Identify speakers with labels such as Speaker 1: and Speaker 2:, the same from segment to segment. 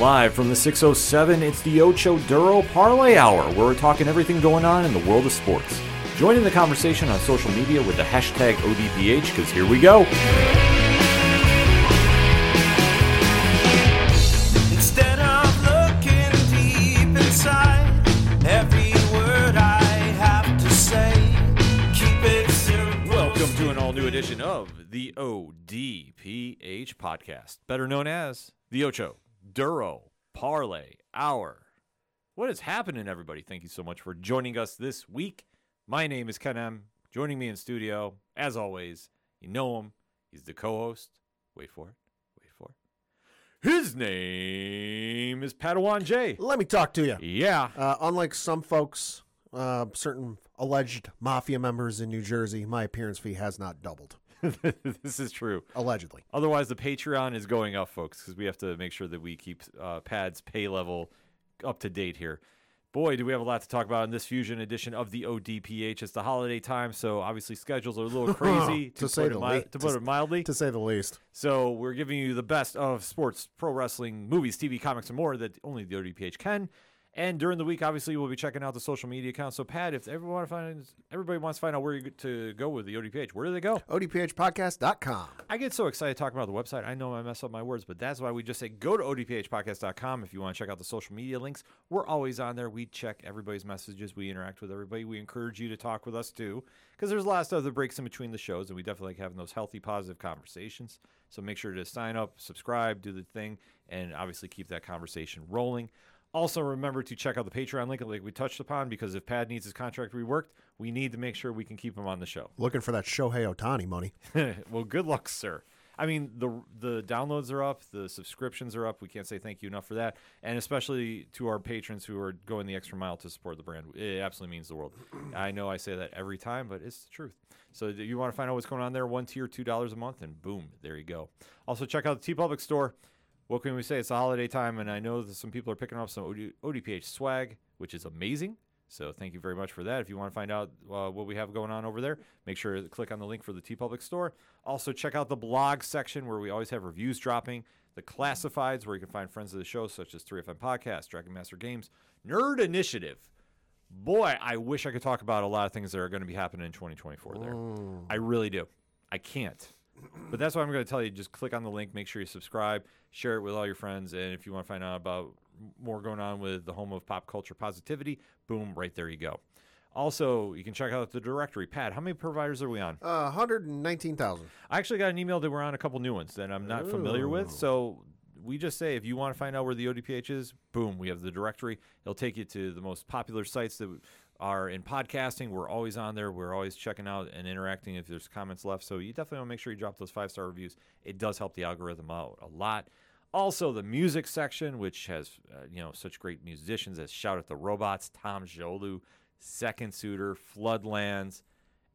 Speaker 1: Live from the 607, it's the Ocho Duro Parlay Hour, where we're talking everything going on in the world of sports. Join in the conversation on social media with the hashtag ODPH, because here we go.
Speaker 2: Instead of looking deep inside every word I have to say, keep it simple.
Speaker 1: Welcome to an all new edition of the ODPH podcast, better known as the Ocho Duro Parlay Hour. What is happening, everybody? Thank you so much for joining us this week. My name is Ken M. Joining me in studio, as always, you know him. He's the co host. Wait for it. Wait for it. His name is Padawan J.
Speaker 3: Let me talk to you.
Speaker 1: Yeah.
Speaker 3: Uh, unlike some folks, uh, certain alleged mafia members in New Jersey, my appearance fee has not doubled.
Speaker 1: this is true.
Speaker 3: Allegedly.
Speaker 1: Otherwise, the Patreon is going up, folks, because we have to make sure that we keep uh, Pad's pay level up to date here. Boy, do we have a lot to talk about in this fusion edition of the ODPH. It's the holiday time, so obviously schedules are a little crazy,
Speaker 3: To say
Speaker 1: put it
Speaker 3: the
Speaker 1: mi-
Speaker 3: lea-
Speaker 1: to put
Speaker 3: to-
Speaker 1: it mildly.
Speaker 3: To say the least.
Speaker 1: So we're giving you the best of sports, pro wrestling, movies, TV, comics, and more that only the ODPH can. And during the week, obviously, we'll be checking out the social media accounts. So, Pat, if everyone finds, everybody wants to find out where you to go with the ODPH, where do they go?
Speaker 3: ODPHpodcast.com.
Speaker 1: I get so excited talking about the website. I know I mess up my words, but that's why we just say go to odphpodcast.com if you want to check out the social media links. We're always on there. We check everybody's messages. We interact with everybody. We encourage you to talk with us too, because there's a lot of stuff that breaks in between the shows, and we definitely like having those healthy, positive conversations. So make sure to sign up, subscribe, do the thing, and obviously keep that conversation rolling. Also, remember to check out the Patreon link, like we touched upon, because if Pad needs his contract reworked, we need to make sure we can keep him on the show.
Speaker 3: Looking for that Shohei Otani money.
Speaker 1: well, good luck, sir. I mean, the the downloads are up, the subscriptions are up. We can't say thank you enough for that, and especially to our patrons who are going the extra mile to support the brand. It absolutely means the world. I know I say that every time, but it's the truth. So if you want to find out what's going on there? One tier, two dollars a month, and boom, there you go. Also, check out the T Public store. What can we say? It's the holiday time, and I know that some people are picking up some OD, ODPH swag, which is amazing. So thank you very much for that. If you want to find out uh, what we have going on over there, make sure to click on the link for the T Public store. Also, check out the blog section where we always have reviews dropping, the classifieds where you can find friends of the show such as 3FM Podcast, Dragon Master Games, Nerd Initiative. Boy, I wish I could talk about a lot of things that are going to be happening in 2024 there. I really do. I can't. But that's why I'm going to tell you just click on the link, make sure you subscribe, share it with all your friends. And if you want to find out about more going on with the home of pop culture positivity, boom, right there you go. Also, you can check out the directory. Pat, how many providers are we on?
Speaker 3: Uh, 119,000.
Speaker 1: I actually got an email that we're on a couple new ones that I'm not familiar with. So we just say if you want to find out where the ODPH is, boom, we have the directory. It'll take you to the most popular sites that are in podcasting. We're always on there. We're always checking out and interacting if there's comments left. So you definitely want to make sure you drop those five star reviews. It does help the algorithm out a lot. Also, the music section, which has uh, you know such great musicians as Shout at the Robots, Tom Jolu, Second Suitor, Floodlands,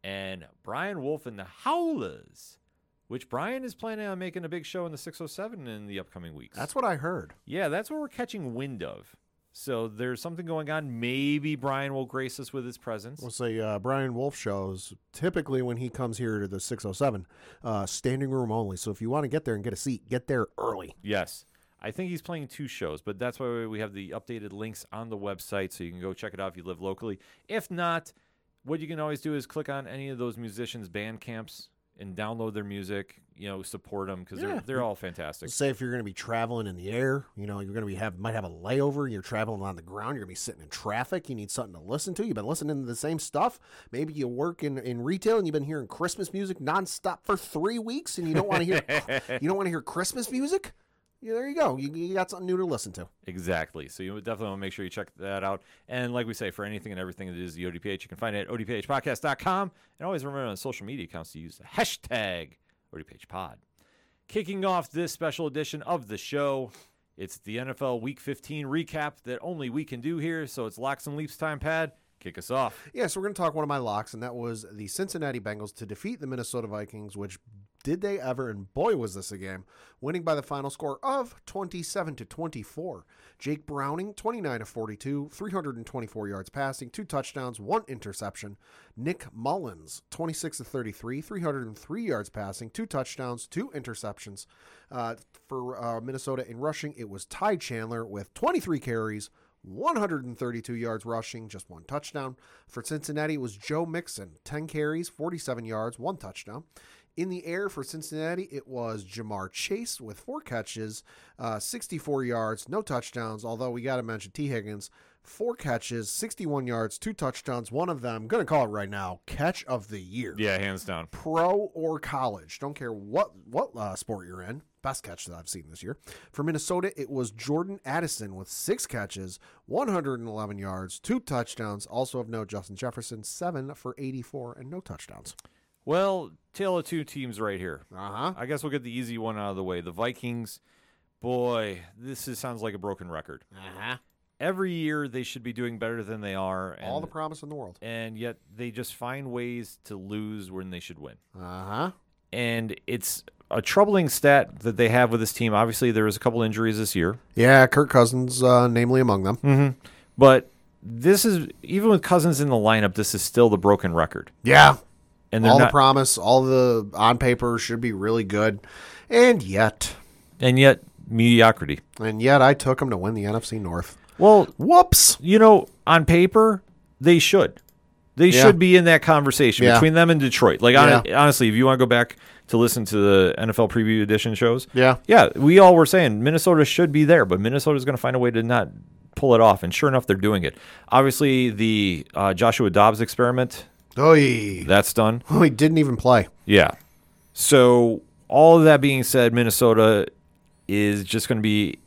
Speaker 1: and Brian Wolf and the Howlers, which Brian is planning on making a big show in the 607 in the upcoming weeks.
Speaker 3: That's what I heard.
Speaker 1: yeah, that's what we're catching wind of. So there's something going on. Maybe Brian will grace us with his presence.
Speaker 3: We'll say uh, Brian Wolf shows, typically when he comes here to the 607, uh, standing room only. So if you want to get there and get a seat, get there early.
Speaker 1: Yes. I think he's playing two shows, but that's why we have the updated links on the website so you can go check it out if you live locally. If not, what you can always do is click on any of those musicians' band camps and download their music, you know, support them because they're,
Speaker 3: Yeah.
Speaker 1: they're all fantastic.
Speaker 3: Say if you're going to be traveling in the air, you know, you're going to be have might have a layover. You're traveling on the ground. You're going to be sitting in traffic. You need something to listen to. You've been listening to the same stuff. Maybe you work in, in retail and you've been hearing Christmas music nonstop for three weeks, and you don't want to hear you don't want to hear Christmas music. Yeah, there you go. You, you got something new to listen to.
Speaker 1: Exactly. So you definitely want to make sure you check that out. And like we say, for anything and everything that is the ODPH, you can find it at odphpodcast.com. And always remember on social media accounts to use the hashtag ODPHpod. Kicking off this special edition of the show, it's the NFL Week 15 recap that only we can do here. So it's locks and leaps time, Pad. Kick us off.
Speaker 3: Yeah, so we're going to talk one of my locks, and that was the Cincinnati Bengals to defeat the Minnesota Vikings, which did they ever, and boy was this a game, winning by the final score of 27 to 24. Jake Browning, 29 of 42, 324 yards passing, two touchdowns, one interception. Nick Mullins, 26 of 33, 303 yards passing, two touchdowns, two interceptions. Uh, for uh, Minnesota in rushing, it was Ty Chandler with 23 carries, 132 yards rushing, just one touchdown. For Cincinnati, it was Joe Mixon, 10 carries, 47 yards, one touchdown. In the air for Cincinnati, it was Jamar Chase with four catches, uh, 64 yards, no touchdowns. Although we got to mention T. Higgins, four catches, 61 yards, two touchdowns. One of them, going to call it right now, catch of the year
Speaker 1: Yeah, hands down.
Speaker 3: pro or college. Don't care what what uh, sport you're in. Best catch that I've seen this year. For Minnesota, it was Jordan Addison with six catches, 111 yards, two touchdowns. Also of note, Justin Jefferson, seven for 84 and no touchdowns.
Speaker 1: Well, tale of two teams right here.
Speaker 3: Uh huh.
Speaker 1: I guess we'll get the easy one out of the way. The Vikings, boy, this is, sounds like a broken record.
Speaker 3: Uh huh.
Speaker 1: Every year they should be doing better than they are. And,
Speaker 3: All the promise in the world.
Speaker 1: and yet they just find ways to lose when they should win.
Speaker 3: Uh
Speaker 1: Uh-huh.
Speaker 3: huh.
Speaker 1: And it's a troubling stat that they have with this team. Obviously, there was a couple injuries this year.
Speaker 3: Yeah, Kirk Cousins, uh, namely among them.
Speaker 1: Hmm. But this is even with Cousins in the lineup, this is still the broken record.
Speaker 3: Yeah.
Speaker 1: And they're
Speaker 3: All
Speaker 1: not,
Speaker 3: the promise, all the on paper should be really good. And yet,
Speaker 1: and yet mediocrity.
Speaker 3: and yet I took him to win the NFC North.
Speaker 1: Well,
Speaker 3: Whoops.
Speaker 1: you know, on paper, they should. They
Speaker 3: Yeah.
Speaker 1: should be in that conversation
Speaker 3: Yeah.
Speaker 1: between them and Detroit. Like hon-
Speaker 3: Yeah.
Speaker 1: honestly, if you want to go back to listen to the NFL preview edition shows,
Speaker 3: Yeah.
Speaker 1: yeah, we all were saying Minnesota should be there, but Minnesota's going to find a way to not pull it off. And sure enough, they're doing it. Obviously, the uh, Joshua Dobbs experiment
Speaker 3: Oy.
Speaker 1: that's done.
Speaker 3: Oh, he didn't even play.
Speaker 1: Yeah. So all of that being said, Minnesota is just going to be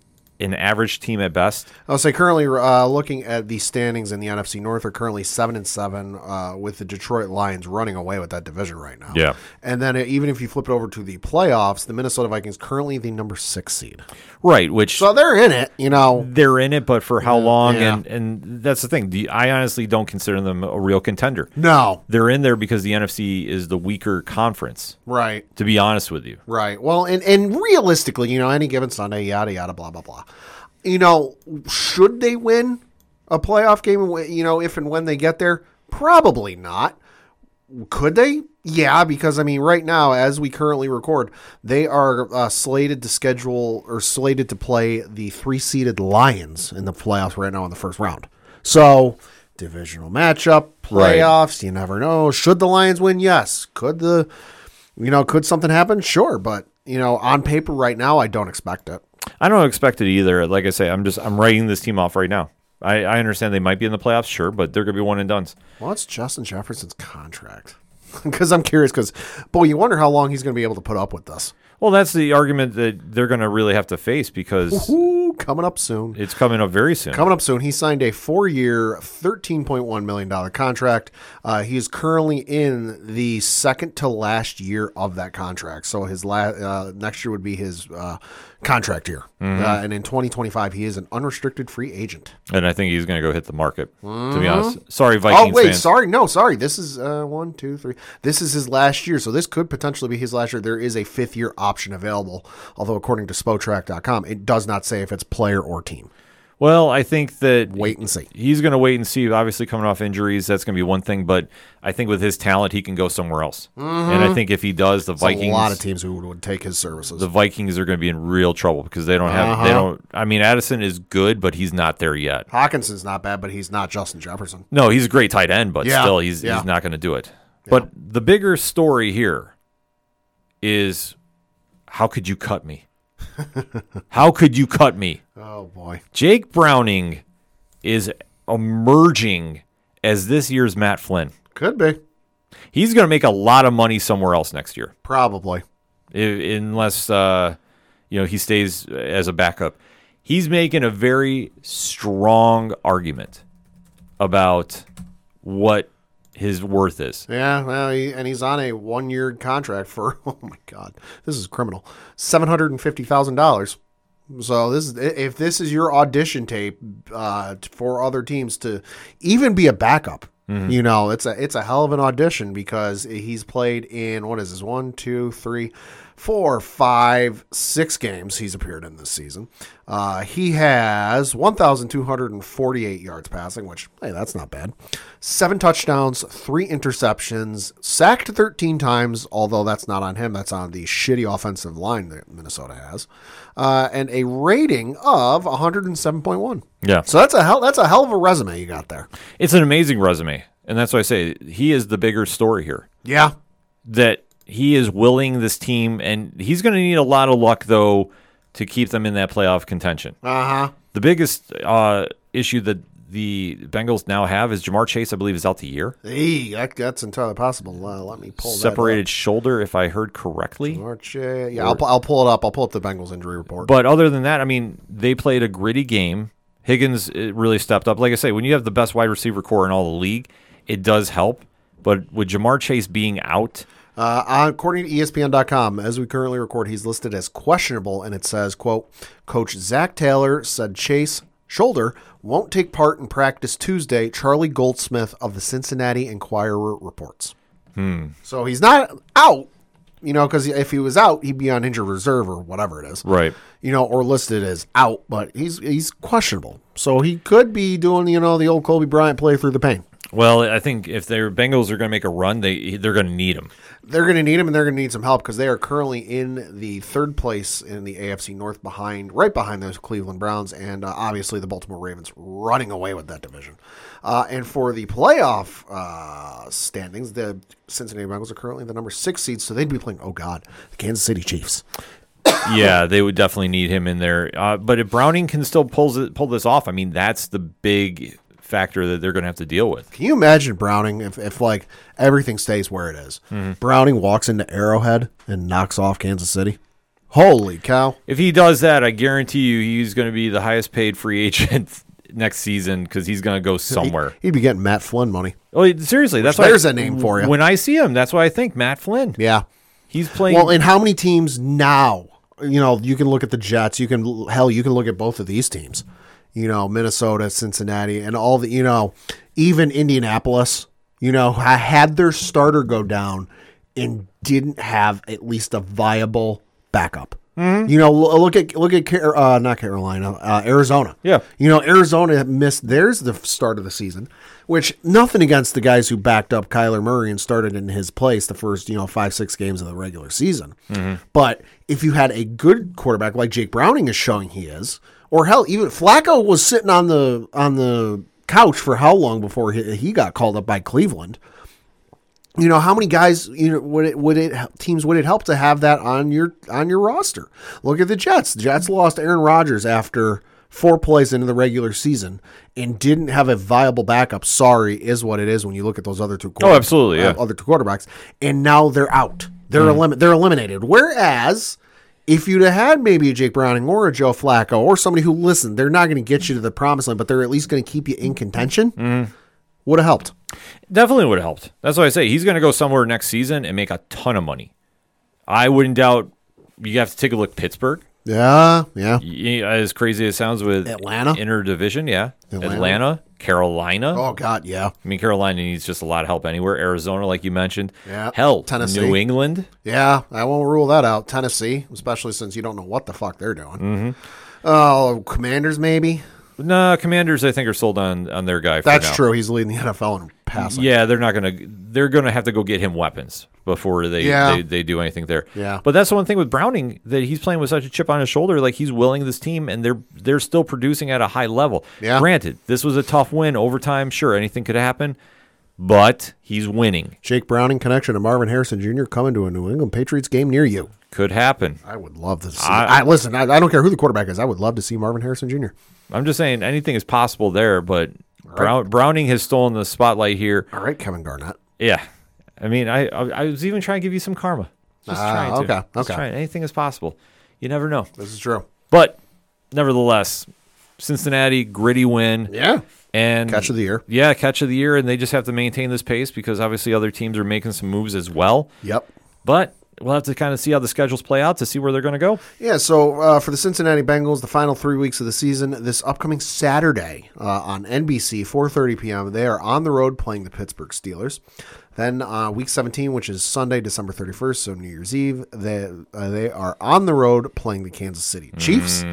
Speaker 1: an average team at best.
Speaker 3: I'll say currently uh, looking at the standings in the NFC North are currently seven and seven, uh, with the Detroit Lions running away with that division right now.
Speaker 1: Yeah.
Speaker 3: and then uh, even if you flip it over to the playoffs, the Minnesota Vikings currently the number six seed,
Speaker 1: Right. Which
Speaker 3: so they're in it. You know,
Speaker 1: they're in it, but for how long?
Speaker 3: yeah.
Speaker 1: And and that's the thing. The, I honestly don't consider them a real contender.
Speaker 3: no,
Speaker 1: They're in there because the NFC is the weaker conference.
Speaker 3: right,
Speaker 1: To be honest with you,
Speaker 3: right. Well, and and realistically, you know, any given Sunday, yada yada, blah blah blah. You know, should they win a playoff game? You know, if and when they get there, probably not. Could they? Yeah, because I mean, right now, as we currently record, they are uh, slated to schedule or slated to play the three seeded Lions in the playoffs right now in the first round. So, divisional matchup,
Speaker 1: Right.
Speaker 3: playoffs, you never know. Should the Lions win? Yes. Could the, you know, could something happen? Sure. But, you know, on paper right now, I don't expect it.
Speaker 1: I don't expect it either. Like I say, I'm just I'm writing this team off right now. I, I understand they might be in the playoffs, sure, but they're gonna be one and done.
Speaker 3: What's Justin Jefferson's contract? Because I'm curious, because, boy, you wonder how long he's going to be able to put up with this.
Speaker 1: Well, that's the argument that they're gonna really have to face because
Speaker 3: Ooh, coming up soon.
Speaker 1: it's coming up very soon.
Speaker 3: Coming up soon, he signed a four-year, thirteen point one million dollar contract. Uh, he is currently in the second to last year of that contract, so his la- uh, next year would be his uh, contract year. Uh, and in twenty twenty five, he is an unrestricted free agent.
Speaker 1: And I think he's gonna go hit the market. To be honest, sorry, Vikings
Speaker 3: Mm-hmm. oh wait,
Speaker 1: fans.
Speaker 3: sorry, no, sorry. This is uh, one, two, three. This is his last year, so this could potentially be his last year. There is a fifth year option available, although according to Spotrack.com, it does not say if it's player or team.
Speaker 1: Well, I think that
Speaker 3: Wait and see.
Speaker 1: he's going to wait and see. Obviously, coming off injuries, that's going to be one thing. But I think with his talent, he can go somewhere else. And I think if he does, the Vikings,
Speaker 3: Mm-hmm. a lot of teams who would, would take his services.
Speaker 1: the Vikings are going to be in real trouble because they don't have. They
Speaker 3: Uh-huh.
Speaker 1: don't. I mean, Addison is good, but he's not there yet.
Speaker 3: Hawkinson's not bad, but he's not Justin Jefferson.
Speaker 1: No, he's a great tight end, but
Speaker 3: Yeah,
Speaker 1: still, he's
Speaker 3: yeah.
Speaker 1: he's not going to do it. But the bigger story here is how could you cut me? how could you cut me?
Speaker 3: Oh boy.
Speaker 1: Jake Browning is emerging as this year's Matt Flynn.
Speaker 3: Could be.
Speaker 1: He's going to make a lot of money somewhere else next year,
Speaker 3: Probably.
Speaker 1: i- unless uh, you know he stays as a backup. He's making a very strong argument about what his worth is.
Speaker 3: Yeah, well, he, and he's on a one year contract for oh my god. This is criminal. Seven hundred and fifty thousand dollars. So this is i- if this is your audition tape uh, for other teams to even be a backup. You know, it's a it's a hell of an audition because he's played in what is this one, two, three, four, five, six games he's appeared in this season. Uh, he has 1,248 yards passing, which hey, that's not bad. Seven touchdowns, three interceptions, sacked 13 times. Although that's not on him, that's on the shitty offensive line that Minnesota has, uh, and a rating of 107.1.
Speaker 1: Yeah.
Speaker 3: So that's a hell that's a hell of a resume you got there.
Speaker 1: It's an amazing resume. And that's why I say he is the bigger story here.
Speaker 3: Yeah.
Speaker 1: That he is willing this team, and he's going to need a lot of luck, though, to keep them in that playoff contention.
Speaker 3: Uh huh.
Speaker 1: The biggest uh, issue that the Bengals now have is Jamar Chase, I believe, is out the year.
Speaker 3: Hey, that, that's entirely possible. Uh, let me pull
Speaker 1: Separated shoulder, if I heard correctly.
Speaker 3: that up. March, uh, yeah, I'll, pu- I'll pull it up. I'll pull up the Bengals injury report.
Speaker 1: But other than that, I mean, they played a gritty game. Higgins uh, really stepped up. Like I say, when you have the best wide receiver core in all the league, it does help. But with Jamar Chase being out,
Speaker 3: Uh, on- according to ESPN.com, as we currently record, he's listed as questionable, and it says, "quote Coach Zach Taylor said Chase shoulder won't take part in practice Tuesday." Charlie Goldsmith of the Cincinnati Enquirer reports. So he's not out, you know, because if he was out, he'd be on injured reserve or whatever it is.
Speaker 1: right?
Speaker 3: you know, or listed as out, but he's he's questionable. So he could be doing, you know, the old Kobe Bryant play through the pain.
Speaker 1: Well, I think if their Bengals are going to make a run, they they're going to need him.
Speaker 3: They're going to need him, and they're going to need some help because they are currently in the third place in the AFC North, behind right behind those Cleveland Browns, and uh, obviously the Baltimore Ravens running away with that division. Uh, and for the playoff uh, standings, the Cincinnati Bengals are currently the number six seed, so they'd be playing. Oh God, the Kansas City Chiefs.
Speaker 1: yeah, they would definitely need him in there. Uh, but if Browning can still pulls it, pull this off, I mean, that's the big factor that they're going to have to deal with.
Speaker 3: Can you imagine Browning if, if like everything stays where it is? Browning walks into Arrowhead and knocks off Kansas City. Holy cow!
Speaker 1: If he does that, I guarantee you, he's going to be the highest paid free agent next season because he's going to go somewhere.
Speaker 3: He'd be getting Matt Flynn money.
Speaker 1: Oh, seriously, that's why
Speaker 3: there's a name for ya.
Speaker 1: When I see him, that's why I think Matt Flynn.
Speaker 3: Yeah.
Speaker 1: He's playing.
Speaker 3: Well, and how many teams now? You know, you can look at the Jets. You can hell, you can look at both of these teams. You know, Minnesota, Cincinnati, and all the you know, even Indianapolis. You know, ha- had their starter go down and didn't have at least a viable backup. You know, lo- look at look at Car- uh, not Carolina, uh, Arizona.
Speaker 1: Yeah.
Speaker 3: You know, Arizona missed theirs the f- start of the season, which nothing against the guys who backed up Kyler Murray and started in his place the first, you know, five, six games of the regular season. But if you had a good quarterback like Jake Browning is showing he is, or hell, even Flacco was sitting on the on the couch for how long before he, he got called up by Cleveland? you know how many guys you know would it would it teams would it help to have that on your on your roster look at the jets the jets lost aaron rodgers after four plays into the regular season and didn't have a viable backup sorry is what it is when you look at those other two quarterbacks, Uh,
Speaker 1: Oh, absolutely, yeah. Mm.
Speaker 3: other two quarterbacks and now they're out they're elim- they're eliminated whereas if you'd have had maybe a Jake Browning or a Joe Flacco or somebody who listen, they're not going to get you to the promised land, but they're at least going to keep you in contention.
Speaker 1: Mm-hmm.
Speaker 3: Would have helped.
Speaker 1: Definitely would have helped. That's why I say he's going to go somewhere next season and make a ton of money. I wouldn't doubt. You have to take a look Pittsburgh.
Speaker 3: Yeah, yeah.
Speaker 1: Y- As crazy as it sounds with
Speaker 3: Atlanta?
Speaker 1: inner division, yeah,
Speaker 3: Atlanta.
Speaker 1: Atlanta, Carolina.
Speaker 3: Oh God, yeah,
Speaker 1: I mean, Carolina needs just a lot of help anywhere. Arizona, like you mentioned,
Speaker 3: Yeah.
Speaker 1: hell,
Speaker 3: Tennessee.
Speaker 1: New England.
Speaker 3: yeah. I won't rule that out. Tennessee, especially since you don't know what the fuck they're
Speaker 1: Mm-hmm.
Speaker 3: doing. Oh, Commanders, maybe.
Speaker 1: No, Commanders, I think are sold on on their guy. For
Speaker 3: That's
Speaker 1: now.
Speaker 3: true. He's leading the NFL in passing.
Speaker 1: Yeah, they're not gonna. They're gonna have to go get him weapons before they
Speaker 3: Yeah.
Speaker 1: they, they do anything there.
Speaker 3: Yeah.
Speaker 1: But that's the one thing with Browning that he's playing with such a chip on his shoulder. Like he's willing this team, and they're they're still producing at a high level.
Speaker 3: Yeah.
Speaker 1: Granted, this was a tough win overtime. Sure, anything could happen, but he's winning.
Speaker 3: Jake Browning connection to Marvin Harrison Jr. coming to a New England Patriots game near you.
Speaker 1: Could happen.
Speaker 3: I would love to see. I,
Speaker 1: I-
Speaker 3: listen. I, I don't care who the quarterback is. I would love to see Marvin Harrison Jr.
Speaker 1: I'm just saying anything is possible there. But Brown, Browning has stolen the spotlight here.
Speaker 3: All right, Kevin Garnett.
Speaker 1: Yeah. I mean, I I, I was even trying to give you some karma. Just
Speaker 3: Ah,
Speaker 1: trying to.
Speaker 3: okay,
Speaker 1: Just
Speaker 3: okay.
Speaker 1: trying. Anything is possible. You never know.
Speaker 3: This is true.
Speaker 1: But nevertheless, Cincinnati gritty win
Speaker 3: Yeah,
Speaker 1: and
Speaker 3: catch of the year.
Speaker 1: yeah catch of the year, and they just have to maintain this pace because obviously other teams are making some moves as well.
Speaker 3: Yep.
Speaker 1: But We'll have to kind of see how the schedules play out to see where they're going to go.
Speaker 3: Yeah, so uh, for the Cincinnati Bengals, the final three weeks of the season, this upcoming Saturday uh, on NBC, 4.30 p.m., they are on the road playing the Pittsburgh Steelers. Then uh, week 17, which is Sunday, December 31st, so New Year's Eve, they, uh, they are on the road playing the Kansas City Chiefs.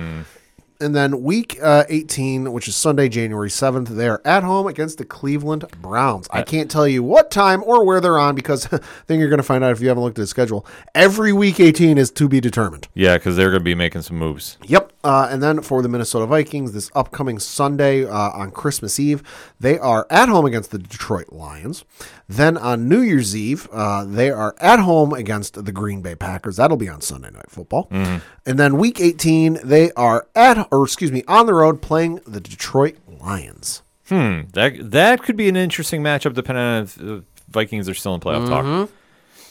Speaker 3: And then week uh, 18, which is Sunday, January 7th, they are at home against the Cleveland Browns. I can't tell you what time or where they're on because then you're going to find out if you haven't looked at the schedule. Every week 18 is to be determined.
Speaker 1: Yeah, because they're going to be making some moves.
Speaker 3: Yep. Uh, and then for the Minnesota Vikings, this upcoming Sunday uh, on Christmas Eve, they are at home against the Detroit Lions. Then on New Year's Eve, uh, they are at home against the Green Bay Packers. That'll be on Sunday Night Football. And then Week 18, they are at, or excuse me, on the road playing the Detroit Lions.
Speaker 1: Hmm. That that could be an interesting matchup, depending on if the Vikings are still in playoff
Speaker 3: Mm-hmm.
Speaker 1: talk.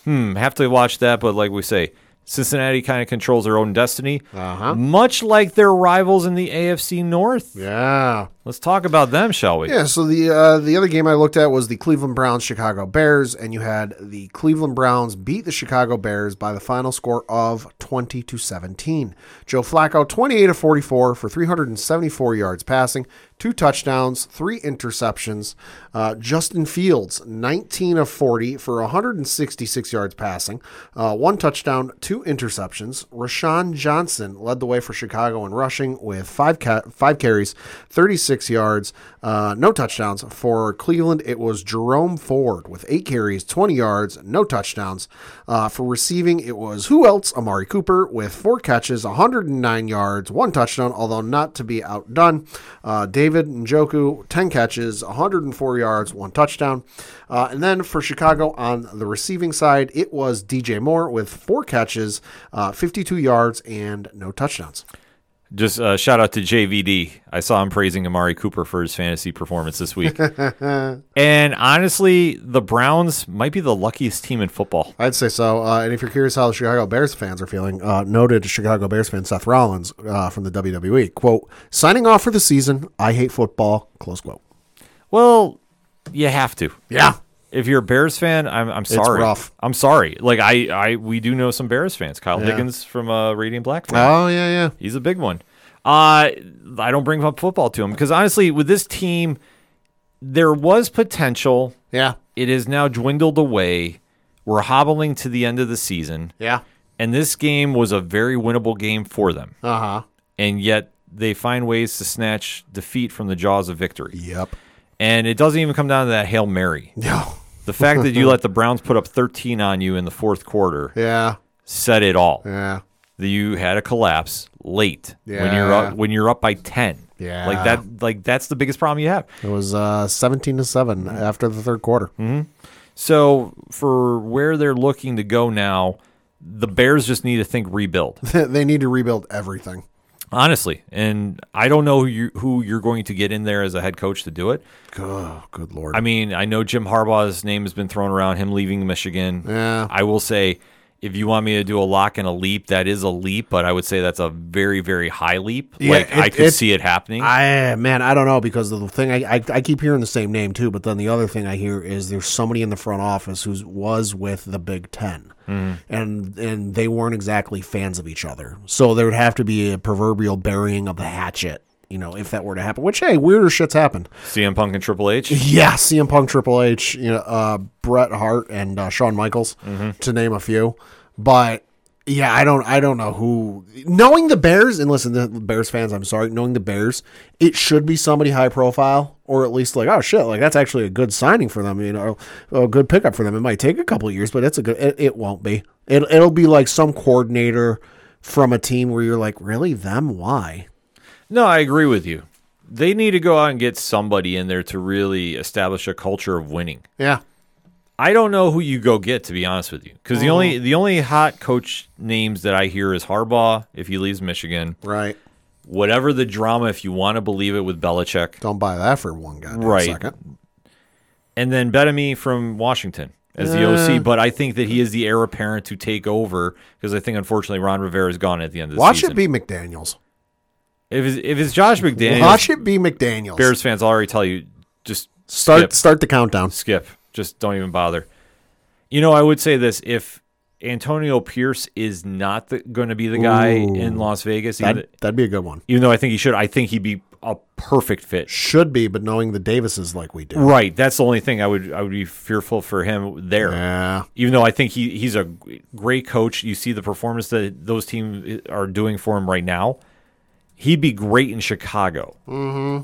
Speaker 1: Hmm. Have to watch that, but like we say, Cincinnati kind of controls their own destiny,
Speaker 3: Uh-huh.
Speaker 1: much like their rivals in the AFC North.
Speaker 3: Yeah.
Speaker 1: Let's talk about them, shall we?
Speaker 3: Yeah, so the uh, the other game I looked at was the Cleveland Browns Chicago Bears, and you had the Cleveland Browns beat the Chicago Bears by the final score of twenty to seventeen. Joe Flacco twenty eight of forty four for three hundred and seventy four yards passing, two touchdowns, three interceptions. Uh, Justin Fields nineteen of forty for one hundred and sixty six yards passing, uh, one touchdown, two interceptions. Rashawn Johnson led the way for Chicago in rushing with five ca- five carries, thirty six yards. Uh, no touchdowns for Cleveland. It was Jerome Ford with eight carries, 20 yards, no touchdowns. Uh, for receiving, it was who else? Amari Cooper with four catches, 109 yards, one touchdown, although not to be outdone. Uh, David Njoku, 10 catches, 104 yards, one touchdown. Uh, and then for Chicago on the receiving side, it was DJ Moore with four catches, uh, 52 yards, and no touchdowns.
Speaker 1: Just uh, shout out to JVD. I saw him praising Amari Cooper for his fantasy performance this week. and honestly, the Browns might be the luckiest team in football.
Speaker 3: I'd say so. Uh, and if you're curious how the Chicago Bears fans are feeling, uh, noted Chicago Bears fan Seth Rollins uh, from the WWE quote: "Signing off for the season. I hate football." Close quote.
Speaker 1: Well, you have to.
Speaker 3: Yeah.
Speaker 1: If you're a Bears fan, I'm I'm sorry.
Speaker 3: rough.
Speaker 1: I'm sorry. Like I, I we do know some Bears fans. Kyle Higgins from uh, Radiant Black. fan.
Speaker 3: Oh yeah, yeah.
Speaker 1: He's a big one. Uh, I don't bring up football to him because honestly, with this team, there was potential.
Speaker 3: Yeah.
Speaker 1: It is now dwindled away. We're hobbling to the end of the season,
Speaker 3: Yeah.
Speaker 1: and this game was a very winnable game for them.
Speaker 3: Uh huh.
Speaker 1: And yet they find ways to snatch defeat from the jaws of victory.
Speaker 3: Yep.
Speaker 1: And it doesn't even come down to that Hail Mary.
Speaker 3: No.
Speaker 1: The fact that you let the Browns put up 13 on you in the fourth quarter
Speaker 3: Yeah.
Speaker 1: said it all.
Speaker 3: Yeah.
Speaker 1: That you had a collapse late when you're
Speaker 3: Yeah.
Speaker 1: up, when you're up by 10.
Speaker 3: Yeah.
Speaker 1: Like that like that's the biggest problem you have.
Speaker 3: It was uh, seventeen to seven after the third quarter.
Speaker 1: So for where they're looking to go now, the Bears just need to think rebuild.
Speaker 3: they need to rebuild everything.
Speaker 1: Honestly, and I don't know who you who you're going to get in there as a head coach to do it.
Speaker 3: Oh, good lord.
Speaker 1: I mean, I know Jim Harbaugh's name has been thrown around, him leaving Michigan.
Speaker 3: yeah.
Speaker 1: I will say, if you want me to do a lock and a leap, that is a leap, but I would say that's a very, very high leap.
Speaker 3: Yeah,
Speaker 1: like I
Speaker 3: it-
Speaker 1: could
Speaker 3: it-
Speaker 1: see it happening.
Speaker 3: I man, I don't know because the thing I, I I keep hearing the same name too, but then the other thing I hear is there's somebody in the front office who was with the Big 10 and and they weren't exactly fans of each other, so there would have to be a proverbial burying of the hatchet, you know, if that were to happen. Which hey, weirder shit's happened.
Speaker 1: CM Punk and Triple H.
Speaker 3: Yeah, CM Punk, Triple H, you know, uh, Bret Hart, and uh, Shawn Michaels,
Speaker 1: Mm-hmm.
Speaker 3: to name a few. But yeah, I don't, I don't know who. Knowing the Bears, and listen, the Bears fans, I'm sorry, knowing the Bears, it should be somebody high profile, or at least like, oh shit, like that's actually a good signing for them, you know, a good pickup for them. It might take a couple of years, but it's a good. It, it won't be. It, it'll be like some coordinator from a team where you're like, really them? Why?
Speaker 1: No, I agree with you. They need to go out and get somebody in there to really establish a culture of winning.
Speaker 3: Yeah,
Speaker 1: I don't know who you go get to be honest with you, because the
Speaker 3: Mm-hmm.
Speaker 1: only the only hot coach names that I hear is Harbaugh if he leaves Michigan.
Speaker 3: right.
Speaker 1: Whatever the drama, if you want to believe it, with Belichick,
Speaker 3: Don't buy that for one guy.
Speaker 1: Right. and then Bettamy from Washington as the
Speaker 3: Uh.
Speaker 1: OC. But I think that he is the heir apparent to take over because I think unfortunately Ron Rivera is gone at the end of the
Speaker 3: Watch
Speaker 1: season.
Speaker 3: it be McDaniels.
Speaker 1: if it's, if it's Josh McDaniels,
Speaker 3: Watch it be McDaniels.
Speaker 1: Bears fans, I'll already tell you, just
Speaker 3: start
Speaker 1: skip.
Speaker 3: start the countdown.
Speaker 1: skip. Just don't even bother. You know, I would say this: if Antonio Pierce is not going to be the guy
Speaker 3: Ooh.
Speaker 1: in Las Vegas. Even,
Speaker 3: That'd, that'd be a good one.
Speaker 1: even though I think he should, I think he'd be a perfect fit.
Speaker 3: Should be, but knowing the Davises like we do.
Speaker 1: Right. That's the only thing I would I would be fearful for him there.
Speaker 3: Yeah.
Speaker 1: Even though I think he he's a g- great coach, you see the performance that those teams are doing for him right now. He'd be great in Chicago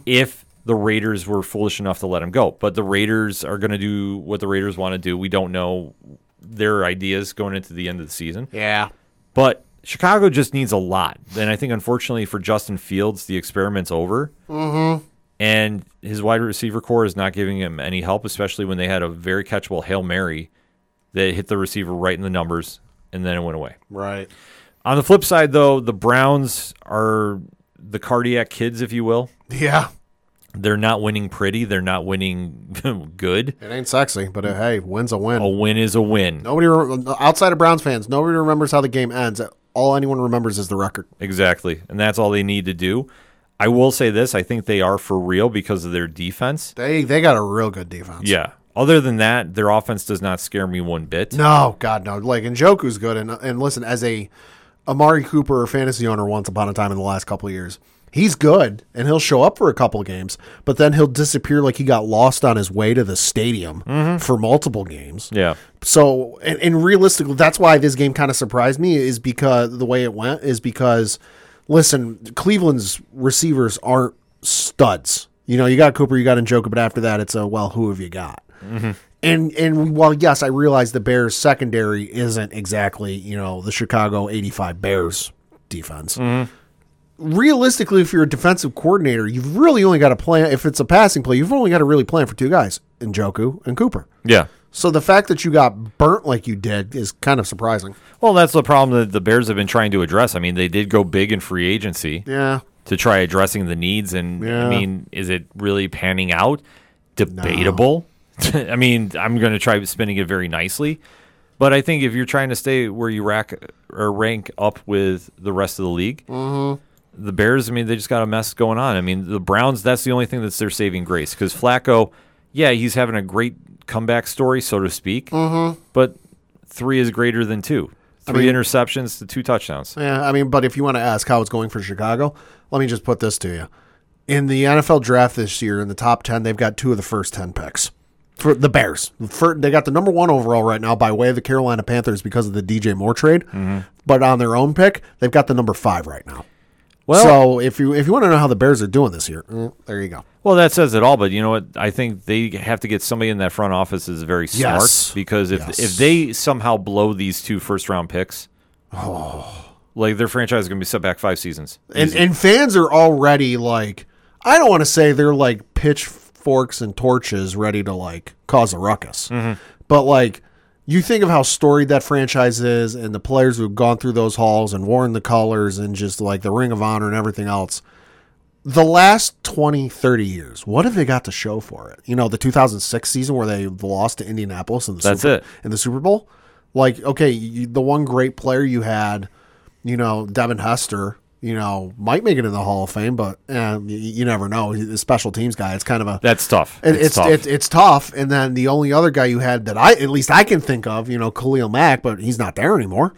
Speaker 1: if the Raiders were foolish enough to let him go. But the Raiders are going to do what the Raiders want to do. We don't know their ideas going into the end of the season.
Speaker 3: Yeah.
Speaker 1: But Chicago just needs a lot. And I think, unfortunately, for Justin Fields, the experiment's over. Mm-hmm. And his wide receiver core is not giving him any help, especially when they had a very catchable Hail Mary that hit the receiver right in the numbers and then it went away.
Speaker 3: Right.
Speaker 1: On the flip side, though, the Browns are the cardiac kids, if you will.
Speaker 3: Yeah.
Speaker 1: They're not winning pretty, they're not winning good.
Speaker 3: It ain't sexy, but uh, hey, win's a win.
Speaker 1: A win is a win.
Speaker 3: Nobody re- outside of Browns fans, nobody remembers how the game ends. All anyone remembers is the record.
Speaker 1: Exactly. And that's all they need to do. I will say this I think they are for real because of their defense.
Speaker 3: They they got a real good defense.
Speaker 1: Yeah. Other than that, their offense does not scare me one bit.
Speaker 3: No, God no. Like and Joku's good and and listen, as a Amari Cooper fantasy owner once upon a time in the last couple of years, he's good and he'll show up for a couple of games, but then he'll disappear like he got lost on his way to the stadium for multiple games.
Speaker 1: Yeah.
Speaker 3: So, and, and realistically, that's why this game kind of surprised me is because the way it went is because, listen, Cleveland's receivers aren't studs. You know, you got Cooper, you got Njoku, but after that, it's a well, who have you got? And and while yes, I realize the Bears secondary isn't exactly you know the Chicago '85 Bears defense. Realistically, if you're a defensive coordinator, you've really only got to plan. If it's a passing play, you've only got to really plan for two guys: Njoku and Cooper.
Speaker 1: Yeah.
Speaker 3: So the fact that you got burnt like you did is kind of surprising.
Speaker 1: Well, that's the problem that the Bears have been trying to address. I mean, they did go big in free agency
Speaker 3: Yeah.
Speaker 1: to try addressing the needs. And
Speaker 3: Yeah.
Speaker 1: I mean, is it really panning out? Debatable. I mean, I'm going to try spinning it very nicely. But I think if you're trying to stay where you rack or rank up with the rest of the league, the Bears, I mean, they just got a mess going on. I mean, the Browns, that's the only thing that's their saving grace because Flacco, yeah, he's having a great comeback story, so to speak, but three is greater than two. Three interceptions to two touchdowns.
Speaker 3: Yeah. I mean, but if you want to ask how it's going for Chicago, let me just put this to you. In the NFL draft this year, in the top 10, they've got two of the first 10 picks for the Bears. For, they got the number one overall right now by way of the Carolina Panthers because of the DJ Moore trade. But on their own pick, they've got the number five right now.
Speaker 1: Well-
Speaker 3: so if you if you want to know how the Bears are doing this year, mm, there you go.
Speaker 1: Well, that says it all. But you know what? I think they have to get somebody in that front office that's very smart
Speaker 3: Yes.
Speaker 1: because if
Speaker 3: Yes.
Speaker 1: if they somehow blow these two first round picks,
Speaker 3: Oh.
Speaker 1: like their franchise is going to be set back five seasons.
Speaker 3: and and fans are already like I don't want to say they're like pitchforks and torches ready to like cause a ruckus,
Speaker 1: Mm-hmm.
Speaker 3: but like you think of how storied that franchise is and the players who've gone through those halls and worn the colors and just like the ring of honor and everything else. The last 20, 30 years, what have they got to show for it? You know, the 2006 season where they lost to Indianapolis in the
Speaker 1: That's
Speaker 3: Super,
Speaker 1: it.
Speaker 3: in the Super Bowl. Like, okay, you, the one great player you had you know, Devin Hester, you know, might make it in the Hall of Fame, but eh, you, you never know. He's a special teams guy. It's kind of a
Speaker 1: That's tough.
Speaker 3: it-
Speaker 1: it's,
Speaker 3: it's
Speaker 1: tough.
Speaker 3: It, it's tough. And then the only other guy you had that I at least I can think of, you know, Khalil Mack, but he's not there anymore.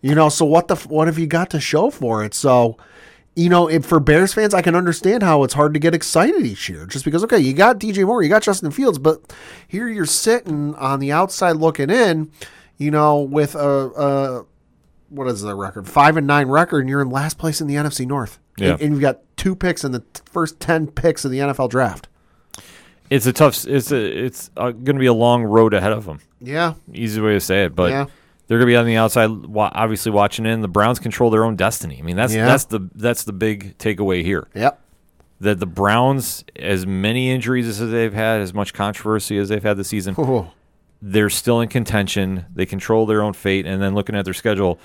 Speaker 3: You know, so what the f- what have you got to show for it? So, you know, if for Bears fans, I can understand how it's hard to get excited each year, just because okay, you got DJ Moore, you got Justin Fields, but here you're sitting on the outside looking in, you know, with a, a what is the record five and nine record, and you're in last place in the NFC North,
Speaker 1: Yeah.
Speaker 3: and, and you've got two picks in the t- first ten picks of the NFL draft.
Speaker 1: it's a tough. s- It's a, it's uh going to be a long road ahead of them.
Speaker 3: Yeah,
Speaker 1: Easy way to say it, but
Speaker 3: Yeah.
Speaker 1: they're going to be on the outside, wa- obviously watching in. The Browns control their own destiny. I mean, that's
Speaker 3: Yeah.
Speaker 1: that's the that's the big takeaway here.
Speaker 3: yep.
Speaker 1: That the Browns, as many injuries as they've had, as much controversy as they've had this season,
Speaker 3: Oh,
Speaker 1: they're still in contention. They control their own fate. And then looking at their schedule,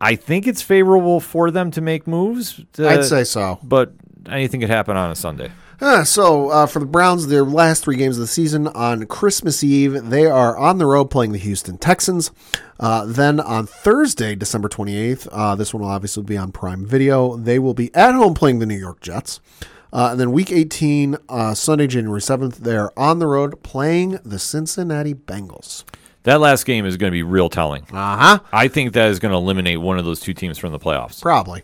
Speaker 1: I think it's favorable for them to make moves. to-
Speaker 3: I'd say so.
Speaker 1: But anything could happen on a Sunday.
Speaker 3: Uh, so uh, for the Browns, their last three games of the season on Christmas Eve, they are on the road playing the Houston Texans. Uh, then on Thursday, December 28th, uh, this one will obviously be on Prime Video. They will be at home playing the New York Jets. Uh, and then week 18, uh, Sunday, January 7th, they're on the road playing the Cincinnati Bengals.
Speaker 1: That last game is going to be real telling.
Speaker 3: Uh huh.
Speaker 1: I think that is going to eliminate one of those two teams from the playoffs.
Speaker 3: Probably.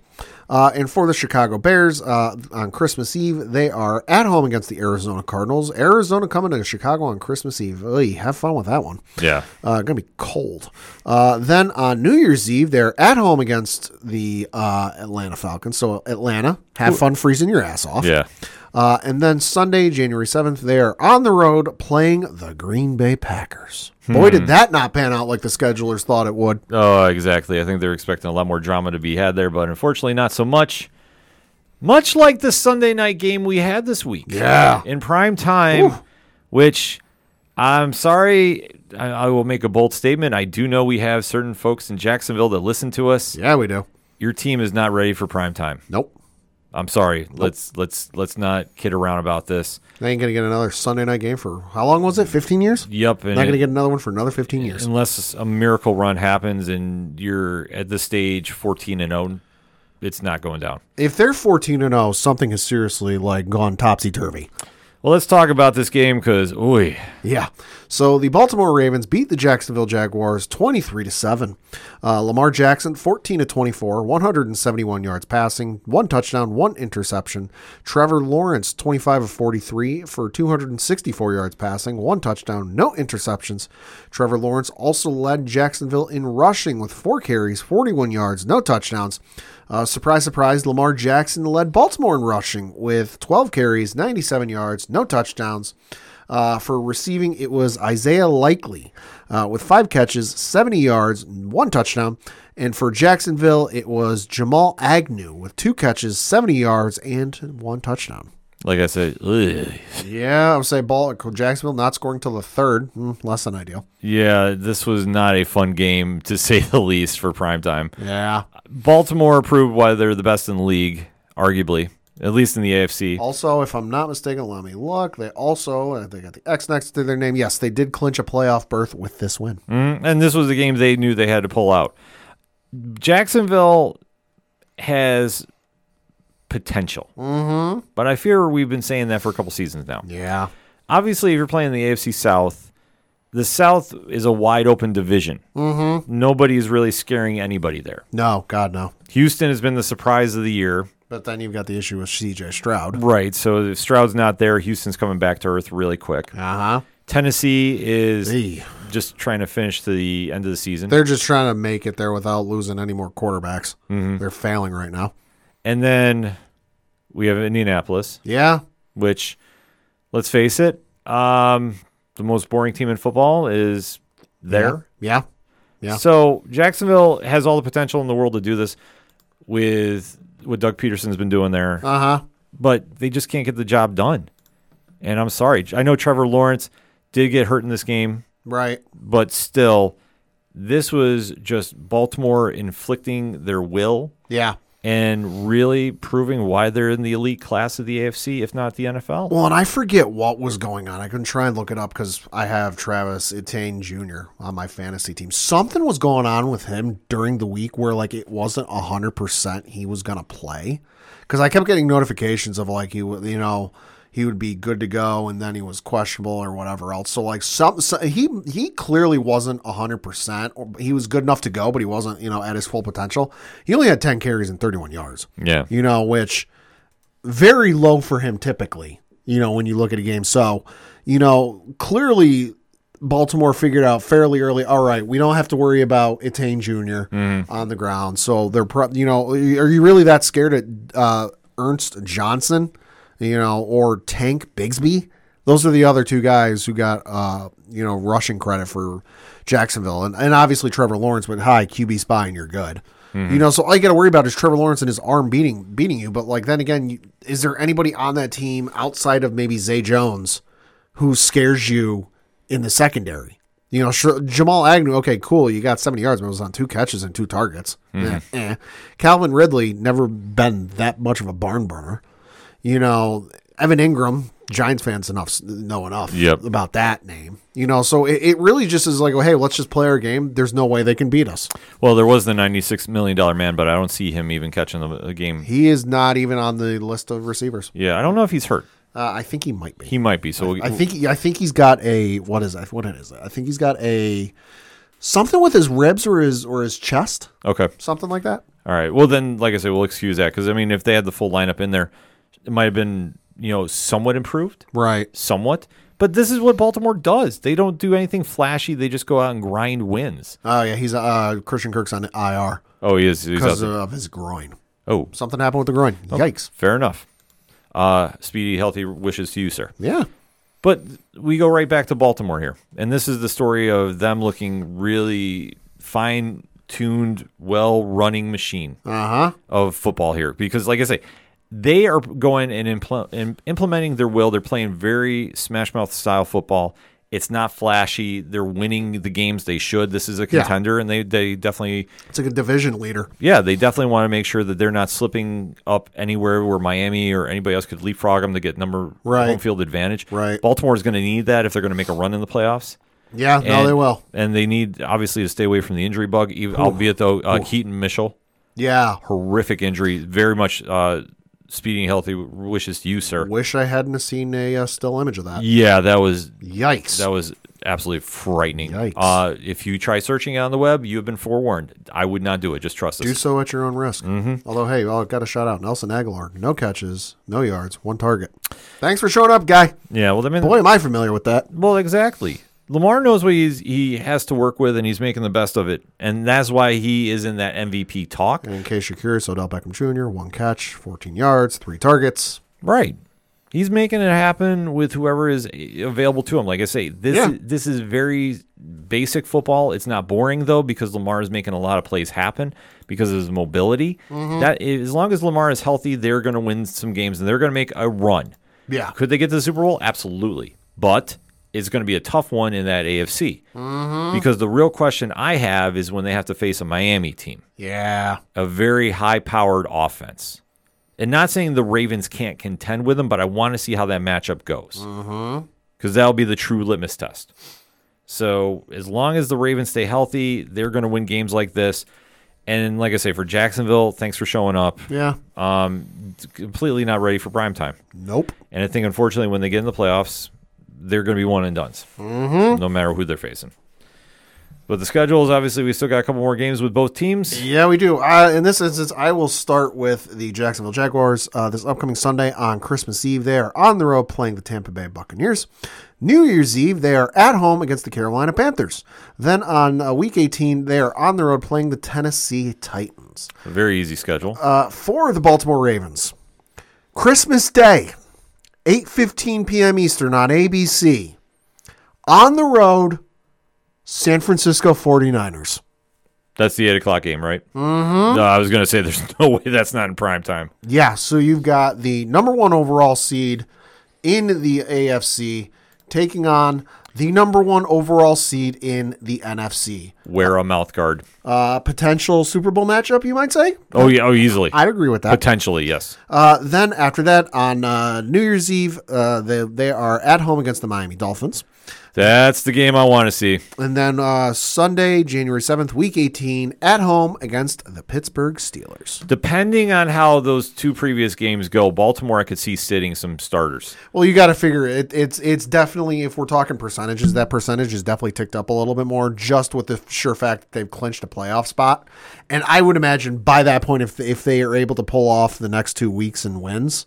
Speaker 3: Uh, and for the Chicago Bears, uh, on Christmas Eve, they are at home against the Arizona Cardinals. Arizona coming to Chicago on Christmas Eve. Oy, have fun with that one.
Speaker 1: Yeah.
Speaker 3: Uh, gonna be cold. Uh, then on New Year's Eve, they're at home against the uh, Atlanta Falcons. So Atlanta, have fun freezing your ass off.
Speaker 1: Yeah.
Speaker 3: Uh, and then Sunday, January seventh, they are on the road playing the Green Bay Packers. Boy, did that not pan out like the schedulers thought it would.
Speaker 1: Oh, exactly. I think they're expecting a lot more drama to be had there, but unfortunately, not so much. Much like the Sunday night game we had this week.
Speaker 3: Yeah.
Speaker 1: In prime time, which I'm sorry, I, I will make a bold statement. I do know we have certain folks in Jacksonville that listen to us.
Speaker 3: Yeah, we do.
Speaker 1: Your team is not ready for prime time.
Speaker 3: Nope.
Speaker 1: I'm sorry. Let's let's let's not kid around about this.
Speaker 3: They ain't gonna get another Sunday night game for how long was it? Fifteen years?
Speaker 1: Yup. and
Speaker 3: Not gonna
Speaker 1: it-
Speaker 3: get another one for another fifteen years.
Speaker 1: unless a miracle run happens and you're at the stage 14 and 0, it's not going down.
Speaker 3: If they're fourteen and zero, something has seriously like gone topsy turvy.
Speaker 1: Well, let's talk about this game because, ooh,
Speaker 3: Yeah. So the Baltimore Ravens beat the Jacksonville Jaguars 23 to 7. Uh, Lamar Jackson 14 to 24, 171 yards passing, one touchdown, one interception. Trevor Lawrence 25 of 43 for 264 yards passing, one touchdown, no interceptions. Trevor Lawrence also led Jacksonville in rushing with 4 carries, 41 yards, no touchdowns. Uh, surprise, surprise, Lamar Jackson led Baltimore in rushing with 12 carries, 97 yards, no touchdowns. Uh, for receiving, it was Isaiah Likely uh, with five catches, 70 yards, one touchdown. And for Jacksonville, it was Jamal Agnew with two catches, 70 yards, and one touchdown.
Speaker 1: like I said, ugh.
Speaker 3: Yeah, I would say ball Jacksonville not scoring till the third. Hmm, less than ideal.
Speaker 1: yeah, this was not a fun game to say the least for primetime.
Speaker 3: Yeah.
Speaker 1: Baltimore proved why they're the best in the league, arguably, at least in the AFC.
Speaker 3: Also, if I'm not mistaken, let me look. They also uh, they got the X next to their name. Yes, they did clinch a playoff berth with this win.
Speaker 1: Mm, and this was a game they knew they had to pull out. Jacksonville has potential,
Speaker 3: Mm-hmm.
Speaker 1: but I fear we've been saying that for a couple seasons now.
Speaker 3: Yeah.
Speaker 1: obviously if you're playing the AFC South, the South is a wide open division.
Speaker 3: Mm-hmm.
Speaker 1: Nobody is really scaring anybody there.
Speaker 3: No, God no.
Speaker 1: Houston has been the surprise of the year.
Speaker 3: But then you've got the issue with C.J. Stroud.
Speaker 1: Right. So if Stroud's not there, Houston's coming back to earth really quick.
Speaker 3: Uh
Speaker 1: Tennessee is
Speaker 3: huh.
Speaker 1: just trying to finish to the end of the season.
Speaker 3: They're just trying to make it there without losing any more quarterbacks. They're failing right now.
Speaker 1: And then we have Indianapolis,
Speaker 3: Yeah.
Speaker 1: which let's face it, um, the most boring team in football is there.
Speaker 3: Yeah. Yeah.
Speaker 1: So Jacksonville has all the potential in the world to do this with what Doug Peterson's been doing there,
Speaker 3: Uh huh.
Speaker 1: but they just can't get the job done. And I'm sorry. I know Trevor Lawrence did get hurt in this game,
Speaker 3: Right.
Speaker 1: but still, this was just Baltimore inflicting their will
Speaker 3: Yeah.
Speaker 1: and really proving why they're in the elite class of the AFC, if not the NFL.
Speaker 3: Well, and I forget what was going on. I can try and look it up because I have Travis Etienne Jr. on my fantasy team. Something was going on with him during the week where like it wasn't hundred percent he was gonna play because I kept getting notifications of like he would you know he would be good to go and then he was questionable or whatever else. So like some, so he he clearly wasn't hundred percent. He was good enough to go, but he wasn't you know at his full potential. He only had ten carries and thirty one yards
Speaker 1: Yeah.
Speaker 3: you know, which very low for him typically, you know, when you look at a game. So, you know, clearly Baltimore figured out fairly early, all right, we don't have to worry about Etain junior on the ground. So they're, pro- you know, are you really that scared at uh, Ernst Johnson, you know, or Tank Bigsby? Those are the other two guys who got, uh, you know, rushing credit for Jacksonville. And, and obviously Trevor Lawrence, but hi, QB spy and you're good. You know, so all you got to worry about is Trevor Lawrence and his arm beating beating you. But like then again, you, is there anybody on that team outside of maybe Zay Jones who scares you in the secondary? You know, sure, Jamal Agnew. Okay, cool. You got seventy yards, but it was on two catches and two targets. Eh, eh. Calvin Ridley never been that much of a barn burner. You know, Evan Ingram. Giants fans enough know enough
Speaker 1: Yep.
Speaker 3: about that name. You know, so it, it really just is like, oh, hey, let's just play our game. There's no way they can beat us.
Speaker 1: Well, there was the $96 million man, but I don't see him even catching the the game.
Speaker 3: He is not even on the list of receivers.
Speaker 1: Yeah. I don't know if he's hurt.
Speaker 3: Uh, I think he might be.
Speaker 1: He might be. So
Speaker 3: I think he- I think he's got a what is that? What it is? I think he's got a something with his ribs or his or his chest,
Speaker 1: Okay.
Speaker 3: something like that.
Speaker 1: All right. Well, then, like I said, we'll excuse that because I mean, if they had the full lineup in there, it might have been you know somewhat improved,
Speaker 3: Right.
Speaker 1: somewhat. But this is what Baltimore does. They don't do anything flashy. They just go out and grind wins.
Speaker 3: Oh yeah, he's uh, Christian Kirk's on IR
Speaker 1: Oh, he is. He's out
Speaker 3: because
Speaker 1: there.
Speaker 3: of his groin.
Speaker 1: oh,
Speaker 3: Something happened with the groin. Yikes.
Speaker 1: fair enough. Uh, speedy, healthy wishes to you, sir.
Speaker 3: Yeah.
Speaker 1: But we go right back to Baltimore here. And this is the story of them looking really fine tuned, well running machine
Speaker 3: Uh huh.
Speaker 1: of football here. Because, like I say, they are going and, impl- and implementing their will. They're playing very smash mouth style football. It's not flashy. They're winning the games they should. This is a
Speaker 3: Yeah.
Speaker 1: contender, and they, they definitely
Speaker 3: It's like a division leader.
Speaker 1: yeah, they definitely want to make sure that they're not slipping up anywhere where Miami or anybody else could leapfrog them to get number
Speaker 3: Right.
Speaker 1: home field advantage.
Speaker 3: Right.
Speaker 1: Baltimore's going to need that if they're going to make a run in the playoffs.
Speaker 3: Yeah. no,
Speaker 1: And-
Speaker 3: they will.
Speaker 1: And they need obviously to stay away from the injury bug. ev- Albeit though, uh, Keaton Mitchell,
Speaker 3: Yeah.
Speaker 1: horrific injury, very much uh, speeding healthy. Wishes to you, sir.
Speaker 3: Wish I hadn't have seen a uh, still image of that.
Speaker 1: Yeah, that was
Speaker 3: Yikes.
Speaker 1: that was absolutely frightening.
Speaker 3: Yikes.
Speaker 1: Uh, if you try searching it on the web, you have been forewarned. I would not do it. Just trust us.
Speaker 3: Do so at your own risk.
Speaker 1: Mm-hmm.
Speaker 3: Although, hey, well, I've got to shout out Nelson Aguilar. No catches, no yards, one target. Thanks for showing up, guy.
Speaker 1: Yeah, well, I mean,
Speaker 3: Boy, am I familiar with that.
Speaker 1: Well, exactly. Lamar knows what he's he has to work with, and he's making the best of it, and that's why he is in that MVP talk.
Speaker 3: And in case you're curious, Odell Beckham Jr., one catch, 14 yards, three targets.
Speaker 1: Right. He's making it happen with whoever is available to him. Like I say, this
Speaker 3: Yeah.
Speaker 1: this is very basic football. It's not boring though because Lamar is making a lot of plays happen because of his mobility. That as long as Lamar is healthy, they're going to win some games and they're going to make a run.
Speaker 3: Yeah.
Speaker 1: Could they get to the Super Bowl? Absolutely. But it's going to be a tough one in that AFC. Because the real question I have is when they have to face a Miami team,
Speaker 3: Yeah.
Speaker 1: a very high powered offense. And not saying the Ravens can't contend with them, but I want to see how that matchup goes. Because that'll be the true litmus test. So as long as the Ravens stay healthy, they're going to win games like this. And like I say, for Jacksonville, thanks for showing up.
Speaker 3: Yeah.
Speaker 1: Um, completely not ready for prime time.
Speaker 3: Nope.
Speaker 1: And I think, unfortunately, when they get in the playoffs, they're going to be one and done's, no matter who they're facing. But the schedule is obviously we still got a couple more games with both teams.
Speaker 3: Yeah, we do. Uh, in this instance, I will start with the Jacksonville Jaguars uh, this upcoming Sunday on Christmas Eve. They are on the road playing the Tampa Bay Buccaneers. New Year's Eve, they are at home against the Carolina Panthers. Then on uh, week 18, they are on the road playing the Tennessee Titans.
Speaker 1: A very easy schedule.
Speaker 3: Uh, for the Baltimore Ravens, Christmas Day, 8.15 p.m. Eastern on ABC. On the road, San Francisco 49ers.
Speaker 1: That's the eight o'clock game, right? Mm-hmm. No, I was going to say there's no way that's not in prime time.
Speaker 3: Yeah, so you've got the number one overall seed in the AFC taking on the number one overall seed in the NFC.
Speaker 1: Wear a mouth guard.
Speaker 3: Uh, potential Super Bowl matchup, you might say?
Speaker 1: Oh yeah, oh easily,
Speaker 3: I'd agree with that.
Speaker 1: potentially yes.
Speaker 3: Uh, then after that, on uh, New Year's Eve, uh, they, they are at home against the Miami Dolphins.
Speaker 1: That's the game I want to see.
Speaker 3: And then uh, Sunday, January 7th, week 18, at home against the Pittsburgh Steelers.
Speaker 1: Depending on how those two previous games go, Baltimore I could see sitting some starters.
Speaker 3: Well, you got to figure it, it's it's definitely if we're talking percentages, that percentage is definitely ticked up a little bit more just with the sure fact that they've clinched a playoff spot. And I would imagine by that point, if if they are able to pull off the next two weeks and wins,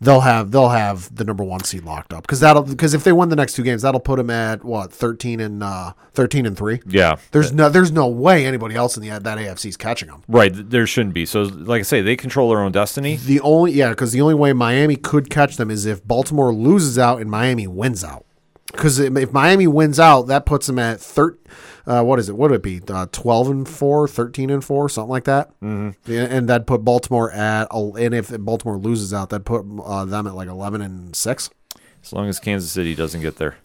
Speaker 3: they'll have they'll have the number one seed locked up because that'll because if they win the next two games, that'll put them at what thirteen and uh, thirteen and three.
Speaker 1: Yeah,
Speaker 3: There's no there's no way anybody else in the that AFC is catching them.
Speaker 1: right. th- There shouldn't be. So, like I say, they control their own destiny.
Speaker 3: The only yeah, because the only way Miami could catch them is if Baltimore loses out and Miami wins out. Because if Miami wins out, that puts them at thir- uh, what is it? What would it be? Uh, 12 and 4, 13 and 4, something like that. Mm-hmm. And that'd put Baltimore at, el- and if Baltimore loses out, that'd put uh, them at like 11 and 6.
Speaker 1: As long as Kansas City doesn't get there.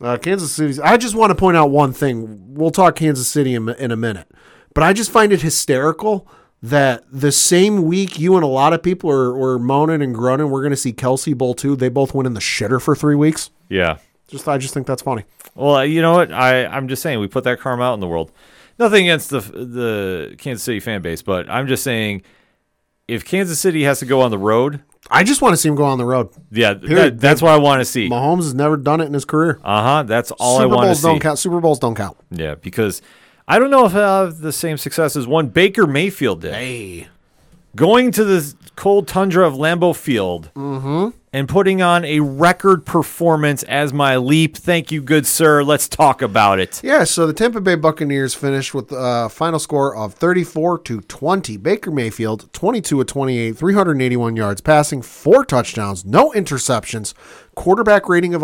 Speaker 3: Uh, Kansas City's. I just want to point out one thing. We'll talk Kansas City in, in a minute, but I just find it hysterical that the same week you and a lot of people are were moaning and groaning, we're going to see Kelsey Bowl too. They both went in the shitter for three weeks.
Speaker 1: Yeah.
Speaker 3: Just I just think that's funny.
Speaker 1: Well, uh, you know what? I I'm just saying we put that karma out in the world. Nothing against the the Kansas City fan base, but I'm just saying if Kansas City has to go on the road
Speaker 3: I just want to see him go on the road.
Speaker 1: Yeah, th-
Speaker 3: Period.
Speaker 1: that, that's what I want to see.
Speaker 3: Mahomes has never done it in his career.
Speaker 1: Uh huh. That's all
Speaker 3: Super
Speaker 1: I want to
Speaker 3: Bowls
Speaker 1: see.
Speaker 3: don't count. Super Bowls don't count.
Speaker 1: Yeah, because I don't know if I'll have the same success as one Baker Mayfield did.
Speaker 3: Hey,
Speaker 1: Going to the cold tundra of Lambeau Field
Speaker 3: Mm-hmm.
Speaker 1: and putting on a record performance as my leap. Thank you, good sir. Let's talk about it.
Speaker 3: Yeah, so the Tampa Bay Buccaneers finished with a final score of 34 to 20. Baker Mayfield, 22 of 28, 381 yards passing, four touchdowns, no interceptions, quarterback rating of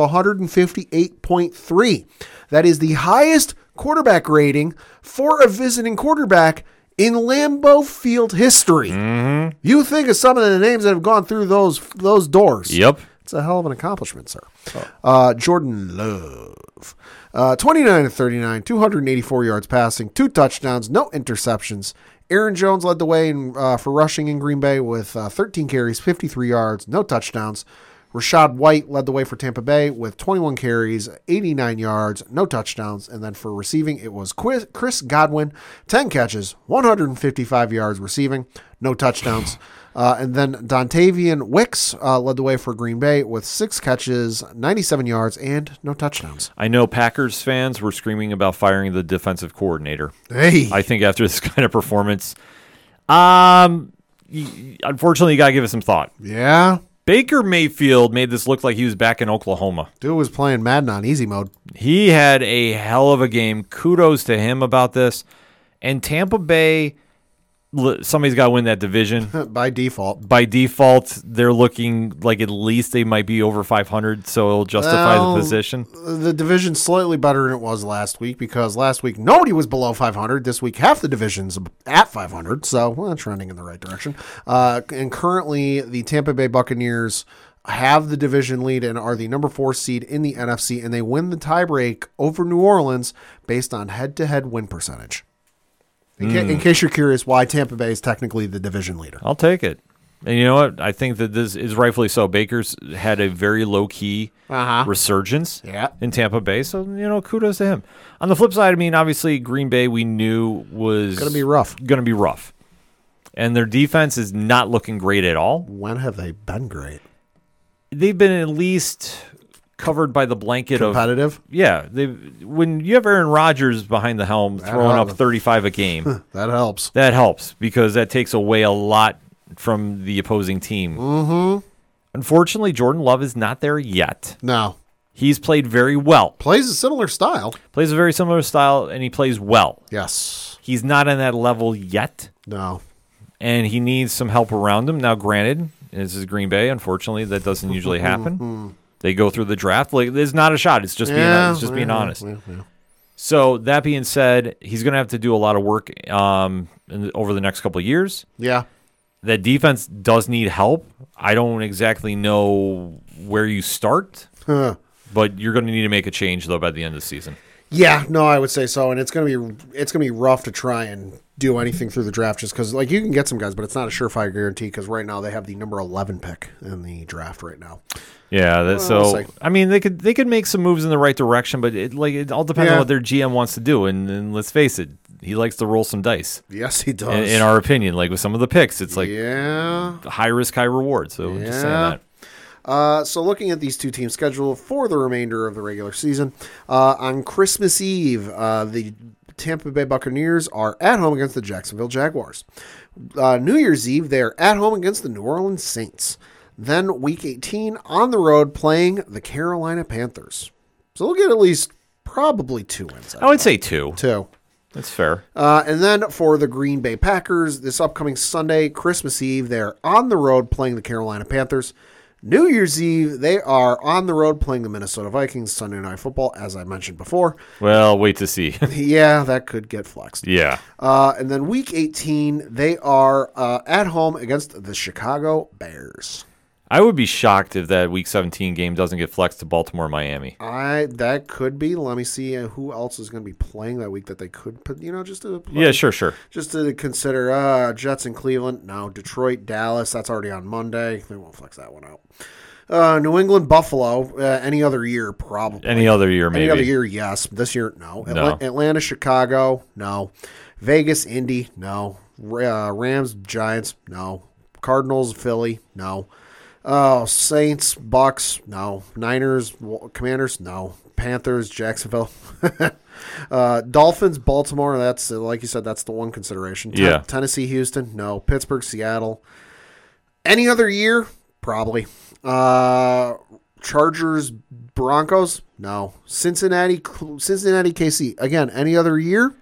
Speaker 3: 158.3. That is the highest quarterback rating for a visiting quarterback in Lambeau Field history. You think of some of the names that have gone through those those doors.
Speaker 1: Yep.
Speaker 3: It's a hell of an accomplishment, sir. Uh, Jordan Love. Uh, 29 to 39, 284 yards passing, two touchdowns, no interceptions. Aaron Jones led the way in, uh, for rushing in Green Bay with uh, 13 carries, 53 yards, no touchdowns. Rashad White led the way for Tampa Bay with 21 carries, 89 yards, no touchdowns. And then for receiving, it was Qui- Chris Godwin, 10 catches, 155 yards receiving, no touchdowns. Uh, and then Dontavian Wicks uh, led the way for Green Bay with six catches, 97 yards, and no touchdowns.
Speaker 1: I know Packers fans were screaming about firing the defensive coordinator.
Speaker 3: Hey,
Speaker 1: I think after this kind of performance, um, y- y- unfortunately, you got to give it some thought.
Speaker 3: yeah,
Speaker 1: Baker Mayfield made this look like he was back in Oklahoma.
Speaker 3: dude was playing Madden on easy mode.
Speaker 1: He had a hell of a game. Kudos to him about this. And Tampa Bay, l- somebody's got to win that division.
Speaker 3: By default,
Speaker 1: By default, they're looking like at least they might be over 500, so it'll justify
Speaker 3: Well,
Speaker 1: the position.
Speaker 3: the division's slightly better than it was last week because last week nobody was below 500. This week, half the division's at 500, so well, that's trending in the right direction. Uh, and currently, the Tampa Bay Buccaneers have the division lead and are the number four seed in the NFC, and they win the tiebreak over New Orleans based on head-to-head win percentage. In, ca- in case you're curious, why Tampa Bay is technically the division leader.
Speaker 1: I'll take it. And you know what? I think that this is rightfully so. Baker's had a very low key
Speaker 3: Uh-huh.
Speaker 1: resurgence
Speaker 3: Yeah.
Speaker 1: in Tampa Bay, so you know, kudos to him. On the flip side, I mean, obviously Green Bay we knew was
Speaker 3: Gonna be rough.
Speaker 1: Going to be rough, and their defense is not looking great at all.
Speaker 3: When have they been great?
Speaker 1: They've been at least covered by the blanket of
Speaker 3: Competitive?
Speaker 1: yeah. They when you have Aaron Rodgers behind the helm throwing up
Speaker 3: helps.
Speaker 1: thirty five a game.
Speaker 3: That helps.
Speaker 1: That helps because that takes away a lot from the opposing team. Mm-hmm. Unfortunately, Jordan Love is not there yet.
Speaker 3: No.
Speaker 1: He's played very well,
Speaker 3: Plays a similar style.
Speaker 1: plays a very similar style, and he plays well.
Speaker 3: Yes.
Speaker 1: He's not on that level yet,
Speaker 3: No.
Speaker 1: and he needs some help around him. Now, granted, this is Green Bay. Unfortunately, that doesn't usually happen. They go through the draft. Like, it's not a shot. It's just being, it's just being honest. So that being said, he's going to have to do a lot of work um, in, over the next couple of years.
Speaker 3: Yeah.
Speaker 1: that defense does need help. I don't exactly know where you start,
Speaker 3: Huh.
Speaker 1: but you're going to need to make a change though by the end of the season.
Speaker 3: Yeah. No, I would say so. And it's gonna be it's gonna be rough to try and do anything through the draft just because like you can get some guys, but it's not a surefire guarantee because right now they have the number eleven pick in the draft right now.
Speaker 1: Yeah, that,
Speaker 3: we'll
Speaker 1: so
Speaker 3: see.
Speaker 1: I mean they could they could make some moves in the right direction, but it like it all depends
Speaker 3: Yeah.
Speaker 1: on what their GM wants to do. And, and let's face it, he likes to roll some dice.
Speaker 3: Yes, he does.
Speaker 1: In, in our opinion, like with some of the picks, it's like
Speaker 3: Oh, yeah.
Speaker 1: high risk, high reward. So just saying
Speaker 3: Yeah.
Speaker 1: that.
Speaker 3: Uh, so looking at these two teams' schedule for the remainder of the regular season, uh, on Christmas Eve, uh, the Tampa Bay Buccaneers are at home against the Jacksonville Jaguars. Uh, New Year's Eve, they are at home against the New Orleans Saints. Then Week 18 on the road playing the Carolina Panthers. So they'll get at least probably two wins.
Speaker 1: I would say two.
Speaker 3: Two.
Speaker 1: That's fair.
Speaker 3: Uh, and then for the Green Bay Packers, this upcoming Sunday, Christmas Eve, they're on the road playing the Carolina Panthers. New Year's Eve, they are on the road playing the Minnesota Vikings Sunday Night Football, as I mentioned before.
Speaker 1: Well, wait to see.
Speaker 3: yeah, that could get flexed.
Speaker 1: yeah.
Speaker 3: Uh, and then week 18, they are uh, at home against the Chicago Bears.
Speaker 1: I would be shocked if that week 17 game doesn't get flexed to Baltimore Miami.
Speaker 3: I that could be. Let me see uh, who else is going to be playing that week that they could put. You know, just to
Speaker 1: Yeah, sure, sure.
Speaker 3: just to consider uh, Jets and Cleveland. No, Detroit, Dallas. That's already on Monday. They won't flex that one out. Uh, New England, Buffalo. Uh, any other year, probably.
Speaker 1: Any other year, maybe.
Speaker 3: Any other year, yes. This year, no.
Speaker 1: No.
Speaker 3: Atla- Atlanta, Chicago, no. Vegas, Indy, no. Ra- Uh, Rams, Giants, no. Cardinals, Philly, no. Oh, Saints, Bucks, no. Niners, Wa- Commanders, no. Panthers, Jacksonville, uh, Dolphins, Baltimore. That's uh, like you said. That's the one consideration. Ten-
Speaker 1: Yeah.
Speaker 3: Tennessee, Houston, no. Pittsburgh, Seattle. Any other year, probably. Uh, Chargers, Broncos, no. Cincinnati, Cl- Cincinnati, KC. Again, any other year.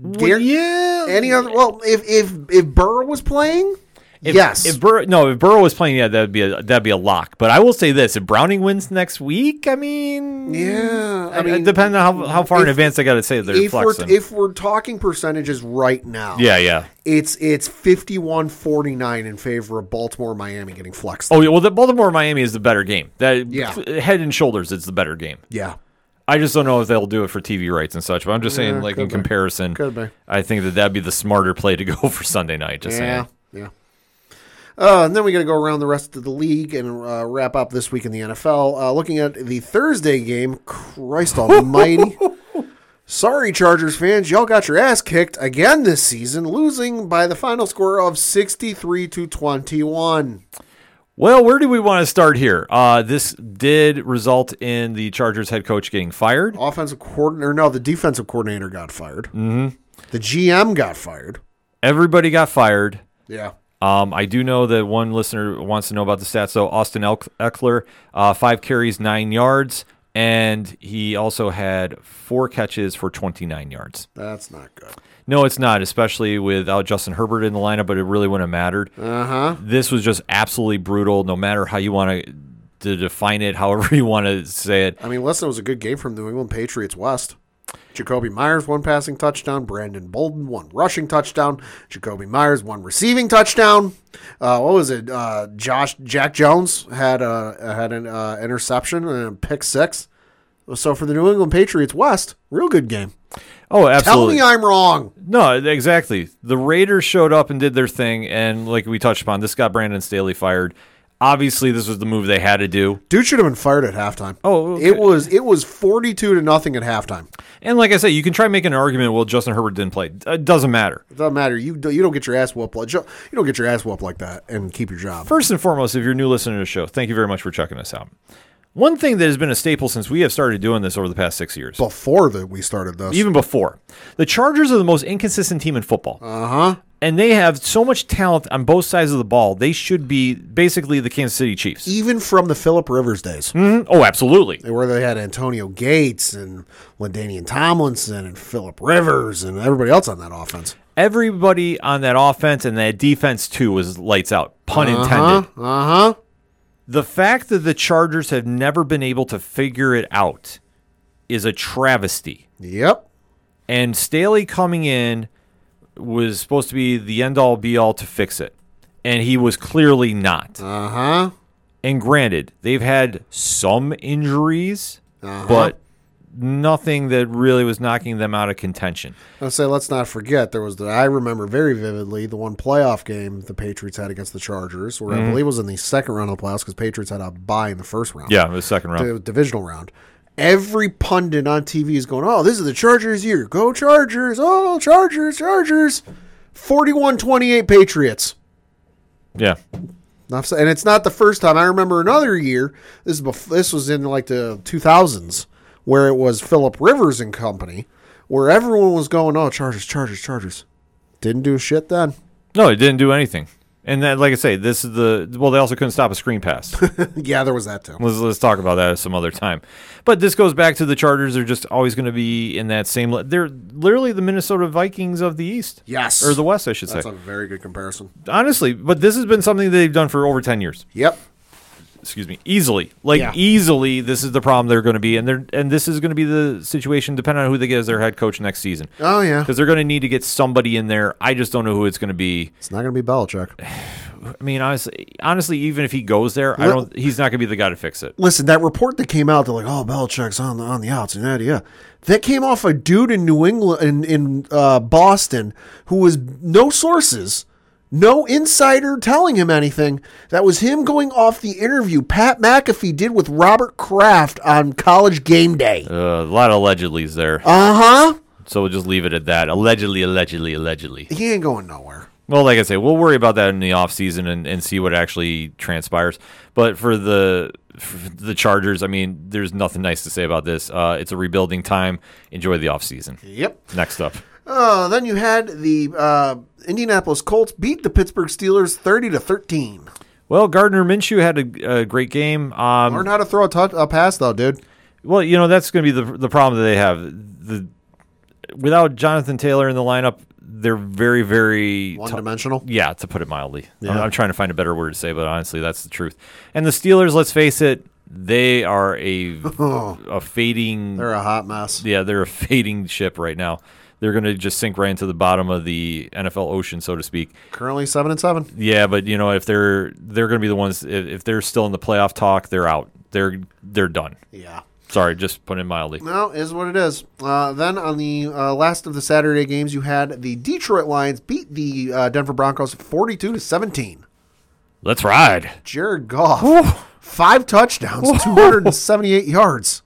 Speaker 3: Guar-
Speaker 1: yeah.
Speaker 3: Any other? Well, if if if Burrow was playing,
Speaker 1: If,
Speaker 3: yes.
Speaker 1: If Burrow, no, if Burrow was playing, yeah, that'd be a that'd be a lock. But I will say this: if Browning wins next week, I mean,
Speaker 3: Yeah, I
Speaker 1: I mean,
Speaker 3: mean,
Speaker 1: depending on how, how far in
Speaker 3: if-
Speaker 1: advance I got to say they're
Speaker 3: if we're
Speaker 1: flexing.
Speaker 3: if we're talking percentages right now,
Speaker 1: yeah, yeah.
Speaker 3: it's it's 51-49 in favor of Baltimore Miami getting flexed.
Speaker 1: Oh, yeah, well, the Baltimore Miami is the better game. That
Speaker 3: Yeah.
Speaker 1: head and shoulders, it's the better game.
Speaker 3: Yeah.
Speaker 1: I just don't know if they'll do it for TV rights and such. But I'm just saying,
Speaker 3: Yeah,
Speaker 1: like
Speaker 3: could
Speaker 1: in
Speaker 3: be.
Speaker 1: comparison,
Speaker 3: Could be.
Speaker 1: I think that that'd be the smarter play to go for Sunday night. Just
Speaker 3: Yeah.
Speaker 1: saying.
Speaker 3: Yeah. Uh, and then we got to go around the rest of the league and uh, wrap up this week in the NFL. Uh, looking at the Thursday game, Christ Almighty! Sorry, Chargers fans, y'all got your ass kicked again this season, losing by the final score of sixty-three to twenty-one.
Speaker 1: Well, where do we want to start here? Uh, this did result in the Chargers head coach getting fired.
Speaker 3: offensive coordinator. No, the defensive coordinator got fired. Mm-hmm. The GM got fired.
Speaker 1: Everybody got fired.
Speaker 3: Yeah.
Speaker 1: Um, I do know that one listener wants to know about the stats. So Austin Elk- Eckler, uh, five carries, nine yards, and he also had four catches for 29 yards.
Speaker 3: That's not good.
Speaker 1: No, it's not, especially without Justin Herbert in the lineup. But it really wouldn't have mattered.
Speaker 3: Uh huh.
Speaker 1: This was just absolutely brutal. No matter how you want to to define it, however you want to say it.
Speaker 3: I mean, listen, it was a good game from New England Patriots West. Jacoby Myers, one passing touchdown. Brandon Bolden, one rushing touchdown. Jacoby Myers, one receiving touchdown. Uh, what was it? Uh, Josh Jack Jones had a had an uh, interception and a pick six. So for the New England Patriots West, real good game.
Speaker 1: Oh, absolutely.
Speaker 3: Tell me I'm wrong.
Speaker 1: No, exactly. The Raiders showed up and did their thing, and like we touched upon, this got Brandon Staley fired. Obviously, this was the move they had to do.
Speaker 3: Dude should have been fired at halftime.
Speaker 1: Oh, okay.
Speaker 3: it was it was forty two to nothing at halftime.
Speaker 1: And like I say, you can try making an argument. Well, Justin Herbert didn't play. It doesn't matter.
Speaker 3: It doesn't matter. You do- you don't get your ass whooped like you don't get your ass whooped like that and keep your job.
Speaker 1: First and foremost, if you're a new listener to the show, thank you very much for checking us out. One thing that has been a staple since we have started doing this over the past six years,
Speaker 3: Before that, we started this.
Speaker 1: even before, the Chargers are the most inconsistent team in football.
Speaker 3: uh huh.
Speaker 1: And they have so much talent on both sides of the ball. They should be basically the Kansas City Chiefs.
Speaker 3: Even from the Philip Rivers days,
Speaker 1: Mhm. Oh, absolutely.
Speaker 3: where they had Antonio Gates and Ladainian Tomlinson and Philip Rivers and everybody else on that offense.
Speaker 1: everybody on that offense and that defense too was lights out pun
Speaker 3: Uh
Speaker 1: intended
Speaker 3: huh.
Speaker 1: the fact that the chargers have never been able to figure it out is a travesty
Speaker 3: Yep.
Speaker 1: and staley coming in was supposed to be the end all be all to fix it and he was clearly not
Speaker 3: Uh huh.
Speaker 1: and granted they've had some injuries but nothing that really was knocking them out of contention
Speaker 3: I say, let's not forget there was the I remember very vividly the one playoff game the Patriots had against the Chargers, where I believe it was in the second round of the playoffs because Patriots had a bye in the first round,
Speaker 1: yeah the second round
Speaker 3: the divisional round. Every pundit on TV is going, "Oh, this is the Chargers' year. Go Chargers! Oh, Chargers, Chargers!" 41-28 Patriots.
Speaker 1: yeah
Speaker 3: Not- And it's not the first time. I remember another year. This is bef- this was in like the 2000s, where it was Philip Rivers and company, where everyone was going, "Oh, Chargers, Chargers, Chargers." Didn't do shit then.
Speaker 1: No, it didn't do anything. And that, like I say, this is the well. They also couldn't stop a screen pass.
Speaker 3: yeah, there was that too.
Speaker 1: let's let's talk about that some other time. But this goes back to the Chargers are just always going to be in that same. Le- they're literally the Minnesota Vikings of the East
Speaker 3: Yes,
Speaker 1: or the West, I should say.
Speaker 3: that's a very good comparison.
Speaker 1: Honestly, but this has been something that they've done for over ten years.
Speaker 3: Yep.
Speaker 1: Excuse me, easily, like
Speaker 3: Yeah.
Speaker 1: easily, this is the problem they're going to be, and they're and this is going to be the situation depending on who they get as their head coach next season.
Speaker 3: Oh yeah.
Speaker 1: Because they're going to need to get somebody in there. I just don't know who it's going to be.
Speaker 3: It's not going to be Belichick.
Speaker 1: I mean, honestly, honestly, even if he goes there, I
Speaker 3: Well-
Speaker 1: don't. He's not gonna be the guy to fix it.
Speaker 3: Listen, that report that came out, they're like, "Oh, Belichick's on the on the outs," and that, yeah, that came off a dude in New England in in uh, Boston who was no sources, no insider telling him anything. That was him going off the interview Pat McAfee did with Robert Kraft on College Game Day.
Speaker 1: Uh, a lot of allegedly's there,
Speaker 3: Uh huh.
Speaker 1: so we'll just leave it at that. Allegedly, allegedly, allegedly.
Speaker 3: He ain't going nowhere.
Speaker 1: Well, like I say, we'll worry about that in the off season and, and see what actually transpires. But for the for the Chargers, I mean, there's nothing nice to say about this. Uh, it's a rebuilding time. Enjoy the off season.
Speaker 3: Yep.
Speaker 1: Next up,
Speaker 3: Uh, then you had the uh, Indianapolis Colts beat the Pittsburgh Steelers thirty to thirteen.
Speaker 1: well, Gardner Minshew had a, a great game. Um,
Speaker 3: Learn how to throw a, tou- a pass though, dude.
Speaker 1: Well, you know that's going to be the the problem that they have. The without Jonathan Taylor in the lineup, they're very very
Speaker 3: One
Speaker 1: tou-
Speaker 3: dimensional.
Speaker 1: yeah, to put it mildly. I'm,
Speaker 3: Yeah.
Speaker 1: I'm trying to find a better word to say, but honestly, that's the truth. And the Steelers, let's face it, they are a a fading
Speaker 3: They're a hot mess.
Speaker 1: yeah, they're a fading ship right now. They're going to just sink right into the bottom of the NFL ocean, so to speak.
Speaker 3: Currently seven and seven.
Speaker 1: Yeah, but you know if they're they're going to be the ones if, if they're still in the playoff talk, they're out. They're they're done.
Speaker 3: Yeah.
Speaker 1: Sorry, just putting it mildly.
Speaker 3: No, it is what it is. Uh, then on the uh, last of the Saturday games, you had the Detroit Lions beat the uh, Denver Broncos forty-two to seventeen.
Speaker 1: Let's ride.
Speaker 3: Jared Goff, five touchdowns, 278 yards.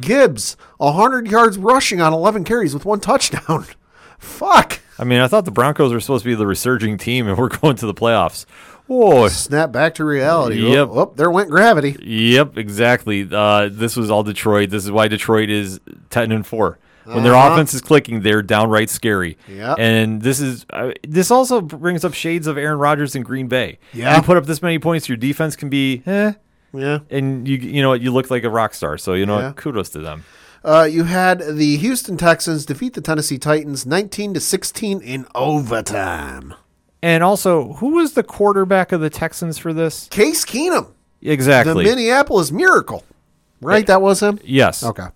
Speaker 3: Gibbs, 100 yards rushing on 11 carries with one touchdown. Fuck.
Speaker 1: I mean, I thought the Broncos were supposed to be the resurging team, and we're going to the playoffs. Oh,
Speaker 3: Snap back to reality. Oh,
Speaker 1: Yep.
Speaker 3: Oh, there went gravity.
Speaker 1: yep, exactly. Uh, this was all Detroit. This is why Detroit is ten and four. When their
Speaker 3: Uh-huh.
Speaker 1: offense is clicking, they're downright scary.
Speaker 3: Yep.
Speaker 1: And this is uh, this also brings up shades of Aaron Rodgers in Green Bay.
Speaker 3: Yeah.
Speaker 1: You put up this many points, your defense can be, eh,
Speaker 3: Yeah.
Speaker 1: and you you know what, you look like a rock star. So you know, what,
Speaker 3: Yeah.
Speaker 1: kudos to them.
Speaker 3: Uh, you had the Houston Texans defeat the Tennessee Titans 19 to 16 in overtime.
Speaker 1: And also, who was the quarterback of the Texans for this?
Speaker 3: Case Keenum, the
Speaker 1: Exactly.
Speaker 3: Minneapolis Miracle. Right? That was him?
Speaker 1: yes.
Speaker 3: Okay.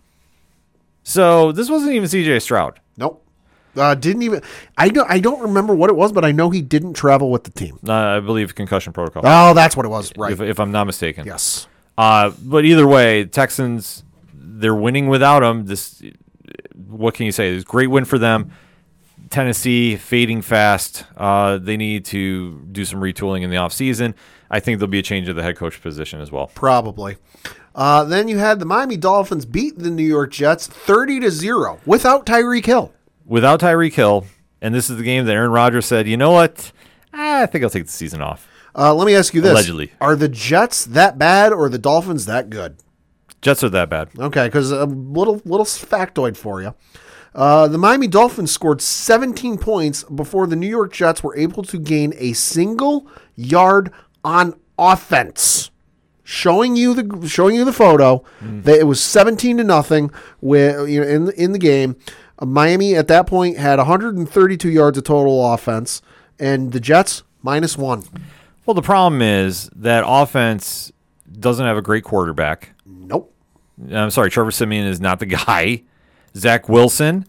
Speaker 1: So this wasn't even C.J. Stroud.
Speaker 3: Nope. Uh, didn't even. I don't. I don't remember what it was, but I know he didn't travel with the team.
Speaker 1: Uh, I believe concussion protocol,
Speaker 3: Oh, that's what it was. Right.
Speaker 1: if, if I'm not mistaken.
Speaker 3: Yes.
Speaker 1: Uh, but either way, Texans, they're winning without him. This, what can you say? It's a great win for them. Tennessee fading fast. Uh, they need to do some retooling in the offseason. I think there'll be a change of the head coach position as well.
Speaker 3: Probably. Uh, then you had the Miami Dolphins beat the New York Jets 30 to 0 without Tyreek Hill.
Speaker 1: Without Tyreek Hill, and this is the game that Aaron Rodgers said, you know what? I think I'll take the season off.
Speaker 3: Uh, let me ask you this.
Speaker 1: Allegedly.
Speaker 3: Are the Jets that bad or the Dolphins that good?
Speaker 1: Jets are that bad.
Speaker 3: Okay, because a little little factoid for you. Uh, the Miami Dolphins scored 17 points before the New York Jets were able to gain a single yard on offense. Showing you the showing you the photo, that it was 17 to nothing with you know in the- in the game. Uh, Miami at that point had 132 yards of total offense, and the Jets minus one.
Speaker 1: Well, the problem is that offense doesn't have a great quarterback.
Speaker 3: Nope.
Speaker 1: I'm sorry, Trevor Simeon is not the guy. Zach Wilson,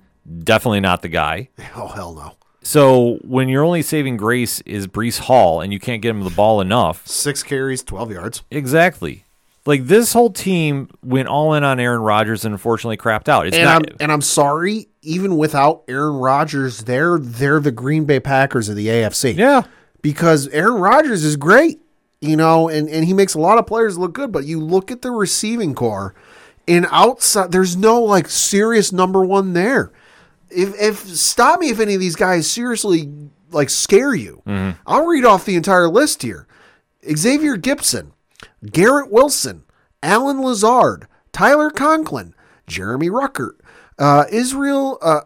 Speaker 1: definitely not the guy.
Speaker 3: Oh hell no.
Speaker 1: So when your only saving grace is Brees Hall and you can't get him the ball enough,
Speaker 3: Six carries, 12 yards.
Speaker 1: exactly. Like this whole team went all in on Aaron Rodgers and unfortunately crapped out. It's
Speaker 3: and
Speaker 1: not.
Speaker 3: I'm and I'm sorry, even without Aaron Rodgers, they're they're the Green Bay Packers of the AFC.
Speaker 1: yeah.
Speaker 3: Because Aaron Rodgers is great, you know, and, and he makes a lot of players look good, but you look at the receiving core and outside there's no like serious number one there. If if stop me if any of these guys seriously like scare you. I'll read off the entire list here. Xavier Gibson, Garrett Wilson, Alan Lazard, Tyler Conklin, Jeremy Ruckert, uh, Israel uh,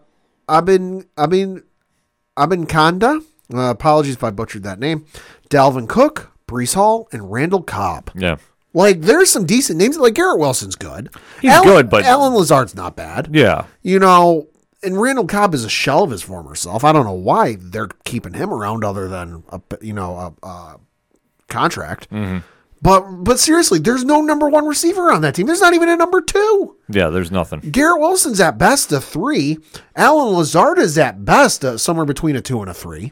Speaker 3: Abin Abin Abinkanda. Uh, apologies if I butchered that name. Dalvin Cook, Brees Hall, and Randall Cobb.
Speaker 1: Yeah.
Speaker 3: Like, there's some decent names. Like Garrett Wilson's good.
Speaker 1: He's
Speaker 3: Alan-
Speaker 1: good, but-
Speaker 3: Alan Lazard's not bad.
Speaker 1: Yeah.
Speaker 3: You know, and Randall Cobb is a shell of his former self. I don't know why they're keeping him around other than a you know a, a contract.
Speaker 1: Mm-hmm.
Speaker 3: But but seriously, there's no number one receiver on that team. There's not even a number two.
Speaker 1: Yeah. There's nothing.
Speaker 3: Garrett Wilson's at best a three. Alan Lazard is at best uh somewhere between a two and a 3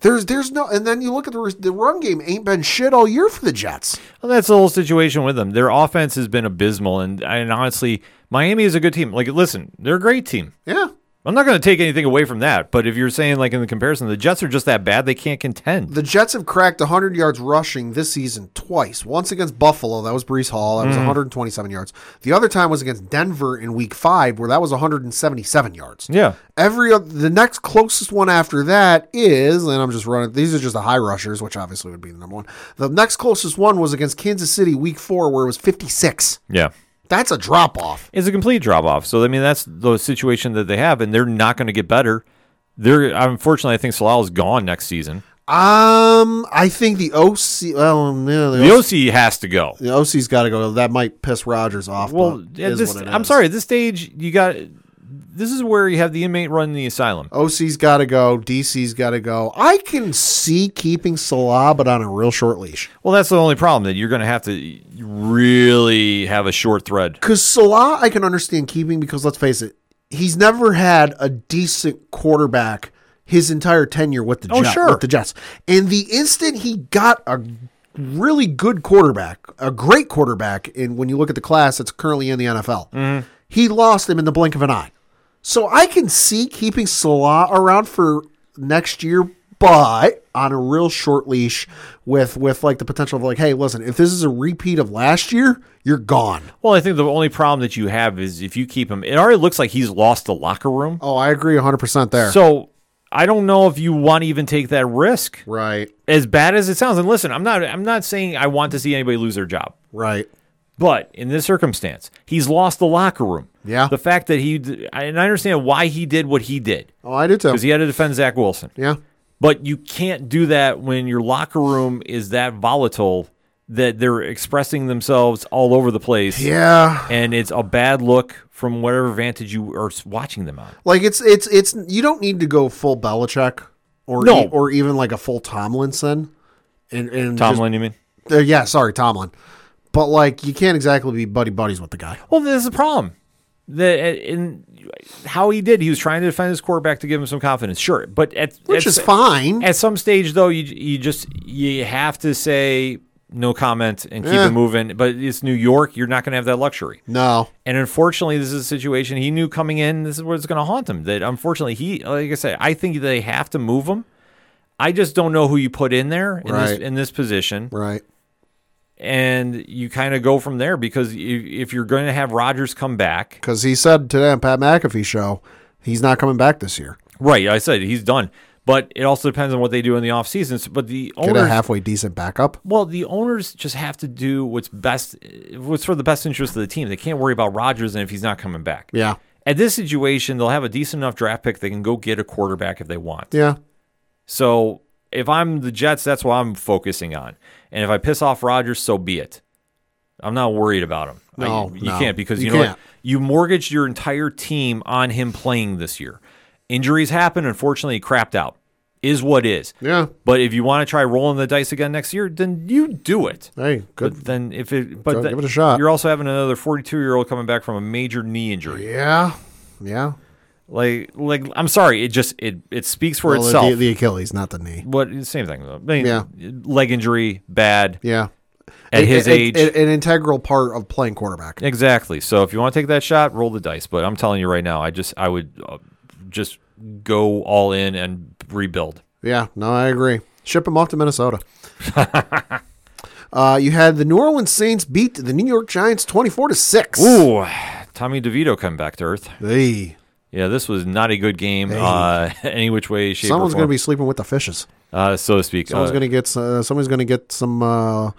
Speaker 3: There's there's no, and then you look at the the run game ain't been shit all year for the Jets.
Speaker 1: Well, that's the whole situation with them. Their offense has been abysmal, and and honestly, Miami is a good team. Like, listen, they're a great team.
Speaker 3: Yeah,
Speaker 1: I'm not going to take anything away from that, but if you're saying like in the comparison, the Jets are just that bad, they can't contend.
Speaker 3: The Jets have cracked 100 yards rushing this season twice. Once against Buffalo, that was Brees Hall, that was 127 yards. The other time was against Denver in Week Five, where that was 177 yards.
Speaker 1: yeah,
Speaker 3: Every other, the next closest one after that is, and I'm just running. These are just the high rushers, which obviously would be the number one. The next closest one was against Kansas City Week Four, where it was 56.
Speaker 1: yeah.
Speaker 3: That's a drop off.
Speaker 1: It's a complete drop off. So I mean, that's the situation that they have, and they're not going to get better. They're unfortunately, I think Salah is gone next season.
Speaker 3: Um, I think the OC. Well, no, the,
Speaker 1: The
Speaker 3: OC,
Speaker 1: OC has to go.
Speaker 3: the OC's got to go. That might piss Rogers off.
Speaker 1: Well,
Speaker 3: but
Speaker 1: at
Speaker 3: is
Speaker 1: this,
Speaker 3: what it
Speaker 1: I'm
Speaker 3: is.
Speaker 1: sorry. At this stage, you got this is where you have the inmate run the asylum.
Speaker 3: OC's got to go. DC's got to go. I can see keeping Salah, but on a real short leash.
Speaker 1: Well, that's the only problem that you're going to have to really have a short thread.
Speaker 3: Because Salah, I can understand keeping because let's face it, he's never had a decent quarterback his entire tenure with the,
Speaker 1: Oh,
Speaker 3: Jet-
Speaker 1: sure.
Speaker 3: with the Jets. And the instant he got a really good quarterback, a great quarterback, and when you look at the class that's currently in the NFL,
Speaker 1: Mm-hmm.
Speaker 3: he lost him in the blink of an eye. So I can see keeping Salah around for next year, but on a real short leash with with like the potential of like, hey, listen, if this is a repeat of last year, you're gone.
Speaker 1: Well, I think the only problem that you have is if you keep him. It already looks like he's lost the locker room.
Speaker 3: Oh, I agree 100% there.
Speaker 1: So I don't know if you want to even take that risk.
Speaker 3: right,
Speaker 1: As bad as it sounds, and listen, I'm not. I'm not saying I want to see anybody lose their job.
Speaker 3: right.
Speaker 1: But in this circumstance, he's lost the locker room.
Speaker 3: Yeah.
Speaker 1: The fact that he, d- and I understand why he did what he did
Speaker 3: Oh, I do too.
Speaker 1: because he had to defend Zach Wilson.
Speaker 3: yeah.
Speaker 1: But you can't do that when your locker room is that volatile that they're expressing themselves all over the place.
Speaker 3: Yeah.
Speaker 1: And it's a bad look from whatever vantage you are s- watching them on.
Speaker 3: Like it's it's it's you don't need to go full Belichick or
Speaker 1: No.
Speaker 3: e- or even like a full Tomlinson. And and just-
Speaker 1: Tomlin, you mean?
Speaker 3: uh, yeah, sorry, Tomlin. But like you can't exactly be buddy buddies with the guy.
Speaker 1: Well, there's the problem. That and how he did, he was trying to defend his quarterback to give him some confidence. Sure, but at at,
Speaker 3: Which is fine.
Speaker 1: at some stage though you you just you have to say no comment and keep
Speaker 3: Yeah.
Speaker 1: it moving but it's new york you're not going to have that luxury
Speaker 3: no.
Speaker 1: and unfortunately this is a situation he knew coming in this is what's going to haunt him that unfortunately he like i said i think they have to move him i just don't know who you put in there in,
Speaker 3: Right.
Speaker 1: this, in this position
Speaker 3: Right.
Speaker 1: and you kind of go from there because if, if you're going to have rogers come back
Speaker 3: Cuz he said today on Pat McAfee show he's not coming back this year.
Speaker 1: right i said he's done but it also depends on what they do in the off seasons but the
Speaker 3: Get a
Speaker 1: owners
Speaker 3: halfway decent backup.
Speaker 1: Well, the owners just have to do what's best, what's for the best interest of the team. They can't worry about Rodgers and if he's not coming back.
Speaker 3: Yeah.
Speaker 1: At this situation, they'll have a decent enough draft pick. They can go get a quarterback if they want.
Speaker 3: Yeah.
Speaker 1: So if I'm the Jets, that's what I'm focusing on. And if I piss off Rodgers, so be it. I'm not worried about him. I-
Speaker 3: No,
Speaker 1: you
Speaker 3: no.
Speaker 1: can't because
Speaker 3: You
Speaker 1: you, know
Speaker 3: can't.
Speaker 1: what? You mortgaged your entire team on him playing this year. Injuries happen. Unfortunately, he crapped out. Is what is.
Speaker 3: Yeah.
Speaker 1: But if you want to try rolling the dice again next year, then you do it.
Speaker 3: Hey, good.
Speaker 1: But then if it, but
Speaker 3: Go
Speaker 1: the-
Speaker 3: give it a shot.
Speaker 1: You're also having another 42 year old coming back from a major knee injury.
Speaker 3: Yeah. Yeah.
Speaker 1: Like, like I'm sorry, it just it it speaks for
Speaker 3: Well, the-
Speaker 1: itself.
Speaker 3: the, the Achilles, not the knee.
Speaker 1: what same thing though. I mean,
Speaker 3: Yeah.
Speaker 1: leg injury bad
Speaker 3: Yeah.
Speaker 1: at
Speaker 3: A-
Speaker 1: his
Speaker 3: a- a-
Speaker 1: age.
Speaker 3: a- an integral part of playing quarterback.
Speaker 1: exactly. So if you want to take that shot, roll the dice. But I'm telling you right now, I just I would uh, just go all in and rebuild.
Speaker 3: Yeah, no, I agree. Ship him off to Minnesota. uh, you had the New Orleans Saints beat the New York Giants twenty-four to six.
Speaker 1: Ooh, Tommy DeVito come back to earth.
Speaker 3: Hey,
Speaker 1: Yeah, this was not a good game. Uh, any which way, shape,
Speaker 3: someone's
Speaker 1: or
Speaker 3: going to
Speaker 1: form,
Speaker 3: be sleeping with the fishes.
Speaker 1: uh, so to speak.
Speaker 3: Someone's
Speaker 1: Uh,
Speaker 3: going to get uh, someone's going to get some uh,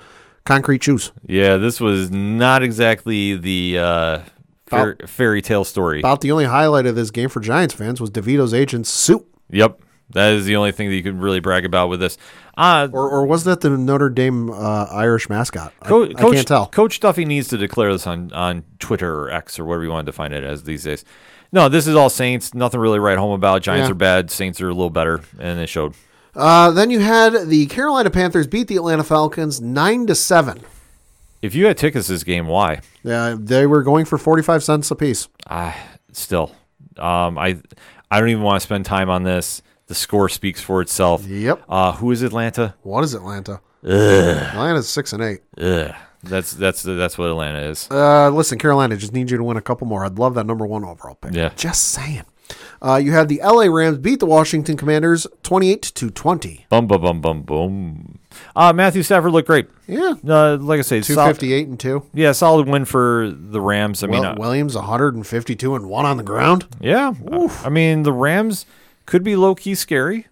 Speaker 3: concrete shoes.
Speaker 1: Yeah, this was not exactly the uh, fair, fairy tale story.
Speaker 3: About the only highlight of this game for Giants fans was DeVito's agent's suit,
Speaker 1: Yep, that is the only thing that you can really brag about with this. Uh,
Speaker 3: or or was that the Notre Dame uh, Irish mascot? I,
Speaker 1: Co-
Speaker 3: I
Speaker 1: Coach,
Speaker 3: can't tell.
Speaker 1: Coach Duffy needs to declare this on, on Twitter or X or whatever you want to define it as these days. No, this is all Saints. Nothing really right home about. Giants
Speaker 3: Yeah.
Speaker 1: are bad. Saints are a little better, and it showed.
Speaker 3: Uh, then you had the Carolina Panthers beat the Atlanta Falcons nine to seven.
Speaker 1: If you had tickets this game, why?
Speaker 3: Uh, they were going for forty-five cents apiece.
Speaker 1: I still, um, I, I don't even want to spend time on this. The score speaks for itself.
Speaker 3: Yep.
Speaker 1: Uh, who is Atlanta?
Speaker 3: What is Atlanta? Atlanta's six and eight.
Speaker 1: Ugh. That's that's that's what Atlanta is.
Speaker 3: Uh, listen, Carolina, just need you to win a couple more. I'd love that number one overall pick.
Speaker 1: Yeah.
Speaker 3: Just saying. Uh, you had the LA Rams beat the Washington Commanders 28 to 20.
Speaker 1: Bum bum bum bum boom. Uh, Matthew Stafford looked great.
Speaker 3: Yeah.
Speaker 1: Uh, like I say, solid,
Speaker 3: 258 and 2.
Speaker 1: yeah, solid win for the Rams. I mean,
Speaker 3: Well,
Speaker 1: uh,
Speaker 3: Williams 152 and 1 on the ground.
Speaker 1: yeah. Uh, I mean, the Rams could be low key scary.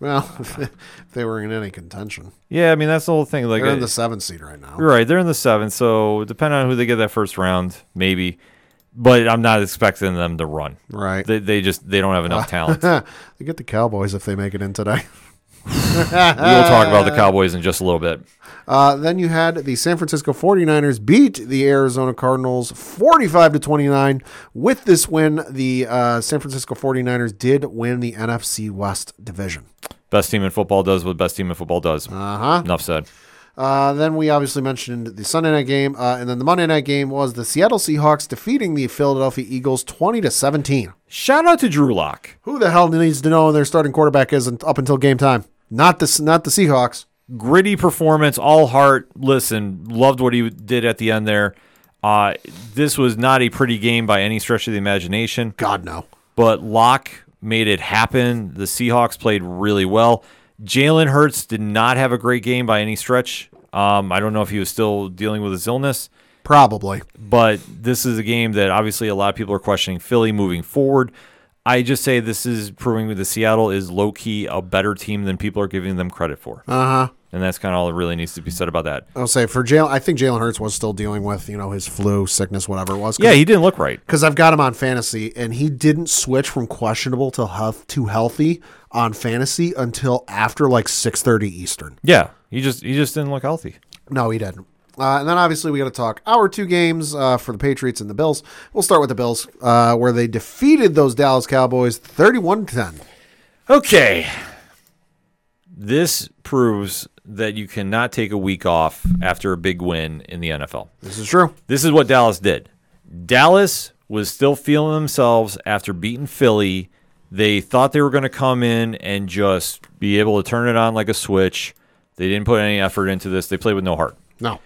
Speaker 3: Well, if they were in any contention.
Speaker 1: Yeah, I mean that's the whole thing. Like
Speaker 3: They're in
Speaker 1: uh,
Speaker 3: the seventh seed right now.
Speaker 1: You're right. They're in the seventh, so depending on who they get that first round, maybe. But I'm not expecting them to run.
Speaker 3: Right.
Speaker 1: They, they just they don't have enough talent.
Speaker 3: they get the Cowboys if they make it in today.
Speaker 1: we will talk about the Cowboys in just a little bit.
Speaker 3: Uh, then you had the San Francisco 49ers beat the Arizona Cardinals 45 to 29. With this win, the uh, San Francisco 49ers did win the NFC West division.
Speaker 1: Best team in football does what best team in football does.
Speaker 3: Uh-huh.
Speaker 1: Enough said.
Speaker 3: Uh, then we obviously mentioned the Sunday night game, uh, and then the Monday night game was the Seattle Seahawks defeating the Philadelphia Eagles 20 to 17.
Speaker 1: Shout out to Drew Lock,
Speaker 3: Who the hell needs to know who their starting quarterback is up until game time? Not the not the Seahawks.
Speaker 1: Gritty performance, all heart. Listen, loved what he did at the end there. Uh, this was not a pretty game by any stretch of the imagination.
Speaker 3: God no.
Speaker 1: but Locke made it happen. The Seahawks played really well. Jalen Hurts did not have a great game by any stretch. Um, I don't know if he was still dealing with his illness,
Speaker 3: Probably.
Speaker 1: but this is a game that obviously a lot of people are questioning Philly moving forward. I just say this is proving that the Seattle is low key a better team than people are giving them credit for,
Speaker 3: Uh huh.
Speaker 1: and that's kind of all that really needs to be said about that.
Speaker 3: I'll say for Jalen, I think Jalen Hurts was still dealing with you know his flu sickness, whatever it was.
Speaker 1: Yeah, he didn't look right.
Speaker 3: because I've got him on fantasy, and he didn't switch from questionable to health to healthy on fantasy until after like six thirty Eastern.
Speaker 1: Yeah, he just he just didn't look healthy.
Speaker 3: No, he didn't. Uh, and then obviously we got to talk our two games uh, for the Patriots and the Bills. We'll start with the Bills, uh, where they defeated those Dallas Cowboys thirty-one to ten.
Speaker 1: Okay. This proves that you cannot take a week off after a big win in the NFL.
Speaker 3: This is true.
Speaker 1: This is what Dallas did. Dallas was still feeling themselves after beating Philly. They thought they were going to come in and just be able to turn it on like a switch. They didn't put any effort into this. They played with no heart.
Speaker 3: No,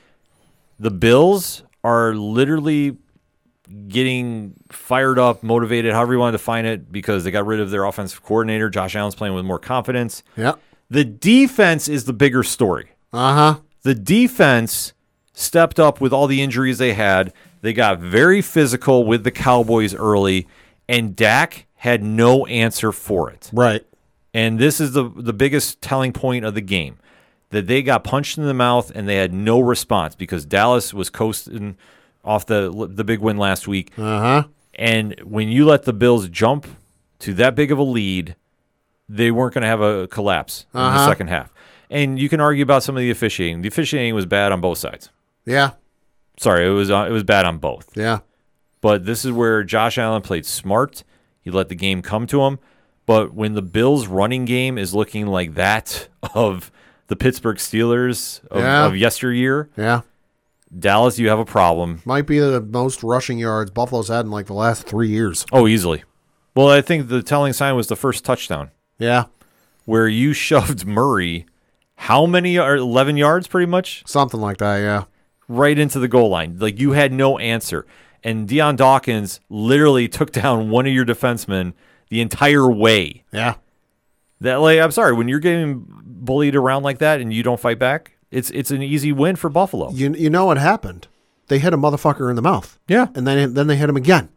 Speaker 1: The Bills are literally getting fired up, motivated, however you want to define it, because they got rid of their offensive coordinator. Josh Allen's playing with more confidence.
Speaker 3: yeah,
Speaker 1: The defense is the bigger story.
Speaker 3: uh huh,
Speaker 1: The defense stepped up with all the injuries they had. They got very physical with the Cowboys early, and Dak had no answer for it.
Speaker 3: right,
Speaker 1: And this is the the biggest telling point of the game that they got punched in the mouth and they had no response because Dallas was coasting off the the big win last week.
Speaker 3: uh huh,
Speaker 1: And when you let the Bills jump to that big of a lead, they weren't going to have a collapse in the
Speaker 3: Uh-huh.
Speaker 1: second half. And you can argue about some of the officiating. The officiating was bad on both sides.
Speaker 3: yeah,
Speaker 1: Sorry, it was uh, it was bad on both.
Speaker 3: yeah,
Speaker 1: But this is where Josh Allen played smart. He let the game come to him. But when the Bills' running game is looking like that of the Pittsburgh Steelers of,
Speaker 3: Yeah.
Speaker 1: of yesteryear,
Speaker 3: yeah.
Speaker 1: Dallas, you have a problem.
Speaker 3: Might be the most rushing yards Buffalo's had in like the last three years.
Speaker 1: Oh, easily. Well, I think the telling sign was the first touchdown.
Speaker 3: Yeah,
Speaker 1: where you shoved Murray how many are 11 yards pretty much
Speaker 3: something like that. Yeah,
Speaker 1: right into the goal line like you had no answer and Deion Dawkins literally took down one of your defensemen the entire way
Speaker 3: yeah,
Speaker 1: that like I'm sorry when you're getting bullied around like that and you don't fight back it's it's an easy win for Buffalo
Speaker 3: You you know what happened? They hit a motherfucker in the mouth,
Speaker 1: yeah
Speaker 3: and then then they hit him again,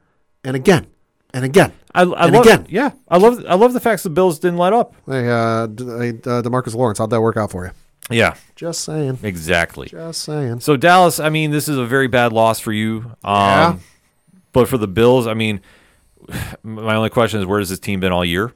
Speaker 3: and again, and again.
Speaker 1: I, I
Speaker 3: And
Speaker 1: love
Speaker 3: again.
Speaker 1: yeah I love I love the facts the Bills didn't let up
Speaker 3: Hey, uh, D- hey, uh, Demarcus Lawrence, how'd that work out for you?
Speaker 1: yeah
Speaker 3: Just saying.
Speaker 1: exactly
Speaker 3: Just saying.
Speaker 1: So Dallas, I mean, this is a very bad loss for you. Um,
Speaker 3: Yeah.
Speaker 1: But for the Bills, I mean, my only question is where has this team been all year?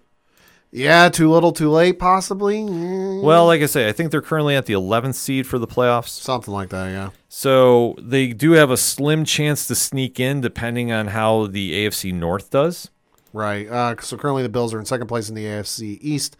Speaker 3: Yeah, too little, too late, possibly. Mm,
Speaker 1: Well, like I say, I think they're currently at the 11th seed for the playoffs.
Speaker 3: Something like that. Yeah.
Speaker 1: So they do have a slim chance to sneak in, depending on how the AFC North does.
Speaker 3: Right. Uh, so currently the Bills are in second place in the AFC East.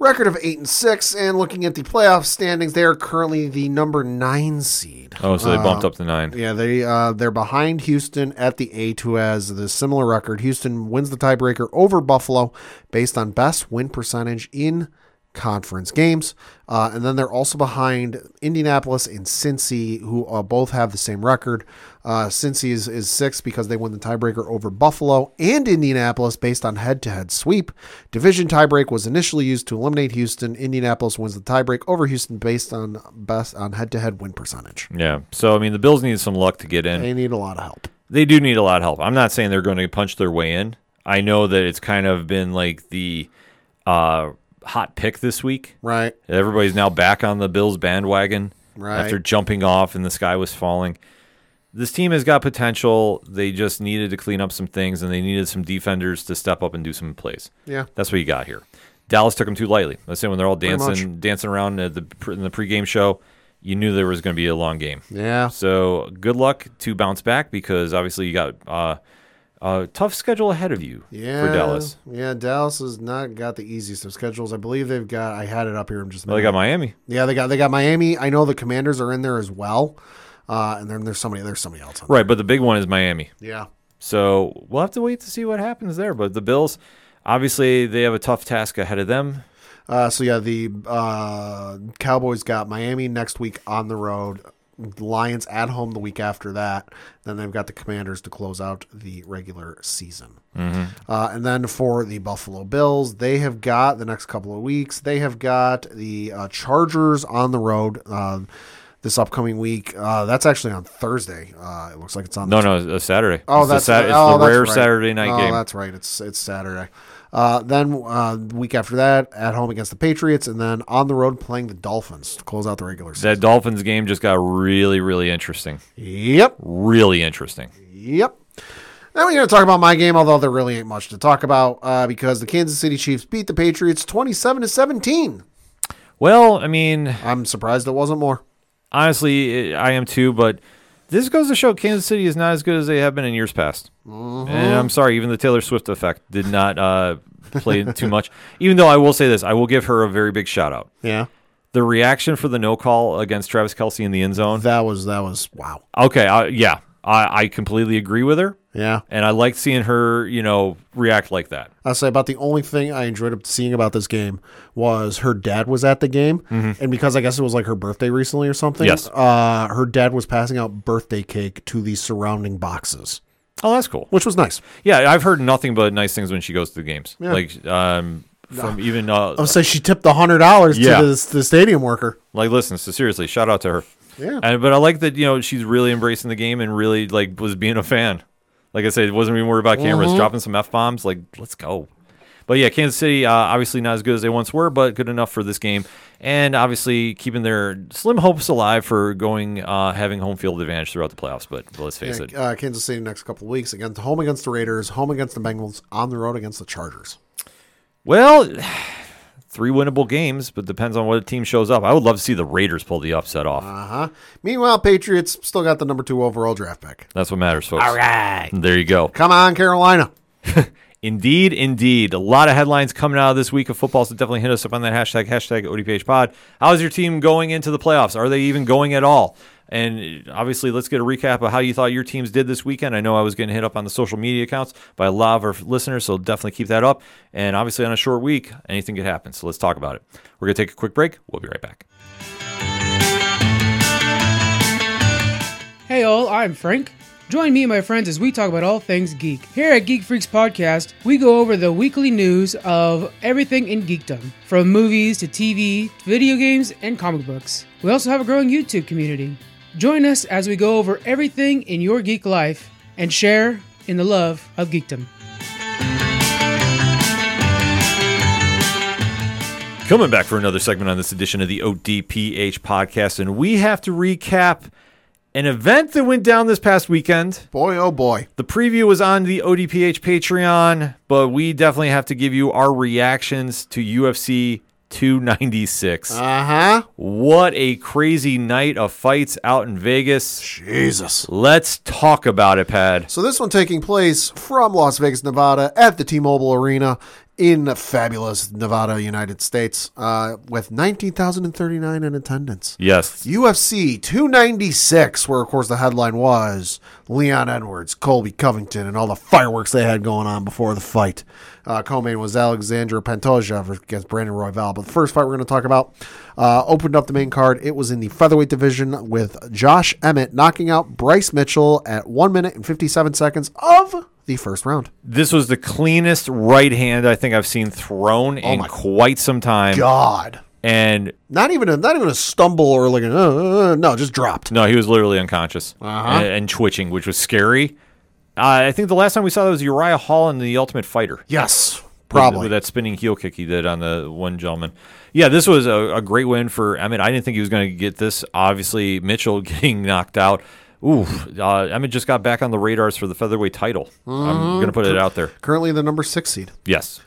Speaker 3: Record of eight and six, and looking at the playoff standings, they are currently the number nine seed.
Speaker 1: Oh, so they bumped
Speaker 3: Uh,
Speaker 1: up to nine.
Speaker 3: Yeah, they uh, they're behind Houston at the eight, who has the similar record. Houston wins the tiebreaker over Buffalo based on best win percentage in conference games. Uh, and then they're also behind Indianapolis and Cincy, who uh, both have the same record. Uh, Cincy is, is sixth because they won the tiebreaker over Buffalo and Indianapolis based on head to head sweep. Division tiebreak was initially used to eliminate Houston. Indianapolis wins the tiebreak over Houston based on best on head to head win percentage.
Speaker 1: Yeah. So I mean, the Bills need some luck to get in.
Speaker 3: They need a lot of help.
Speaker 1: They do need a lot of help. I'm not saying they're going to punch their way in. I know that it's kind of been like the uh, hot pick this week.
Speaker 3: Right.
Speaker 1: Everybody's now back on the Bills bandwagon
Speaker 3: Right.
Speaker 1: after jumping off and the sky was falling. This team has got potential. They just needed to clean up some things and they needed some defenders to step up and do some plays.
Speaker 3: Yeah.
Speaker 1: That's what you got here. Dallas took them too lightly. Let's say when they're all
Speaker 3: much.
Speaker 1: dancing dancing around at the pre- in the pregame show, you knew there was going to be a long game.
Speaker 3: Yeah.
Speaker 1: So good luck to bounce back because obviously you got uh, a tough schedule ahead of you
Speaker 3: Yeah.
Speaker 1: for Dallas.
Speaker 3: Yeah. Dallas has not got the easiest of schedules. I believe they've got, I had it up here. I'm just,
Speaker 1: Well, Oh, they got Miami.
Speaker 3: yeah, they got, they got Miami. I know the commanders are in there as well. Uh, and then there's somebody, there's somebody else. On
Speaker 1: Right, but the big one is Miami.
Speaker 3: Yeah.
Speaker 1: So we'll have to wait to see what happens there. But the Bills, obviously, they have a tough task ahead of them.
Speaker 3: Uh, so yeah, the uh, Cowboys got Miami next week on the road. Lions at home the week after that. Then they've got the Commanders to close out the regular season.
Speaker 1: Mm-hmm.
Speaker 3: Uh, and then for the Buffalo Bills, they have got the next couple of weeks. They have got the uh, Chargers on the road uh, this upcoming week. Uh, that's actually on Thursday. Uh, it looks like it's on
Speaker 1: No, no, it's a Saturday.
Speaker 3: Oh,
Speaker 1: it's
Speaker 3: that's
Speaker 1: the, Sat-
Speaker 3: right.
Speaker 1: it's
Speaker 3: Oh,
Speaker 1: the
Speaker 3: that's
Speaker 1: rare
Speaker 3: right.
Speaker 1: Saturday night
Speaker 3: oh,
Speaker 1: game.
Speaker 3: That's right. It's it's Saturday. Uh, then uh, the week after that, at home against the Patriots, and then on the road playing the Dolphins to close out the regular season.
Speaker 1: That Dolphins game just got really, really interesting.
Speaker 3: Yep,
Speaker 1: Really interesting.
Speaker 3: yep. Now we're going to talk about my game, although there really ain't much to talk about uh, because the Kansas City Chiefs beat the Patriots twenty-seven to seventeen.
Speaker 1: Well, I mean,
Speaker 3: I'm surprised it wasn't more.
Speaker 1: honestly, I I am too, but this goes to show Kansas City is not as good as they have been in years past.
Speaker 3: Mm-hmm.
Speaker 1: And I'm sorry, even the Taylor Swift effect did not uh, play too much. Even though I will say this, I will give her a very big shout out.
Speaker 3: Yeah,
Speaker 1: The reaction for the no call against Travis Kelsey in the end zone.
Speaker 3: that was that was wow.
Speaker 1: Okay, I, yeah, I, I completely agree with her,
Speaker 3: Yeah,
Speaker 1: and I like seeing her, you know, react like that.
Speaker 3: I'll say about the only thing I enjoyed seeing about this game was her dad was at the game, and because I guess it was like her birthday recently or something.
Speaker 1: Mm-hmm. Yes.
Speaker 3: uh, her dad was passing out birthday cake to the surrounding boxes,
Speaker 1: Oh, that's cool.
Speaker 3: which was nice.
Speaker 1: Yeah, I've heard nothing but nice things when she goes to the games. Like, um, from even uh,
Speaker 3: I'll say she tipped the hundred dollars
Speaker 1: Yeah.
Speaker 3: to the, the stadium worker.
Speaker 1: like listen. So seriously, shout out to her.
Speaker 3: Yeah,
Speaker 1: And, but I like that you know she's really embracing the game and really like was being a fan. Like I said, wasn't even worried about cameras, dropping some f bombs. Like let's go. But yeah, Kansas City uh, obviously not as good as they once were, but good enough for this game, and obviously keeping their slim hopes alive for going uh, having home field advantage throughout the playoffs. But let's face it,
Speaker 3: uh, Kansas City next couple of weeks against home against the Raiders, home against the Bengals, on the road against the Chargers.
Speaker 1: well, three winnable games, but depends on what team shows up. I would love to see the Raiders pull the upset off.
Speaker 3: Uh huh. Meanwhile, Patriots still got the number two overall draft pick.
Speaker 1: That's what matters, folks. All right, there you go.
Speaker 3: Come on, Carolina.
Speaker 1: Indeed, indeed. A lot of headlines coming out of this week of football, so definitely hit us up on that hashtag, hashtag ODPHpod. How's your team going into the playoffs? Are they even going at all? And obviously, let's get a recap of how you thought your teams did this weekend. I know I was getting hit up on the social media accounts by a lot of our listeners, so definitely keep that up. And obviously, on a short week, anything could happen, so let's talk about it. We're going to take a quick break. We'll be right back.
Speaker 4: Hey all, I'm Frank. Join me and my friends as we talk about all things geek. Here at Geek Freaks Podcast, we go over the weekly news of everything in geekdom, from movies to TV, video games, and comic books. We also have a growing YouTube community. Join us as we go over everything in your geek life and share in the love of geekdom.
Speaker 1: Coming back for another segment on this edition of the ODPH podcast, and we have to recap an event that went down this past weekend.
Speaker 3: Boy, oh boy.
Speaker 1: The preview was on the ODPH Patreon, but we definitely have to give you our reactions to UFC 296.
Speaker 3: Uh huh.
Speaker 1: what a crazy night of fights out in Vegas.
Speaker 3: Jesus.
Speaker 1: Let's talk about it, Pad.
Speaker 3: So this one taking place from Las Vegas, Nevada, at the T-Mobile Arena. in the fabulous Nevada, United States, uh, with 19,039 in attendance.
Speaker 1: Yes.
Speaker 3: UFC 296, where of course the headline was Leon Edwards, Colby Covington, and all the fireworks they had going on before the fight. Uh, co-main was Alexandra Pantoja versus- against Brandon Royval. But the first fight we're going to talk about uh, opened up the main card. It was in the featherweight division with Josh Emmett knocking out Bryce Mitchell at one minute and fifty-seven seconds of the first round.
Speaker 1: This was the cleanest right hand I think I've seen thrown in
Speaker 3: Oh my
Speaker 1: quite some time.
Speaker 3: God,
Speaker 1: And
Speaker 3: not even a, not even a stumble or like a, uh, uh, no, just dropped.
Speaker 1: no, he was literally unconscious
Speaker 3: Uh-huh.
Speaker 1: and, and twitching, which was scary. Uh, I think the last time we saw that was Uriah Hall in The Ultimate Fighter.
Speaker 3: Yes,
Speaker 1: with-
Speaker 3: probably.
Speaker 1: with that spinning heel kick he did on the one gentleman. Yeah, this was a, a great win for Emmett. I didn't think he was going to get this. Obviously, Mitchell getting knocked out. Ooh, uh, Emmett just got back on the radars for the featherweight title. I'm going to put it out there.
Speaker 3: Currently the number six seed.
Speaker 1: Yes.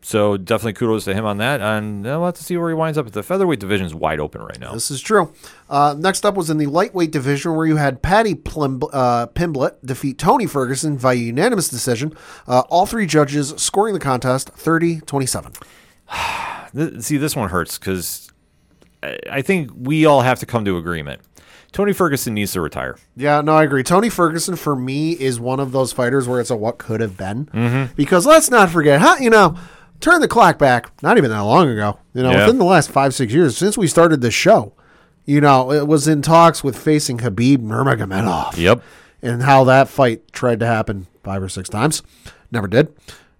Speaker 1: So definitely kudos to him on that, and uh, we'll have to see where he winds up. The featherweight division is wide open right now.
Speaker 3: This is true. Uh, next up was in the lightweight division where you had Patty Plim- uh, Pimblett defeat Tony Ferguson via unanimous decision. Uh, all three judges scoring the contest 30 27.
Speaker 1: Th- see, this one hurts because I-, I think we all have to come to agreement. Tony Ferguson needs to retire.
Speaker 3: Yeah, no, I agree. Tony Ferguson for me is one of those fighters where it's a what could have been. Because let's not forget, how, you know, turn the clock back, not even that long ago, you know,
Speaker 1: Yeah.
Speaker 3: within the last five, six years since we started this show, you know, it was in talks with facing Habib Nurmagomedov.
Speaker 1: Yep.
Speaker 3: and how that fight tried to happen five or six times. Never did.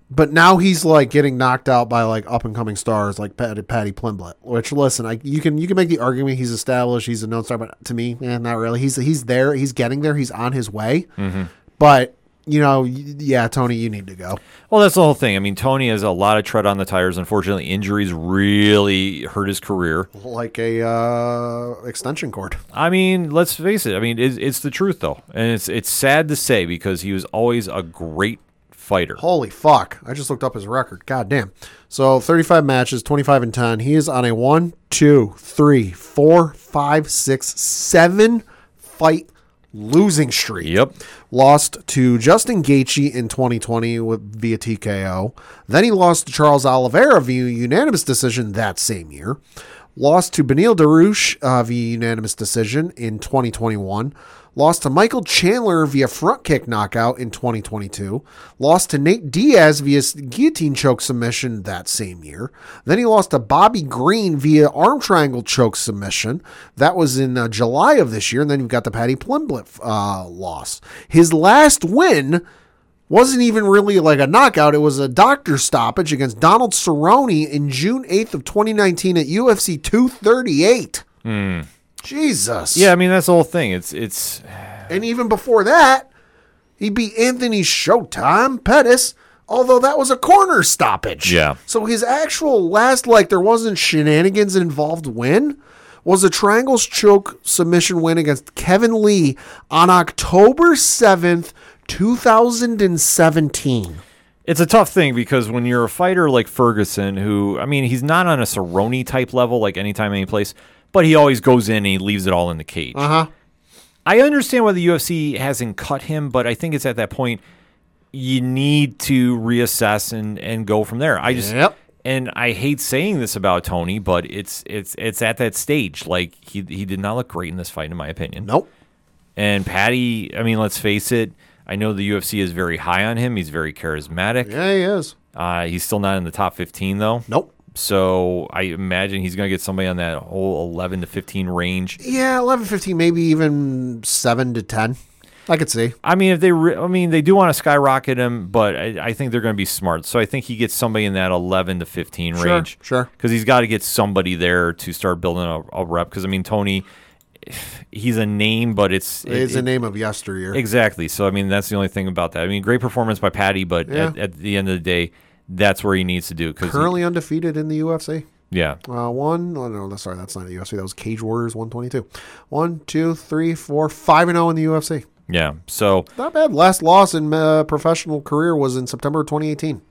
Speaker 3: But now he's like getting knocked out by like up and coming stars like Patty, Patty Plimblett. Which listen, I, you can you can make the argument he's established, he's a known star, but to me, eh, not really. He's he's there, he's getting there, he's on his way. But you know, y- yeah, Tony, you need to go.
Speaker 1: Well, that's the whole thing. I mean, Tony has a lot of tread on the tires. Unfortunately, injuries really hurt his career.
Speaker 3: Like a uh, extension cord.
Speaker 1: I mean, let's face it. I mean, it's, it's the truth though, and it's it's sad to say because he was always a great fighter.
Speaker 3: Holy fuck. I just looked up his record. God damn. So 35 matches, 25 and 10. He is on a one, two, three, four, five, six, seven fight losing streak.
Speaker 1: Yep.
Speaker 3: Lost to Justin Gaethje in 2020 with, via TKO. Then he lost to Charles Oliveira via unanimous decision that same year. Lost to Benil Darush uh, via unanimous decision in 2021. Lost to Michael Chandler via front kick knockout in 2022. Lost to Nate Diaz via s- guillotine choke submission that same year. Then he lost to Bobby Green via arm triangle choke submission. That was in uh, July of this year. And then you've got the Patty Plimblet uh, loss. His last win wasn't even really like a knockout. It was a doctor stoppage against Donald Cerrone in June 8th of 2019 at UFC 238. Jesus.
Speaker 1: Yeah, I mean that's the whole thing. It's it's
Speaker 3: And even before that, he beat Anthony Showtime Pettis, although that was a corner stoppage.
Speaker 1: Yeah.
Speaker 3: So his actual last, like, there wasn't shenanigans involved win, was a triangles choke submission win against Kevin Lee on October 7th, 2017.
Speaker 1: it's a tough thing because when you're a fighter like Ferguson, who I mean, he's not on a Cerrone type level, like anytime, any place, but he always goes in and he leaves it all in the cage. Uh
Speaker 3: Uh-huh.
Speaker 1: I understand why the UFC hasn't cut him, but I think it's at that point you need to reassess and and go from there. I just
Speaker 3: Yep.
Speaker 1: and I hate saying this about Tony, but it's it's it's at that stage. Like he he did not look great in this fight, in my opinion.
Speaker 3: Nope.
Speaker 1: And Patty, I mean, let's face it. I know the UFC is very high on him. He's very charismatic.
Speaker 3: Yeah, he is.
Speaker 1: Uh, he's still not in the top 15 though.
Speaker 3: Nope.
Speaker 1: So I imagine he's going to get somebody on that whole 11 to 15 range.
Speaker 3: Yeah, 11, 15, maybe even 7 to 10. I could see.
Speaker 1: I mean, if they, re- I mean, they do want to skyrocket him, but I, I think they're going to be smart. So I think he gets somebody in that 11 to 15 range.
Speaker 3: sure.
Speaker 1: Because he's got to get somebody there to start building a, a rep. Because I mean, Tony, he's a name, but it's it-
Speaker 3: It's the
Speaker 1: it-
Speaker 3: name of yesteryear.
Speaker 1: Exactly. So I mean, that's the only thing about that. I mean, great performance by Patty, but
Speaker 3: Yeah.
Speaker 1: at, at the end of the day, that's where he needs to do. Because
Speaker 3: Currently undefeated in the UFC.
Speaker 1: yeah,
Speaker 3: Uh, one, oh no, that's- sorry, that's not the UFC. That was Cage Warriors 122. One, two, three, four, five and 0 in the UFC.
Speaker 1: yeah. So
Speaker 3: Not bad. Last loss in uh, professional career was in September 2018.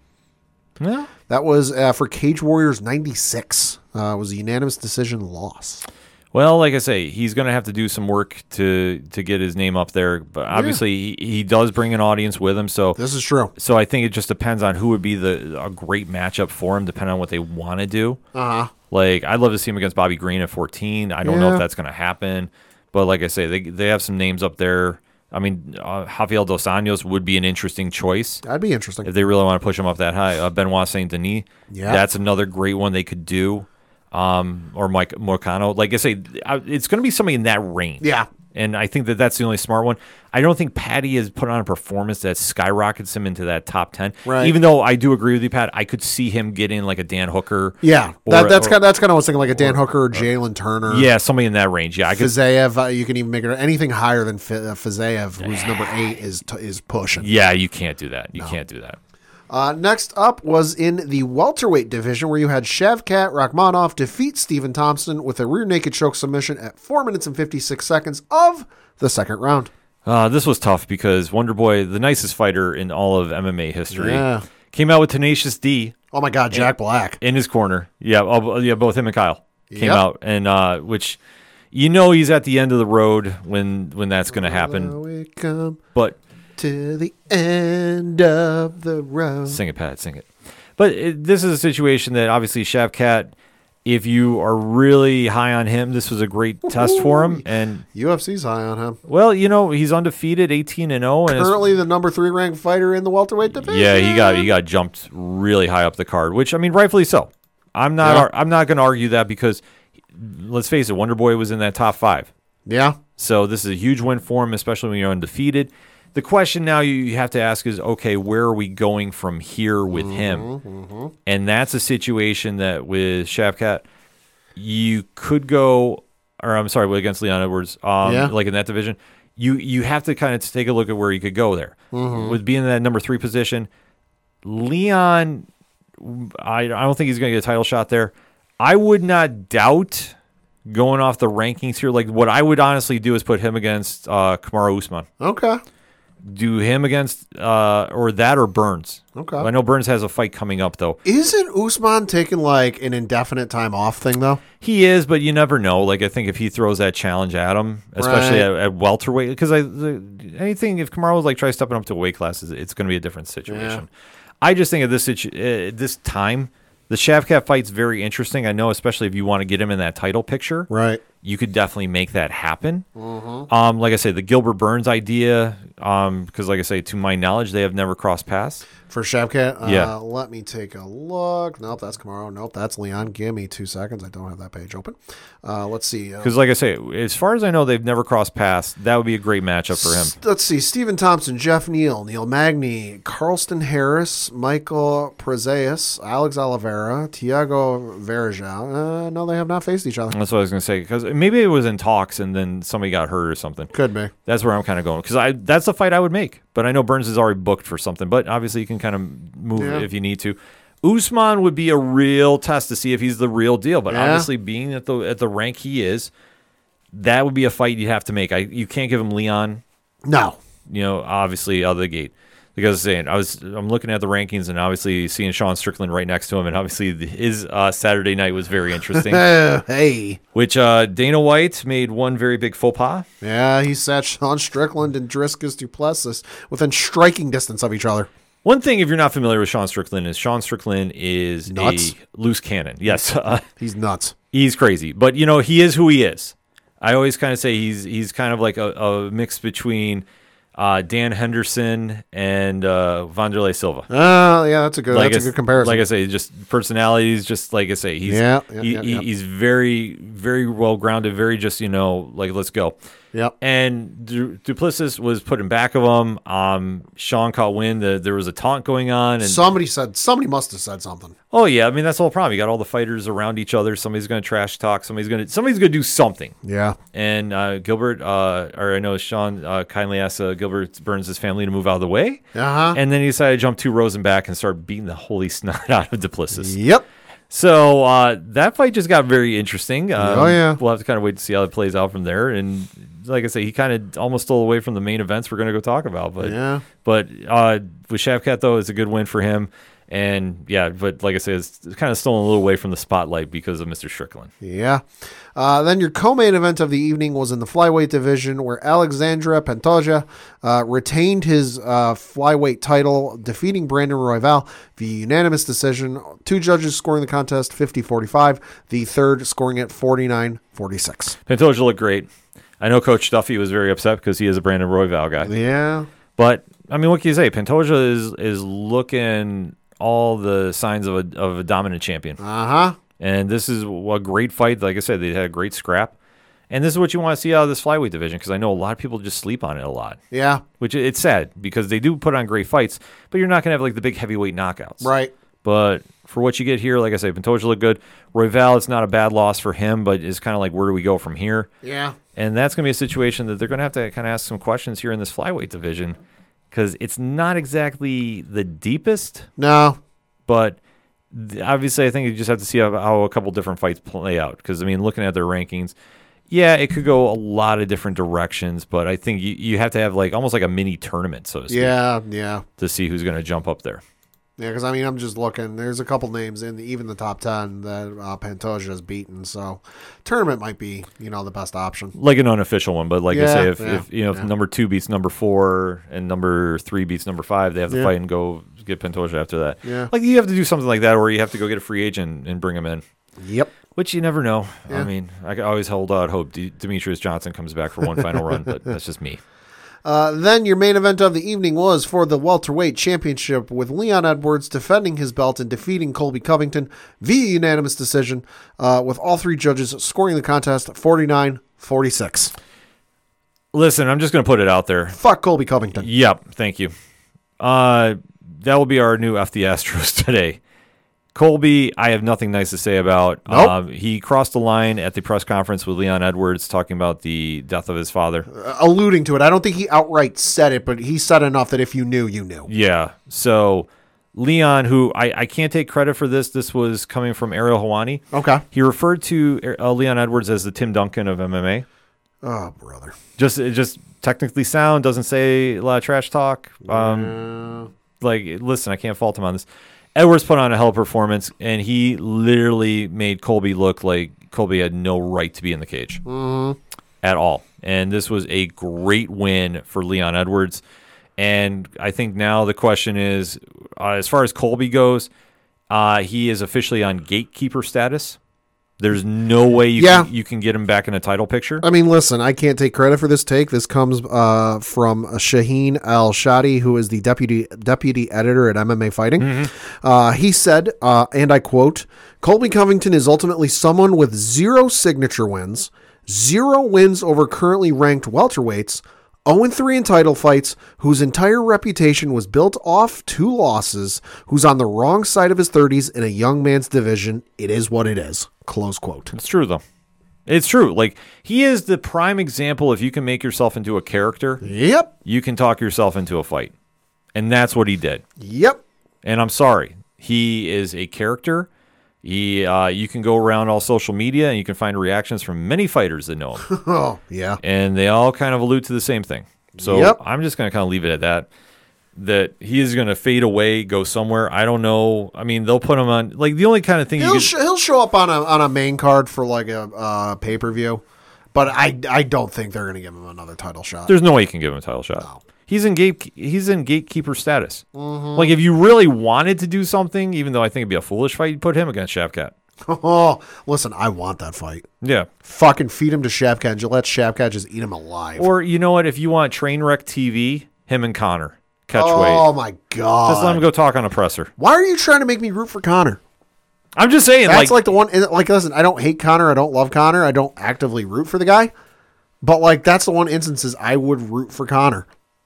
Speaker 1: yeah.
Speaker 3: That was uh, for Cage Warriors 96. Uh, it was a unanimous decision loss.
Speaker 1: Well, like I say, he's going to have to do some work to to get his name up there. But obviously, he, he does bring an audience with him. So
Speaker 3: This is true.
Speaker 1: so I think it just depends on who would be the a great matchup for him, depending on what they want to do.
Speaker 3: Uh huh.
Speaker 1: Like I'd love to see him against Bobby Green at 14. I don't know
Speaker 3: Yeah.
Speaker 1: if that's going to happen, but like I say, they they have some names up there. I mean, uh, Javier Dos Anjos would be an interesting choice
Speaker 3: That'd be interesting.
Speaker 1: if they really want to push him up that high. Uh, Benoit Saint Denis,
Speaker 3: Yeah.
Speaker 1: that's another great one they could do. Um, or Mike Morcano. Like I say, I- it's going to be somebody in that range.
Speaker 3: Yeah.
Speaker 1: And I think that that's the only smart one. I don't think Patty has put on a performance that skyrockets him into that top ten.
Speaker 3: Right.
Speaker 1: Even though I do agree with you, Pat, I could see him getting like a Dan Hooker.
Speaker 3: Yeah,
Speaker 1: or-
Speaker 3: that, that's
Speaker 1: or- uh,
Speaker 3: kind of, that's kind of what's thinking like a Dan Hooker or Jalen Turner.
Speaker 1: yeah, somebody in that range. Yeah, I could.
Speaker 3: Fazeev, uh, you can even make it anything higher than F- uh, Fazeev, who's number eight, is t- is pushing.
Speaker 1: Yeah, you can't do that. You can't do that.
Speaker 3: Uh, next up was in the welterweight division where you had Shavkat Rachmanov defeat Stephen Thompson with a rear naked choke submission at four minutes and fifty six seconds of the second round.
Speaker 1: Uh, this was tough because Wonder Boy, the nicest fighter in all of MMA history,
Speaker 3: Yeah.
Speaker 1: came out with Tenacious D
Speaker 3: Oh my God, Jack Black!
Speaker 1: in his corner. Yeah, uh, yeah, both him and Kyle came
Speaker 3: Yep.
Speaker 1: out, and uh, which you know he's at the end of the road when when that's going to
Speaker 3: Now
Speaker 1: happen.
Speaker 3: we come
Speaker 1: But
Speaker 3: to the end of the road.
Speaker 1: Sing it, Pat. Sing it. But it, this is a situation that obviously Shavkat, if you are really high on him, this was a great test for him. And
Speaker 3: UFC's high on him.
Speaker 1: well, you know he's undefeated, eighteen and zero, and it's-
Speaker 3: Currently the number three ranked fighter in the welterweight division.
Speaker 1: yeah, he got he got jumped really high up the card, which I mean, rightfully so. I'm not
Speaker 3: Yeah.
Speaker 1: ar- I'm not going to argue that because let's face it, Wonder Boy was in that top five.
Speaker 3: Yeah.
Speaker 1: So this is a huge win for him, especially when you're undefeated. The question now you- you have to ask is, okay, where are we going from here with him? And that's a situation that with Shavkat, you could go, or I'm sorry, against Leon Edwards, um,
Speaker 3: Yeah.
Speaker 1: like in that division, you you have to kind of take a look at where you could go there with being in that number three position. Leon, I, I don't think he's going to get a title shot there. I would not doubt going off the rankings here. Like what I would honestly do is put him against uh, Kamara Usman.
Speaker 3: Okay.
Speaker 1: Do him against uh, or that or Burns.
Speaker 3: Okay.
Speaker 1: I know Burns has a fight coming up though.
Speaker 3: Isn't Usman taking like an indefinite time off thing though?
Speaker 1: He is, but you never know. Like I think if he throws that challenge at him, especially
Speaker 3: Right.
Speaker 1: at, at welterweight, because I the, anything if Kamara was like try stepping up to weight classes, it's going to be a different situation. I just think at this situ- uh, at this time, the Shavkat fight's very interesting. I know, especially if you want to get him in that title picture,
Speaker 3: Right.
Speaker 1: you could definitely make that happen. Um, like I say, the Gilbert Burns idea, because like I say, to my knowledge, they have never crossed paths.
Speaker 3: For Shavkat, uh,
Speaker 1: Yeah.
Speaker 3: let me take a look. Nope, that's Camaro. Nope, that's Leon. Give me two seconds. I don't have that page open. Uh, let's see. Uh,
Speaker 1: Because like I say, as far as I know, they've never crossed paths. That would be a great matchup for him.
Speaker 3: s- Let's see. Stephen Thompson, Jeff Neal, Neil Magny, Carlston Harris, Michael Prezeus, Alex Oliveira, Tiago Verja. Uh, no, they have not faced each other.
Speaker 1: That's what I was gonna say. Because maybe it was in talks, and then somebody got hurt or something.
Speaker 3: Could be.
Speaker 1: That's where I'm kind of going. Because I that's the fight I would make. But I know Burns is already booked for something. But obviously, you can kind of move
Speaker 3: Yeah.
Speaker 1: if you need to. Usman would be a real test to see if he's the real deal. But
Speaker 3: Yeah.
Speaker 1: obviously, being at the at the rank he is, that would be a fight you'd have to make. I you can't give him Leon.
Speaker 3: No.
Speaker 1: you know, obviously out of the gate. Like I was saying, I was I'm looking at the rankings and obviously seeing Sean Strickland right next to him, and obviously the- his uh, Saturday night was very interesting.
Speaker 3: Uh, hey.
Speaker 1: which uh, Dana White made one very big faux pas.
Speaker 3: Yeah, he sat Sean Strickland and Driscus Duplessis within striking distance of each other.
Speaker 1: One thing, if you're not familiar with Sean Strickland, is Sean Strickland is
Speaker 3: Nuts.
Speaker 1: a loose cannon. Yes, uh,
Speaker 3: He's nuts.
Speaker 1: he's crazy, but you know he is who he is. I always kind of say he's he's kind of like a, a mix between uh, Dan Henderson and uh, Vanderlei Silva.
Speaker 3: Uh, yeah, that's a good. that's
Speaker 1: I
Speaker 3: a
Speaker 1: s-
Speaker 3: good comparison.
Speaker 1: Like I say, just personalities. Just like I say, he's
Speaker 3: Yeah, yeah,
Speaker 1: he,
Speaker 3: yeah,
Speaker 1: he-
Speaker 3: yeah.
Speaker 1: he's very very well grounded. Very just you know like let's go.
Speaker 3: yep.
Speaker 1: And du- Duplessis was put in back of him. Um, Sean caught wind that there was a taunt going on, and
Speaker 3: Somebody said somebody must have said something.
Speaker 1: oh yeah, I mean that's the whole problem. You got all the fighters around each other. Somebody's going to trash talk. Somebody's going to somebody's going to do something.
Speaker 3: Yeah.
Speaker 1: And uh, Gilbert, uh, or I know Sean uh, kindly asked uh, Gilbert Burns' family to move out of the way.
Speaker 3: Uh huh.
Speaker 1: And then he decided to jump two rows and back and start beating the holy snot out of Duplessis.
Speaker 3: Yep.
Speaker 1: So uh, that fight just got very interesting. Um,
Speaker 3: Oh, yeah.
Speaker 1: we'll have to kind of wait to see how it plays out from there. And like I say, he kind of almost stole away from the main events we're going to go talk about. But
Speaker 3: Yeah.
Speaker 1: but uh, with Shavkat though, it's a good win for him. And yeah, but like I said, it's kind of stolen a little away from the spotlight because of Mr. Strickland.
Speaker 3: Yeah. Uh, then your co-main event of the evening was in the flyweight division, where Alexandra Pantoja uh, retained his uh, flyweight title, defeating Brandon Royval via unanimous decision. Two judges scoring the contest 50-45. The third scoring it 49-46.
Speaker 1: Pantoja looked great. I know Coach Duffy was very upset because he is a Brandon Royval guy.
Speaker 3: Yeah.
Speaker 1: But I mean, what can you say? Pantoja is is looking all the signs of a of a dominant champion,
Speaker 3: Uh huh.
Speaker 1: and this is a great fight. Like I said, they had a great scrap, and this is what you want to see out of this flyweight division because I know a lot of people just sleep on it a lot,
Speaker 3: Yeah.
Speaker 1: which i- it's sad because they do put on great fights, but you're not gonna have like the big heavyweight knockouts,
Speaker 3: Right.
Speaker 1: But for what you get here, like I said, Pantoja looked good. Royval, it's not a bad loss for him, but it's kind of like where do we go from here?
Speaker 3: Yeah.
Speaker 1: And that's going to be a situation that they're going to have to kind of ask some questions here in this flyweight division because it's not exactly the deepest,
Speaker 3: No.
Speaker 1: but th- obviously, I think you just have to see how, how a couple different fights play out. Because, I mean, looking at their rankings, yeah, it could go a lot of different directions, but I think you, you have to have like almost like a mini tournament, so to speak,
Speaker 3: Yeah. Yeah.
Speaker 1: to see who's going to jump up there.
Speaker 3: Yeah, because I mean, I'm just looking. There's a couple names in the, even the top ten that uh, Pantoja's beaten, so tournament might be you know the best option.
Speaker 1: Like an unofficial one, but like I
Speaker 3: Yeah,
Speaker 1: say, if,
Speaker 3: yeah,
Speaker 1: if you know if
Speaker 3: yeah.
Speaker 1: number two beats number four and number three beats number five, they have to
Speaker 3: Yeah.
Speaker 1: fight and go get Pantoja after that.
Speaker 3: Yeah.
Speaker 1: Like you have to do something like that, or you have to go get a free agent and bring him in,
Speaker 3: Yep.
Speaker 1: which you never know. I
Speaker 3: Yeah.
Speaker 1: mean, I always hold out hope D- Demetrius Johnson comes back for one final run, but that's just me.
Speaker 3: Uh, then your main event of the evening was for the welterweight championship with Leon Edwards defending his belt and defeating Colby Covington via unanimous decision, uh, with all three judges scoring the contest 49-46.
Speaker 1: Listen, I'm just gonna put it out there.
Speaker 3: Fuck Colby Covington.
Speaker 1: Yep, thank you. Uh, that will be our new FD Astros today. Colby, I have nothing nice to say about.
Speaker 3: Nope.
Speaker 1: Um, he crossed the line at the press conference with Leon Edwards talking about the death of his father.
Speaker 3: Uh, alluding to it, I don't think he outright said it, but he said enough that if you knew, you knew.
Speaker 1: Yeah. So Leon, who I, I can't take credit for this, this was coming from Ariel Hawani.
Speaker 3: Okay.
Speaker 1: He referred to uh, Leon Edwards as the Tim Duncan of MMA.
Speaker 3: Oh brother.
Speaker 1: Just it just technically sound doesn't say a lot of trash talk. Um, like listen, I can't fault him on this. Edwards put on a hell of a performance, and he literally made Colby look like Colby had no right to be in the cage at all. And this was a great win for Leon Edwards. And I think now the question is, uh, as far as Colby goes, uh, he is officially on gatekeeper status. There's no way you
Speaker 3: Yeah.
Speaker 1: can, you can get him back in a title picture.
Speaker 3: I mean, listen, I can't take credit for this take. This comes uh, from Shaheen Al Shadi, who is the deputy deputy editor at MMA Fighting. Uh, he said, uh, and I quote: "Colby Covington is ultimately someone with zero signature wins, zero wins over currently ranked welterweights." 0 3 in title fights, whose entire reputation was built off two losses, who's on the wrong side of his 30s in a young man's division. It is what it is. Close quote.
Speaker 1: It's true though. It's true. Like he is the prime example. If you can make yourself into a character,
Speaker 3: Yep.
Speaker 1: you can talk yourself into a fight, and that's what he did.
Speaker 3: Yep.
Speaker 1: And I'm sorry, he is a character. He, uh, you can go around all social media and you can find reactions from many fighters that know him,
Speaker 3: Oh, yeah.
Speaker 1: and they all kind of allude to the same thing. So
Speaker 3: Yep.
Speaker 1: I'm just going to kind of leave it at that. That he is going to fade away, go somewhere. I don't know. I mean, they'll put him on. Like the only kind of thing you
Speaker 3: He'll
Speaker 1: could,
Speaker 3: sh- he'll show up on a on a main card for like a uh, pay per view, but I I don't think they're gonna give him another title shot.
Speaker 1: There's no way you can give him a title shot. He's in gate he's in gatekeeper status.
Speaker 3: Mm-hmm.
Speaker 1: Like if you really wanted to do something, even though I think it'd be a foolish fight, you'd put him against Shapcat.
Speaker 3: Oh, listen, I want that fight.
Speaker 1: Yeah.
Speaker 3: Fucking feed him to Shavkat and let Shavkat just eat him alive.
Speaker 1: Or you know what? If you want Trainwreck TV, him and Connor Catchway.
Speaker 3: oh my god!
Speaker 1: Just let him go talk on a presser.
Speaker 3: Why are you trying to make me root for Connor?
Speaker 1: I'm just saying,
Speaker 3: That's
Speaker 1: like,
Speaker 3: like, the one. Like, listen, I don't hate Connor. I don't love Connor. I don't actively root for the guy, but like that's the one instances I would root for Connor.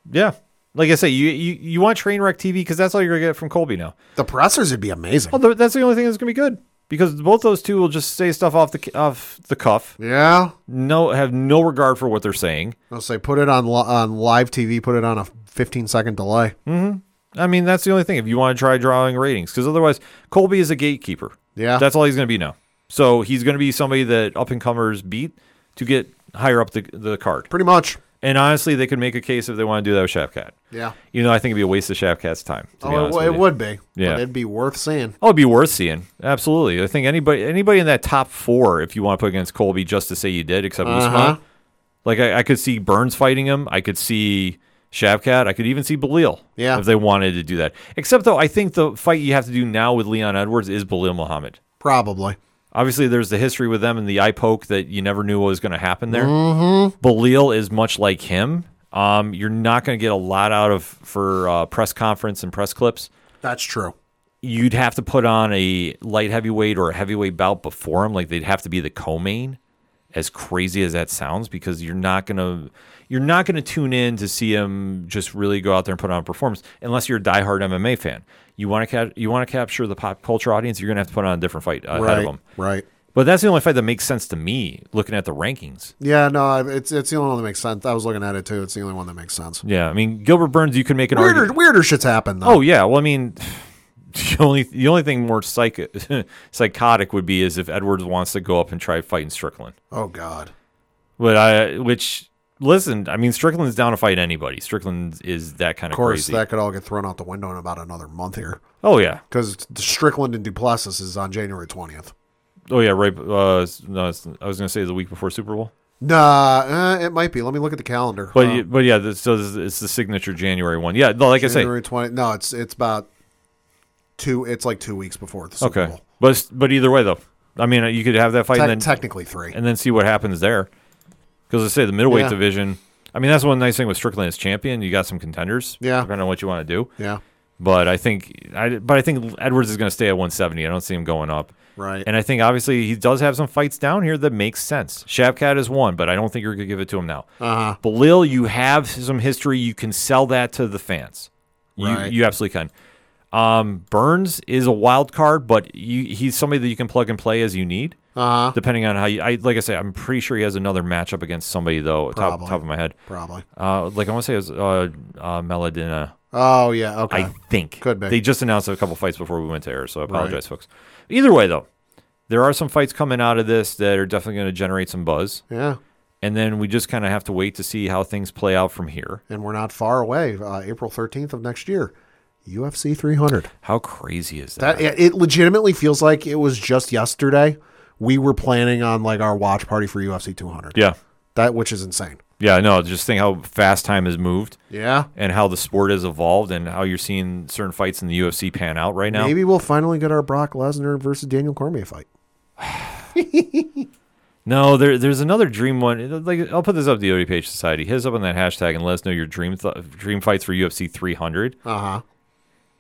Speaker 1: yeah, like I say, you you, you want Trainwreck TV because that's all you're gonna get from Colby now.
Speaker 3: The pressers would be amazing.
Speaker 1: Although that's the only thing that's gonna be good because both those two will just say stuff off the off the cuff,
Speaker 3: Yeah,
Speaker 1: no have no regard for what they're saying.
Speaker 3: I'll say put it on li- on live TV. Put it on a 15 second delay.
Speaker 1: Hmm. I mean, that's the only thing. If you want to try drawing ratings, because otherwise, Colby is a gatekeeper.
Speaker 3: Yeah.
Speaker 1: That's all he's going to be now. So he's going to be somebody that up and comers beat to get higher up the, the card.
Speaker 3: Pretty much.
Speaker 1: And honestly, they could make a case if they want to do that with Shafcat.
Speaker 3: Yeah.
Speaker 1: You know, I think it'd be a waste of Shafcat's time. To be
Speaker 3: Oh, it,
Speaker 1: honest
Speaker 3: w-
Speaker 1: with
Speaker 3: it
Speaker 1: you.
Speaker 3: would be.
Speaker 1: Yeah.
Speaker 3: But it'd be worth seeing.
Speaker 1: Oh, it'd be worth seeing. Absolutely. I think anybody anybody in that top four, if you want to put against Colby just to say you did, except
Speaker 3: Uh-huh.
Speaker 1: Usman. Like I, I could see Burns fighting him. I could see Shavkat. I could even see Belil.
Speaker 3: Yeah.
Speaker 1: If they wanted to do that. Except though, I think the fight you have to do now with Leon Edwards is Belil Muhammad.
Speaker 3: Probably.
Speaker 1: Obviously, there's the history with them and the eye poke that you never knew what was going to happen there. Mm-hmm. Belil is much like him. Um, you're not going to get a lot out of for uh, press conference and press clips
Speaker 3: That's true.
Speaker 1: you'd have to put on a light heavyweight or a heavyweight bout before him. Like they'd have to be the co-main. As crazy as that sounds, because you're not gonna you're not gonna tune in to see him just really go out there and put on a performance unless you're a diehard MMA fan. You want to ca- you want to capture the pop culture audience. You're gonna have to put on a different fight ahead
Speaker 3: Right.
Speaker 1: of him.
Speaker 3: Right.
Speaker 1: But that's the only fight that makes sense to me looking at the rankings.
Speaker 3: Yeah, no, I- it's it's the only one that makes sense. I was looking at it too. It's the only one that makes sense.
Speaker 1: Yeah, I mean Gilbert Burns, you can make an argument.
Speaker 3: Weirder, weirder shit's happened though.
Speaker 1: Oh yeah. Well, I mean, the only the only thing more psych- psychotic would be is if Edwards wants to go up and try fighting Strickland.
Speaker 3: Oh God.
Speaker 1: But I, which listen, I mean, Strickland's down to fight anybody. Strickland is that kind
Speaker 3: Of
Speaker 1: of,
Speaker 3: course,
Speaker 1: crazy.
Speaker 3: that could all get thrown out the window in about another month here
Speaker 1: Oh yeah.
Speaker 3: because Strickland and Duplessis is on January twentieth.
Speaker 1: Oh yeah. Right. Uh, no, it's- I was gonna say the week before Super Bowl,
Speaker 3: Nah, uh, it might be. Let me look at the calendar.
Speaker 1: but
Speaker 3: Uh,
Speaker 1: y- but yeah, this, so this, it's the signature January one. Yeah. no, Like I say,
Speaker 3: January twenty. No, it's it's about two. It's like two weeks before the Super
Speaker 1: okay.
Speaker 3: Bowl.
Speaker 1: But s- but either way though, I mean, you could have that fight
Speaker 3: Te-
Speaker 1: and then
Speaker 3: technically three.
Speaker 1: and then see what happens there. Because I say the middleweight
Speaker 3: Yeah.
Speaker 1: division. I mean, that's one nice thing with Strickland as champion. You got some contenders,
Speaker 3: Yeah.
Speaker 1: depending on what you want to do.
Speaker 3: yeah.
Speaker 1: But I think, I, but I think Edwards is going to stay at 170. I don't see him going up.
Speaker 3: Right.
Speaker 1: And I think obviously he does have some fights down here that makes sense. Shabkat is one, but I don't think you're going to give it to him now.
Speaker 3: Uh huh.
Speaker 1: Belil, you have some history. You can sell that to the fans. You,
Speaker 3: Right.
Speaker 1: you absolutely can. Um, Burns is a wild card, but you, he's somebody that you can plug and play as you need
Speaker 3: Uh huh.
Speaker 1: depending on how you. I like I say, I'm pretty sure he has another matchup against somebody though. Top,
Speaker 3: Probably.
Speaker 1: top of my head,
Speaker 3: Probably.
Speaker 1: uh, like I want to say it was uh, uh, Meladina.
Speaker 3: Oh yeah.
Speaker 1: I
Speaker 3: Okay.
Speaker 1: think
Speaker 3: Could be.
Speaker 1: They just announced a couple fights before we went to air, so I apologize, folks. Either way though, there are some fights coming out of this that are definitely going to generate some buzz,
Speaker 3: yeah.
Speaker 1: and then we just kind of have to wait to see how things play out from here.
Speaker 3: and we're not far away. Uh, April 13th of next year, UFC 300.
Speaker 1: How crazy is that?
Speaker 3: That it, it legitimately feels like it was just yesterday. We were planning on like our watch party for UFC 200.
Speaker 1: yeah,
Speaker 3: That which is insane.
Speaker 1: yeah. No, just think how fast time has moved.
Speaker 3: Yeah.
Speaker 1: And how the sport has evolved, and how you're seeing certain fights in the UFC pan out right now.
Speaker 3: Maybe we'll finally get our Brock Lesnar versus Daniel Cormier fight.
Speaker 1: No, there, there's another dream one. Like I'll put this up to the OD Page Society. Hit us up on that hashtag and let us know your dream th- dream fights for UFC 300.
Speaker 3: Uh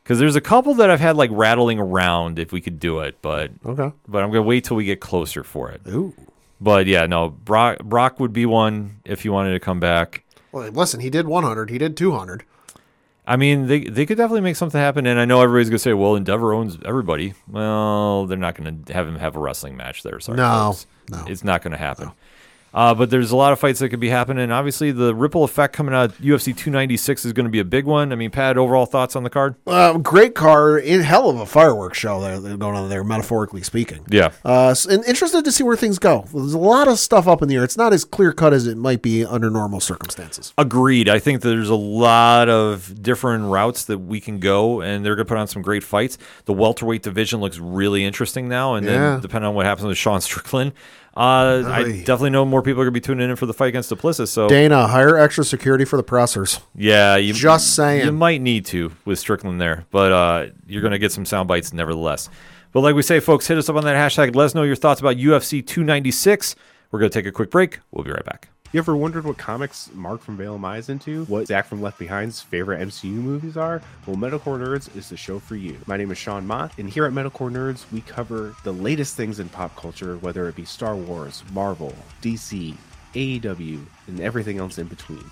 Speaker 1: Because there's a couple that I've had like rattling around if we could do it, but
Speaker 3: huh. Okay.
Speaker 1: but I'm gonna wait till we get closer for it.
Speaker 3: Ooh.
Speaker 1: But yeah, no, Brock Brock would be one if you wanted to come back.
Speaker 3: Well, listen, he did 100. He did 200.
Speaker 1: I mean, they they could definitely make something happen. And I know everybody's gonna say, well, Endeavor owns everybody. Well, they're not gonna have him have a wrestling match there. Sorry,
Speaker 3: No,
Speaker 1: folks.
Speaker 3: no.
Speaker 1: it's not gonna happen. Uh, but there's a lot of fights that could be happening. Obviously, the ripple effect coming out of UFC 296 is going to be a big one. I mean, Pat, overall thoughts on the card?
Speaker 3: Uh, great car. In hell of a fireworks show there that going on there, metaphorically speaking.
Speaker 1: Yeah,
Speaker 3: Uh, s- and interested to see where things go. There's a lot of stuff up in the air. It's not as clear cut as it might be under normal circumstances.
Speaker 1: agreed. I think there's a lot of different routes that we can go, and they're going to put on some great fights. The welterweight division looks really interesting now, and
Speaker 3: Yeah.
Speaker 1: then depending on what happens with Sean Strickland, uh, I
Speaker 3: Aye.
Speaker 1: definitely know more people are going to be tuning in for the fight against Duplessis. So
Speaker 3: Dana, hire extra security for the pressers.
Speaker 1: yeah, you
Speaker 3: Just saying.
Speaker 1: You might need to with Strickland there, but uh, you're going to get some sound bites nevertheless. But like we say, folks, hit us up on that hashtag. Let us know your thoughts about UFC 296. We're going to take a quick break. We'll be right back.
Speaker 5: You ever wondered what comics Mark from Vale is into? What Zach from Left Behind's favorite MCU movies are? Well, Metalcore Nerds is the show for you. My name is Sean Mott, and here at Metalcore Nerds, we cover the latest things in pop culture, whether it be Star Wars, Marvel, DC, AEW, E and everything else in between.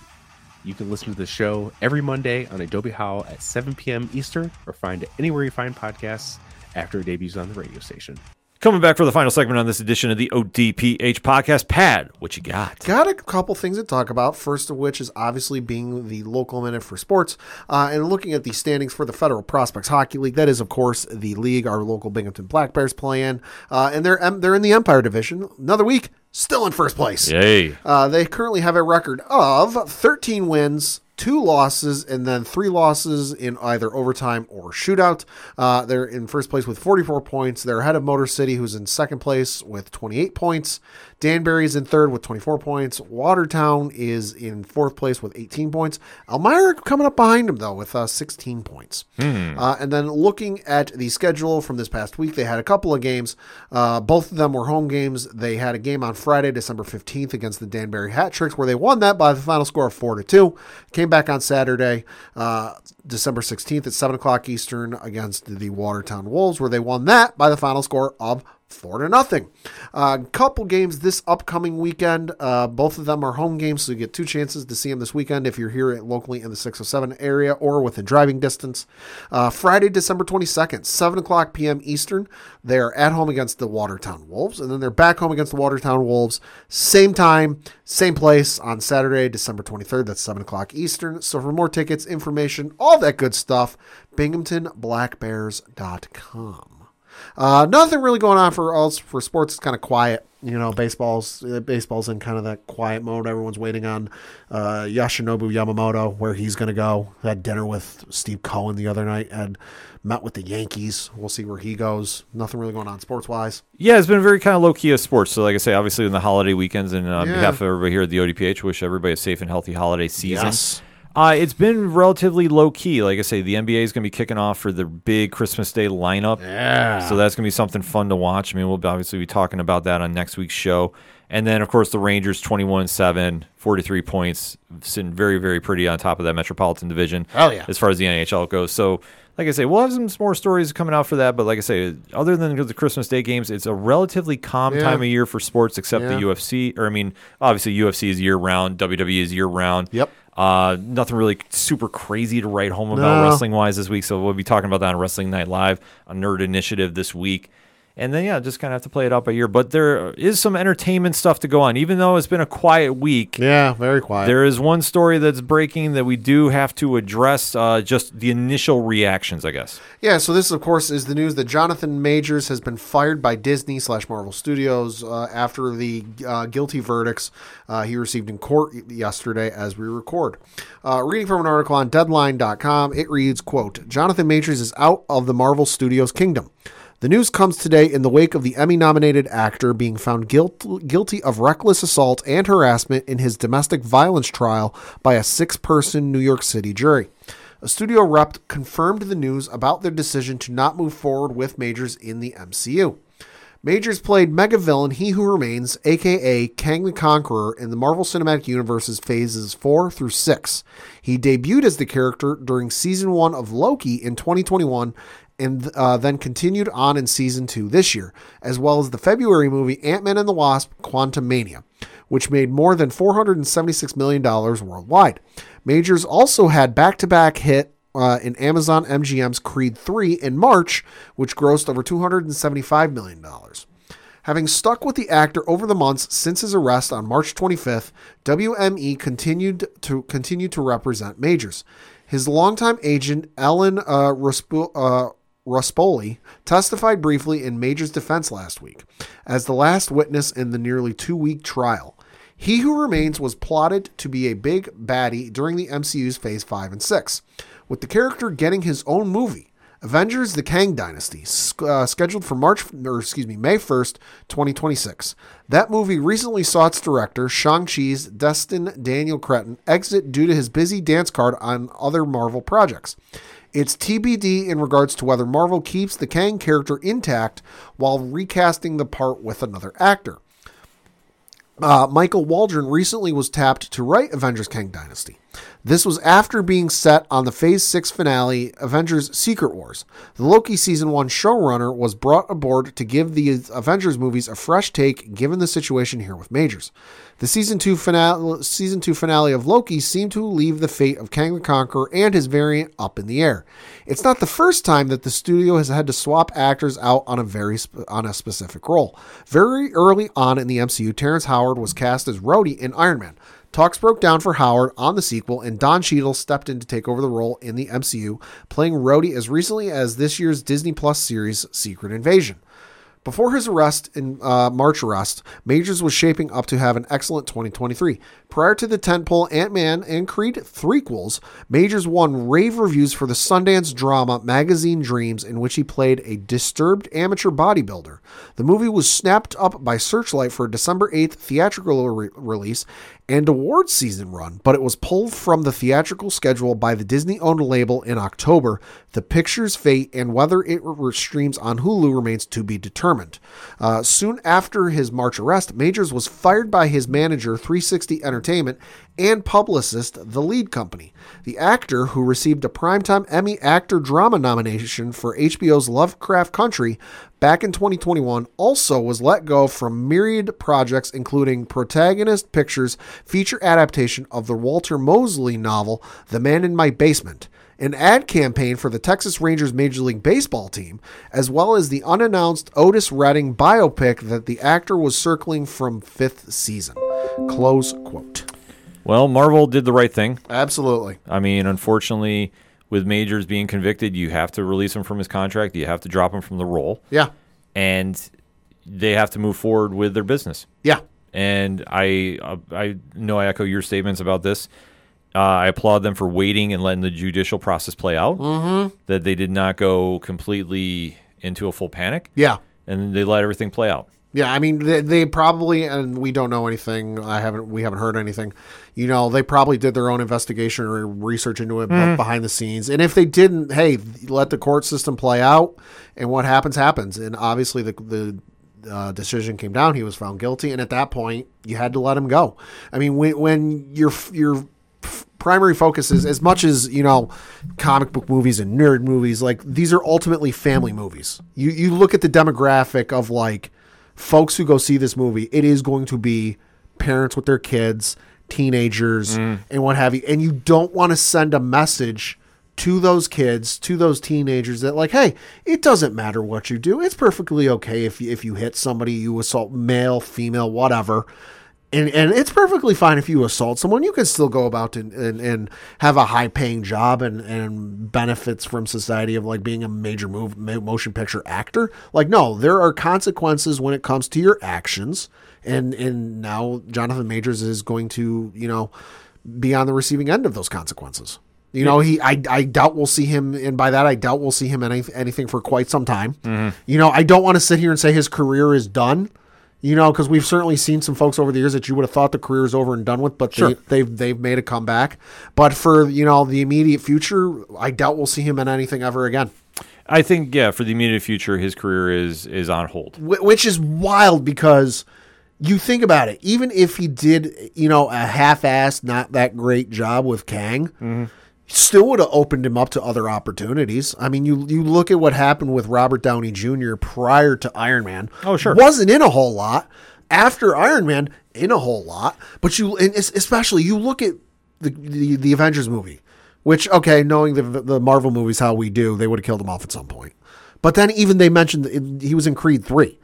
Speaker 5: You can listen to the show every Monday on Adobe Howl at 7 p.m. Eastern, or find it anywhere you find podcasts after it debuts on the radio station.
Speaker 1: Coming back for the final segment on this edition of the ODPH podcast. Pad, what you got?
Speaker 3: Got a couple things to talk about. First of which is obviously being the local minute for sports uh, and looking at the standings for the Federal Prospects Hockey League. That is, of course, the league our local Binghamton Black Bears play in, uh, and they're em- they're in the Empire Division. Another week, still in first place.
Speaker 1: Yay.
Speaker 3: Uh, they currently have a record of 13 wins, two losses, and then three losses in either overtime or shootout. Uh, they're in first place with 44 points. They're ahead of Motor City, who's in second place with 28 points. Danbury's in third with 24 points. Watertown is in fourth place with 18 points. Elmira coming up behind them, though, with uh, 16 points. Uh, and then looking at the schedule from this past week, they had a couple of games. Uh, both of them were home games. They had a game on Friday, December 15th, against the Danbury Hat Tricks, where they won that by the final score of 4 to 2. Came back on Saturday, uh, December 16th at 7 o'clock Eastern against the Watertown Wolves, where they won that by the final score of four to nothing. A couple games this upcoming weekend. Uh, both of them are home games, so you get two chances to see them this weekend if you're here at locally in the 607 area or within driving distance. Uh, Friday, December 22nd, 7 o'clock p.m. Eastern. They are at home against the Watertown Wolves, and then they're back home against the Watertown Wolves. Same time, same place on Saturday, December 23rd. That's 7 o'clock Eastern. So for more tickets, information, all that good stuff, binghamtonblackbears.com. Uh, nothing really going on for us for sports. It's kind of quiet. You know, baseball's uh, baseball's in kind of that quiet mode. Everyone's waiting on uh, Yoshinobu Yamamoto where he's going to go. I had dinner with Steve Cohen the other night and met with the Yankees. We'll see where he goes. Nothing really going on sports wise.
Speaker 1: Yeah, it's been very kind of low key of sports. So, like I say, obviously, in the holiday weekends, and on
Speaker 3: Yeah.
Speaker 1: behalf of everybody here at the ODPH, wish everybody a safe and healthy holiday season.
Speaker 3: Yes.
Speaker 1: Uh, it's been relatively low key. Like I say, the NBA is going to be kicking off for the big Christmas Day lineup. Yeah. So that's going to be something fun to watch. I mean, we'll obviously be talking about that on next week's show. And then, of course, the Rangers 21 7, 43 points, sitting very, very pretty on top of that Metropolitan Division.
Speaker 3: Hell yeah.
Speaker 1: As far as the NHL goes. So, like I say, we'll have some more stories coming out for that. But, like I say, other than the Christmas Day games, it's a relatively calm
Speaker 3: Yeah.
Speaker 1: time of year for sports, except
Speaker 3: Yeah.
Speaker 1: the UFC. Or, I mean, obviously, UFC is year round, WWE E is year round.
Speaker 3: Yep.
Speaker 1: Uh, nothing really super crazy to write home about
Speaker 3: No.
Speaker 1: wrestling wise this week. So we'll be talking about that on Wrestling Night Live, a nerd initiative this week. And then, yeah, just kind of have to play it out by ear. But there is some entertainment stuff to go on. Even though it's been a quiet week,
Speaker 3: Yeah, very quiet.
Speaker 1: there is one story that's breaking that we do have to address uh, just the initial reactions, I guess.
Speaker 3: Yeah, so this, of course, is the news that Jonathan Majors has been fired by Disney slash Marvel Studios uh, after the uh, guilty verdicts uh, he received in court yesterday as we record. Uh, reading from an article on Deadline.com, it reads, quote, Jonathan Majors is out of the Marvel Studios kingdom. The news comes today in the wake of the Emmy nominated actor being found guilt- guilty of reckless assault and harassment in his domestic violence trial by a six person New York City jury. A studio rep confirmed the news about their decision to not move forward with Majors in the MCU. Majors played mega villain He Who Remains, aka Kang the Conqueror, in the Marvel Cinematic Universe's phases 4 through 6. He debuted as the character during season 1 of Loki in 2021 and uh, then continued on in season 2 this year, as well as the February movie Ant Man and the Wasp Quantumania, which made more than $476 million worldwide. Majors also had back to back hit uh, in Amazon MGM's Creed 3 in March, which grossed over $275 million. Having stuck with the actor over the months since his arrest on March 25th, WME E continued to continue to represent Majors. His longtime agent, Ellen uh, Raspu- uh, Ruspoli testified briefly in Major's defense last week as the last witness in the nearly two week trial. He Who Remains was plotted to be a big baddie during the MCU's Phase 5 and 6, with the character getting his own movie. Avengers: The Kang Dynasty, sc- uh, scheduled for March, or excuse me, May first, twenty twenty six. That movie recently saw its director Shang Chi's Destin Daniel Cretton exit due to his busy dance card on other Marvel projects. It's TBD in regards to whether Marvel keeps the Kang character intact while recasting the part with another actor. Uh, Michael Waldron recently was tapped to write Avengers Kang Dynasty. This was after being set on the Phase 6 finale, Avengers Secret Wars. The Loki Season 1 showrunner was brought aboard to give the Avengers movies a fresh take given the situation here with Majors. The Season 2 finale, season two finale of Loki seemed to leave the fate of Kang the Conqueror and his variant up in the air. It's not the first time that the studio has had to swap actors out on a very sp- on a specific role. Very early on in the MCU, Terrence Howard was cast as Rhodey in Iron Man. Talks broke down for Howard on the sequel, and Don Cheadle stepped in to take over the role in the MCU, playing Rhodey as recently as this year's Disney Plus series Secret Invasion. Before his arrest in uh, March arrest, Majors was shaping up to have an excellent 2023. Prior to the tentpole Ant-Man and Creed threequels, Majors won rave reviews for the Sundance drama Magazine Dreams, in which he played a disturbed amateur bodybuilder. The movie was snapped up by Searchlight for a December 8th theatrical re- release and awards season run, but it was pulled from the theatrical schedule by the Disney owned label in October. The picture's fate and whether it re- streams on Hulu remains to be determined. Uh, soon after his March arrest, Majors was fired by his manager, 360 Entertainment, and publicist, The Lead Company. The actor, who received a Primetime Emmy Actor Drama nomination for HBO's Lovecraft Country, back in 2021 also was let go from myriad projects including protagonist pictures feature adaptation of the walter mosley novel the man in my basement an ad campaign for the texas rangers major league baseball team as well as the unannounced otis redding biopic that the actor was circling from fifth season close quote
Speaker 1: Well, Marvel did the right thing.
Speaker 3: absolutely
Speaker 1: I mean, unfortunately, with Majors being convicted, you have to release him from his contract. You have to drop him from the role,
Speaker 3: yeah
Speaker 1: and they have to move forward with their business.
Speaker 3: yeah
Speaker 1: And I, uh, I know I echo your statements about this. Uh, I applaud them for waiting and letting the judicial process play out. Mm-hmm. That they did not go completely into a full panic,
Speaker 3: yeah
Speaker 1: and they let everything play out.
Speaker 3: Yeah, I mean they, they probably and we don't know anything. I haven't we haven't heard anything. You know, they probably did their own investigation or research into it behind the scenes. And if they didn't, hey, let the court system play out and what happens happens. And obviously the the uh, decision came down. He was found guilty, and at that point, you had to let him go. I mean, when, when your your primary focus is as much as you know comic book movies and nerd movies like these are ultimately family movies you you look at the demographic of like folks who go see this movie it is going to be parents with their kids teenagers and what have you and you don't want to send a message to those kids to those teenagers that like hey it doesn't matter what you do it's perfectly okay if you, if you hit somebody you assault male female whatever and and it's perfectly fine if you assault someone you can still go about and, and, and have a high paying job and, and benefits from society of like being a major move, mo- motion picture actor like no there are consequences when it comes to your actions and and now Jonathan Majors is going to you know be on the receiving end of those consequences you know, he. I, I doubt we'll see him, and by that I doubt we'll see him any, anything for quite some time. You know, I don't want to sit here and say his career is done. You know, because we've certainly seen some folks over the years that you would have thought the career is over and done with, but they, they've they've made a comeback. But for you know the immediate future, I doubt we'll see him in anything ever again.
Speaker 1: I think, yeah, for the immediate future, his career is is on hold.
Speaker 3: Wh- which is wild because you think about it. Even if he did, you know, a half-assed, not that great job with Kang,
Speaker 1: Mm-hmm.
Speaker 3: still would have opened him up to other opportunities. I mean, you you look at what happened with Robert Downey Jr. prior to Iron Man.
Speaker 1: Oh, sure.
Speaker 3: wasn't in a whole lot. After Iron Man, in a whole lot. But you, and es- especially, you look at the the, the Avengers movie. Which okay, knowing the the Marvel movies how we do, they would have killed him off at some point. But then even they mentioned that he was in Creed 3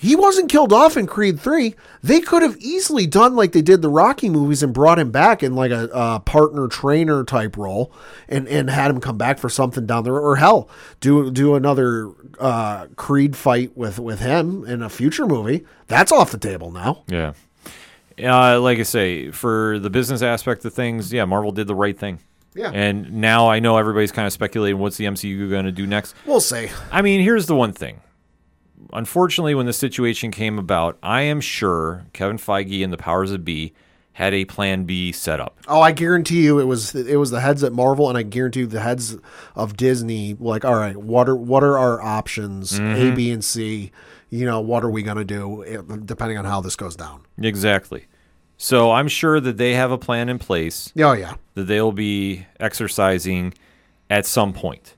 Speaker 3: He wasn't killed off in Creed three. They could have easily done like they did the Rocky movies and brought him back in like a, a partner trainer type role, and and had him come back for something down there, or hell, do do another uh, Creed fight with with him in a future movie. That's off the table now.
Speaker 1: Yeah. Uh, like I say, for the business aspect of things, yeah, Marvel did the right thing.
Speaker 3: Yeah.
Speaker 1: And now I know everybody's kind of speculating what's the MCU going to do next.
Speaker 3: We'll see.
Speaker 1: I mean, here's the one thing. Unfortunately, when the situation came about, I am sure Kevin Feige and the powers of B had a plan B set up.
Speaker 3: Oh, I guarantee you, it was it was the heads at Marvel, and I guarantee you the heads of Disney. Like, all right, what are what are our options?
Speaker 1: Mm-hmm.
Speaker 3: A, B, and C. You know, what are we gonna do eh, depending on how this goes down?
Speaker 1: Exactly. So I'm sure that they have a plan in place
Speaker 3: Oh yeah,
Speaker 1: that they'll be exercising at some point.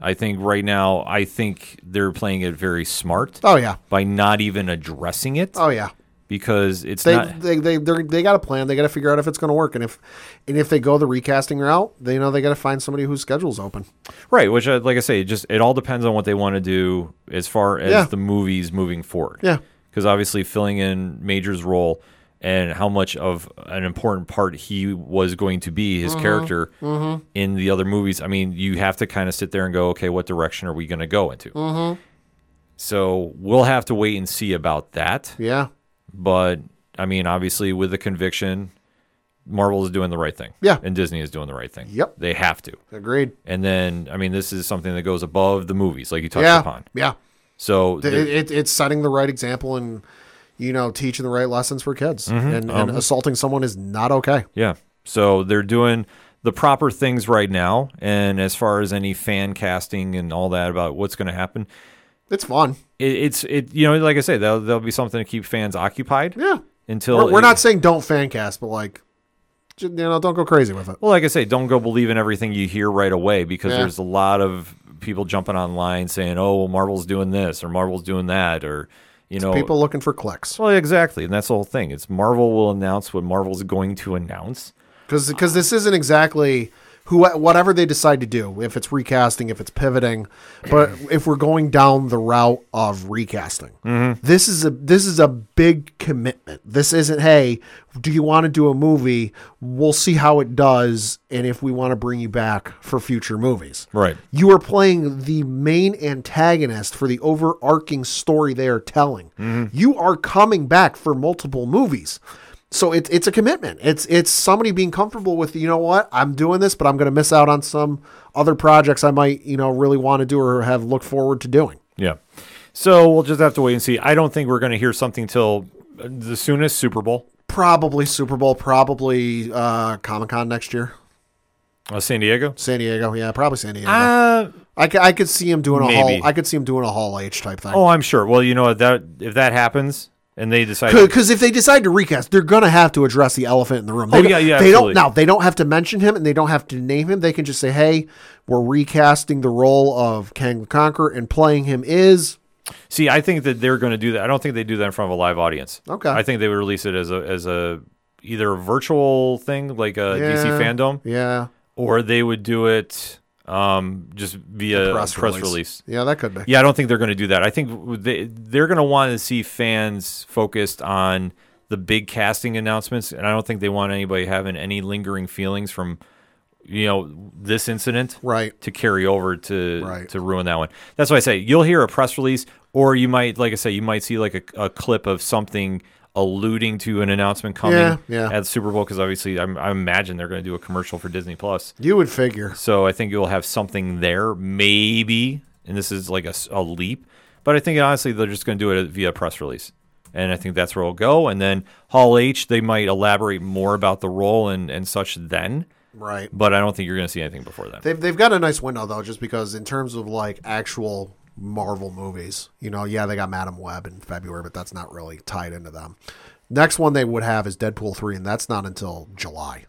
Speaker 1: I think right now, I think they're playing it very smart
Speaker 3: oh yeah,
Speaker 1: by not even addressing it
Speaker 3: oh yeah.
Speaker 1: because it's
Speaker 3: They
Speaker 1: not.
Speaker 3: they they they're, they got a plan. They got to figure out if it's gonna work, and if and if they go the recasting route, they know they got to find somebody whose schedule's open.
Speaker 1: Right, which I, like I say, it just it all depends on what they want to do as far as
Speaker 3: Yeah.
Speaker 1: the movies moving forward.
Speaker 3: Yeah.
Speaker 1: Because obviously filling in Major's role and how much of an important part he was going to be
Speaker 3: Mm-hmm.
Speaker 1: his character in
Speaker 3: Mm-hmm.
Speaker 1: the other movies. I mean, you have to kind of sit there and go, okay, what direction are we going to go into? So we'll have to wait and see about that.
Speaker 3: Yeah.
Speaker 1: But I mean, obviously, with the conviction, Marvel is doing the right thing.
Speaker 3: Yeah.
Speaker 1: And Disney is doing the right thing.
Speaker 3: Yep.
Speaker 1: They have to.
Speaker 3: Agreed.
Speaker 1: And then, I mean, this is something that goes above the movies, like you touched
Speaker 3: Yeah.
Speaker 1: upon.
Speaker 3: Yeah.
Speaker 1: So
Speaker 3: It,
Speaker 1: there-
Speaker 3: it, it's setting the right example and, you know, teaching the right lessons for kids.
Speaker 1: Mm-hmm.
Speaker 3: And,
Speaker 1: Um,
Speaker 3: and assaulting someone is not okay.
Speaker 1: Yeah. So they're doing the proper things right now. And as far as any fan casting and all that about what's going to happen,
Speaker 3: It's fun.
Speaker 1: it, it's it you know like I say that'll, that'll be something to keep fans occupied.
Speaker 3: Yeah.
Speaker 1: Until
Speaker 3: We're, we're
Speaker 1: it-
Speaker 3: not saying don't fan cast, but like, j- you know, don't go crazy with it.
Speaker 1: Well, like I say, don't go believe in everything you hear right away because
Speaker 3: Yeah.
Speaker 1: there's a lot of people jumping online saying, "Oh, well, Marvel's doing this" or "Marvel's doing that" or you know.
Speaker 3: People looking for clicks
Speaker 1: Well, exactly, and that's the whole thing. It's Marvel will announce what Marvel's going to announce.
Speaker 3: because this isn't exactly who whatever they decide to do. If it's recasting, if it's pivoting, but if we're going down the route of recasting,
Speaker 1: Mm-hmm.
Speaker 3: this is a this is a big commitment. This isn't hey, do you want to do a movie? We'll see how it does, and if we want to bring you back for future movies.
Speaker 1: Right.
Speaker 3: you are playing the main antagonist for the overarching story they are telling.
Speaker 1: Mm-hmm.
Speaker 3: You are coming back for multiple movies. So it's it's a commitment. It's it's somebody being comfortable with you know what I'm doing this, but I'm going to miss out on some other projects I might you know really want to do or have looked forward to doing.
Speaker 1: Yeah. So we'll just have to wait and see. I don't think we're going to hear something till uh, the soonest Super Bowl,
Speaker 3: Probably Super Bowl, probably uh, Comic Con next year,
Speaker 1: uh, San Diego.
Speaker 3: San Diego. Yeah, probably San Diego.
Speaker 1: Uh,
Speaker 3: I, c- I could see him doing a
Speaker 1: Maybe.
Speaker 3: hall. I could see him doing a hall H type thing.
Speaker 1: oh, I'm sure. Well, you know what, that if that happens and they decide,
Speaker 3: Because if they decide to recast, they're gonna have to address the elephant in the room. They
Speaker 1: Oh,
Speaker 3: don't-
Speaker 1: yeah, yeah,
Speaker 3: They
Speaker 1: absolutely.
Speaker 3: don't now. They don't have to mention him, and they don't have to name him. They can just say, "Hey, we're recasting the role of Kang the Conqueror, and playing him is
Speaker 1: see, I think that they're going to do that. I don't think they do that in front of a live audience.
Speaker 3: Okay.
Speaker 1: I think they would release it as a as a either a virtual thing like a DC
Speaker 3: Yeah.
Speaker 1: fandom,
Speaker 3: yeah,
Speaker 1: or they would do it um, just via press, release.
Speaker 3: Yeah, that could be.
Speaker 1: Yeah, I don't think they're going to do that. I think w- they they're going to want to see fans focused on the big casting announcements, and I don't think they want anybody having any lingering feelings from you know this incident
Speaker 3: Right.
Speaker 1: to carry over to
Speaker 3: Right.
Speaker 1: to ruin that one. That's why I say you'll hear a press release, or you might, like I say, you might see like a, a clip of something alluding to an announcement coming
Speaker 3: Yeah, yeah.
Speaker 1: at the Super Bowl because obviously I'm, I imagine they're going to do a commercial for Disney Plus.
Speaker 3: You would figure.
Speaker 1: So I think you'll have something there, maybe. And this is like a, s- a leap, but I think honestly they're just going to do it via press release, and I think that's where it'll go. And then Hall H, they might elaborate more about the role and and such then,
Speaker 3: Right.
Speaker 1: but I don't think you're going to see anything before then.
Speaker 3: They've they've got a nice window though, just because in terms of like actual Marvel movies, you know, yeah, they got Madam Web in February, but that's not really tied into them. Next one they would have is Deadpool three, and that's not until July.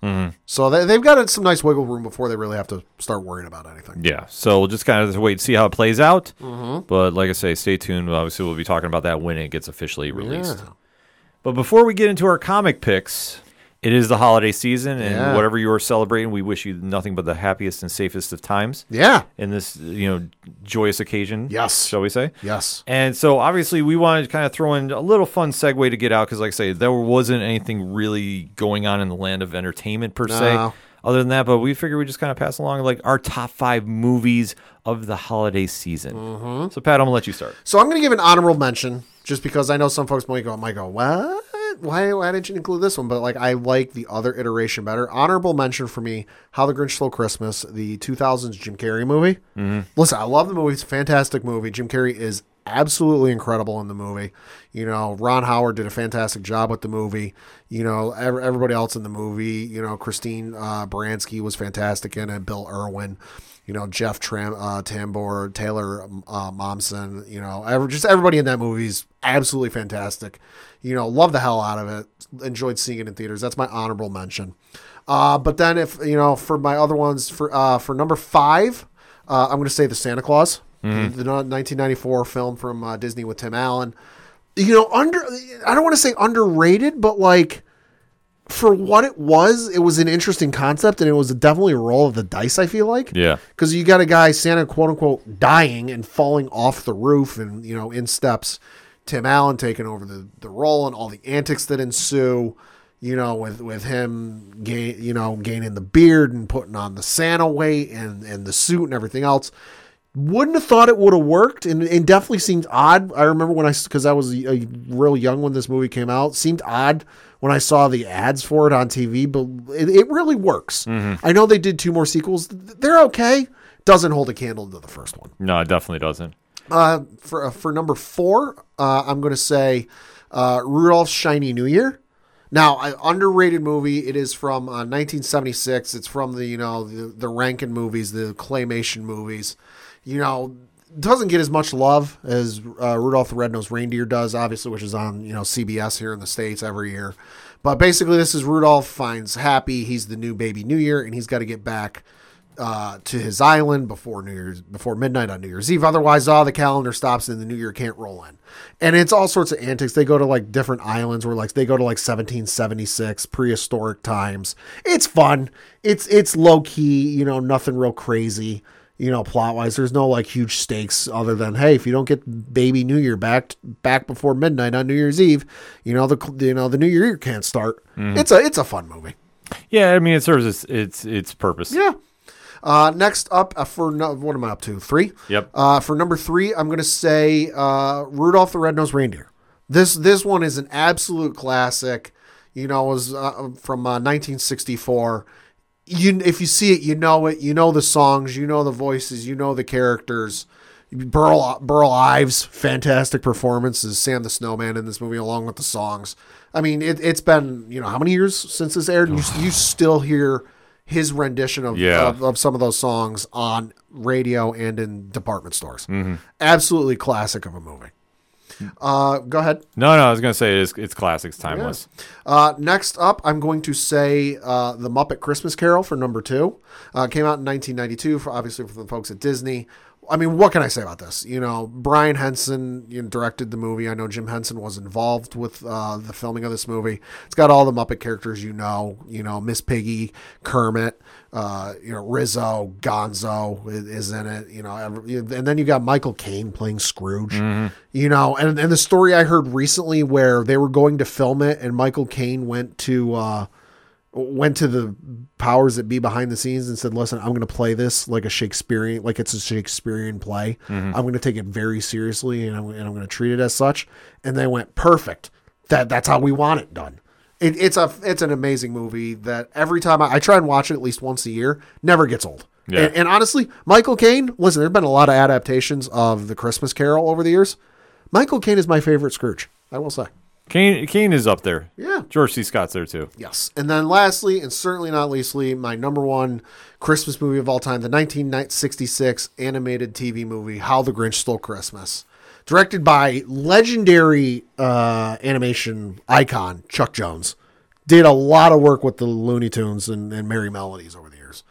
Speaker 3: So they, they've got some nice wiggle room before they really have to start worrying about anything.
Speaker 1: Yeah, so we'll just kind of wait and see how it plays out.
Speaker 3: Mm-hmm.
Speaker 1: But like I say, stay tuned. Obviously, we'll be talking about that when it gets officially released. But before we get into our comic picks, it is the holiday season, and
Speaker 3: Yeah.
Speaker 1: whatever you are celebrating, we wish you nothing but the happiest and safest of times
Speaker 3: Yeah.
Speaker 1: in this you know joyous occasion.
Speaker 3: Yes.
Speaker 1: shall we say?
Speaker 3: Yes.
Speaker 1: And so obviously we wanted to kind of throw in a little fun segue to get out because, like I say, there wasn't anything really going on in the land of entertainment per
Speaker 3: No.
Speaker 1: se. Other than that, but we figured we just kind of pass along like our top five movies of the holiday season.
Speaker 3: Mm-hmm.
Speaker 1: So Pat, I'm gonna let you start.
Speaker 3: So I'm going to give an honorable mention just because I know some folks might go, might go, what? Why, why didn't you include this one? But like, I like the other iteration better. Honorable mention for me, How the Grinch Stole Christmas, the 2000s Jim Carrey movie. Listen, I love the movie. It's a fantastic movie. Jim Carrey is absolutely incredible in the movie. You know, Ron Howard did a fantastic job with the movie. You know, ev- everybody else in the movie, you know, Christine uh, Baranski was fantastic in it, Bill Irwin you know Jeff Tram, uh, Tambor, Taylor um, uh, Momsen, you know, ever, just everybody in that movie is absolutely fantastic. You know, love the hell out of it. Enjoyed seeing it in theaters. That's my honorable mention. Uh, but then if you know for my other ones for uh, for number five, uh, I'm going to say the Santa Claus, the, the 1994 film from uh, Disney with Tim Allen. You know, under I don't want to say underrated, but like for what it was, it was an interesting concept, and it was definitely a roll of the dice. I feel like,
Speaker 1: Yeah.
Speaker 3: because you got a guy Santa quote unquote dying and falling off the roof, and you know in steps Tim Allen taking over the the role and all the antics that ensue. You know, with with him, gain, you know, gaining the beard and putting on the Santa weight and and the suit and everything else. Wouldn't have thought it would have worked, and it definitely seemed odd. I remember when I, because I was a, a real young when this movie came out, seemed odd when I saw the ads for it on TV, but it, it really works. I know they did two more sequels; they're okay. Doesn't hold a candle to the first one.
Speaker 1: No, it definitely doesn't.
Speaker 3: Uh, for uh, for number four, uh, I'm going to say uh, Rudolph's Shiny New Year. Now, an underrated movie. It is from uh, 1976. It's from the you know the, the Rankin movies, the claymation movies. You know, doesn't get as much love as uh, Rudolph the Red-Nosed Reindeer does, obviously, which is on you know CBS here in the states every year. But basically, this is Rudolph finds Happy. He's the new baby New Year, and he's got to get back uh, to his island before New Year's before midnight on New Year's Eve. Otherwise, all the calendar stops and the New Year can't roll in. And it's all sorts of antics. They go to like different islands where like they go to like 1776 prehistoric times. It's fun. It's it's low key. You know, nothing real crazy. You know, plot wise, there's no like huge stakes other than hey, if you don't get baby New Year back back before midnight on New Year's Eve, you know the you know the New Year can't start. It's a it's a fun movie.
Speaker 1: Yeah, I mean it serves its its, its purpose.
Speaker 3: Yeah. Uh, next up uh, for no, what am I up to? Three.
Speaker 1: Yep.
Speaker 3: Uh, for number three, I'm going to say uh, Rudolph the Red-Nosed Reindeer. This this one is an absolute classic. You know, it was uh, from uh, 1964. You if you see it, you know it. You know the songs, you know the voices, you know the characters. Burl Burl Ives, fantastic performance as Sam the Snowman in this movie, along with the songs. I mean, it, it's been you know how many years since this aired? And you, you still hear his rendition of,
Speaker 1: Yeah.
Speaker 3: of of some of those songs on radio and in department stores. Absolutely classic of a movie. Uh, go ahead.
Speaker 1: No, no, I was gonna say it's it's classics, timeless.
Speaker 3: Uh, next up, I'm going to say uh, The Muppet Christmas Carol for number two. Uh, came out in 1992, for obviously for the folks at Disney. I mean, what can I say about this? You know, Brian Henson you know, directed the movie. I know Jim Henson was involved with uh, the filming of this movie. It's got all the Muppet characters you know. You know, Miss Piggy, Kermit, uh, you know, Rizzo, Gonzo i- is in it. You know, every- and then you got Michael Caine playing Scrooge. You know, and and the story I heard recently where they were going to film it, and Michael Caine went to. Uh, went to the powers that be behind the scenes and said, "Listen, I'm going to play this like a Shakespearean, like it's a Shakespearean play. I'm going to take it very seriously, and I'm, and I'm going to treat it as such." And they went, "Perfect. That that's how we want it done." It, it's a it's an amazing movie that every time I, I try and watch it at least once a year, never gets old.
Speaker 1: Yeah.
Speaker 3: And, and honestly, Michael Caine. Listen, there've been a lot of adaptations of the Christmas Carol over the years. Michael Caine is my favorite Scrooge. I will say.
Speaker 1: Kane Kane is up there.
Speaker 3: Yeah.
Speaker 1: George C. Scott's there too.
Speaker 3: Yes. And then lastly, and certainly not leastly, my number one Christmas movie of all time, the 1966 animated TV movie, How the Grinch Stole Christmas, directed by legendary uh, animation icon Chuck Jones. Did a lot of work with the Looney Tunes and, and Merry Melodies over the years.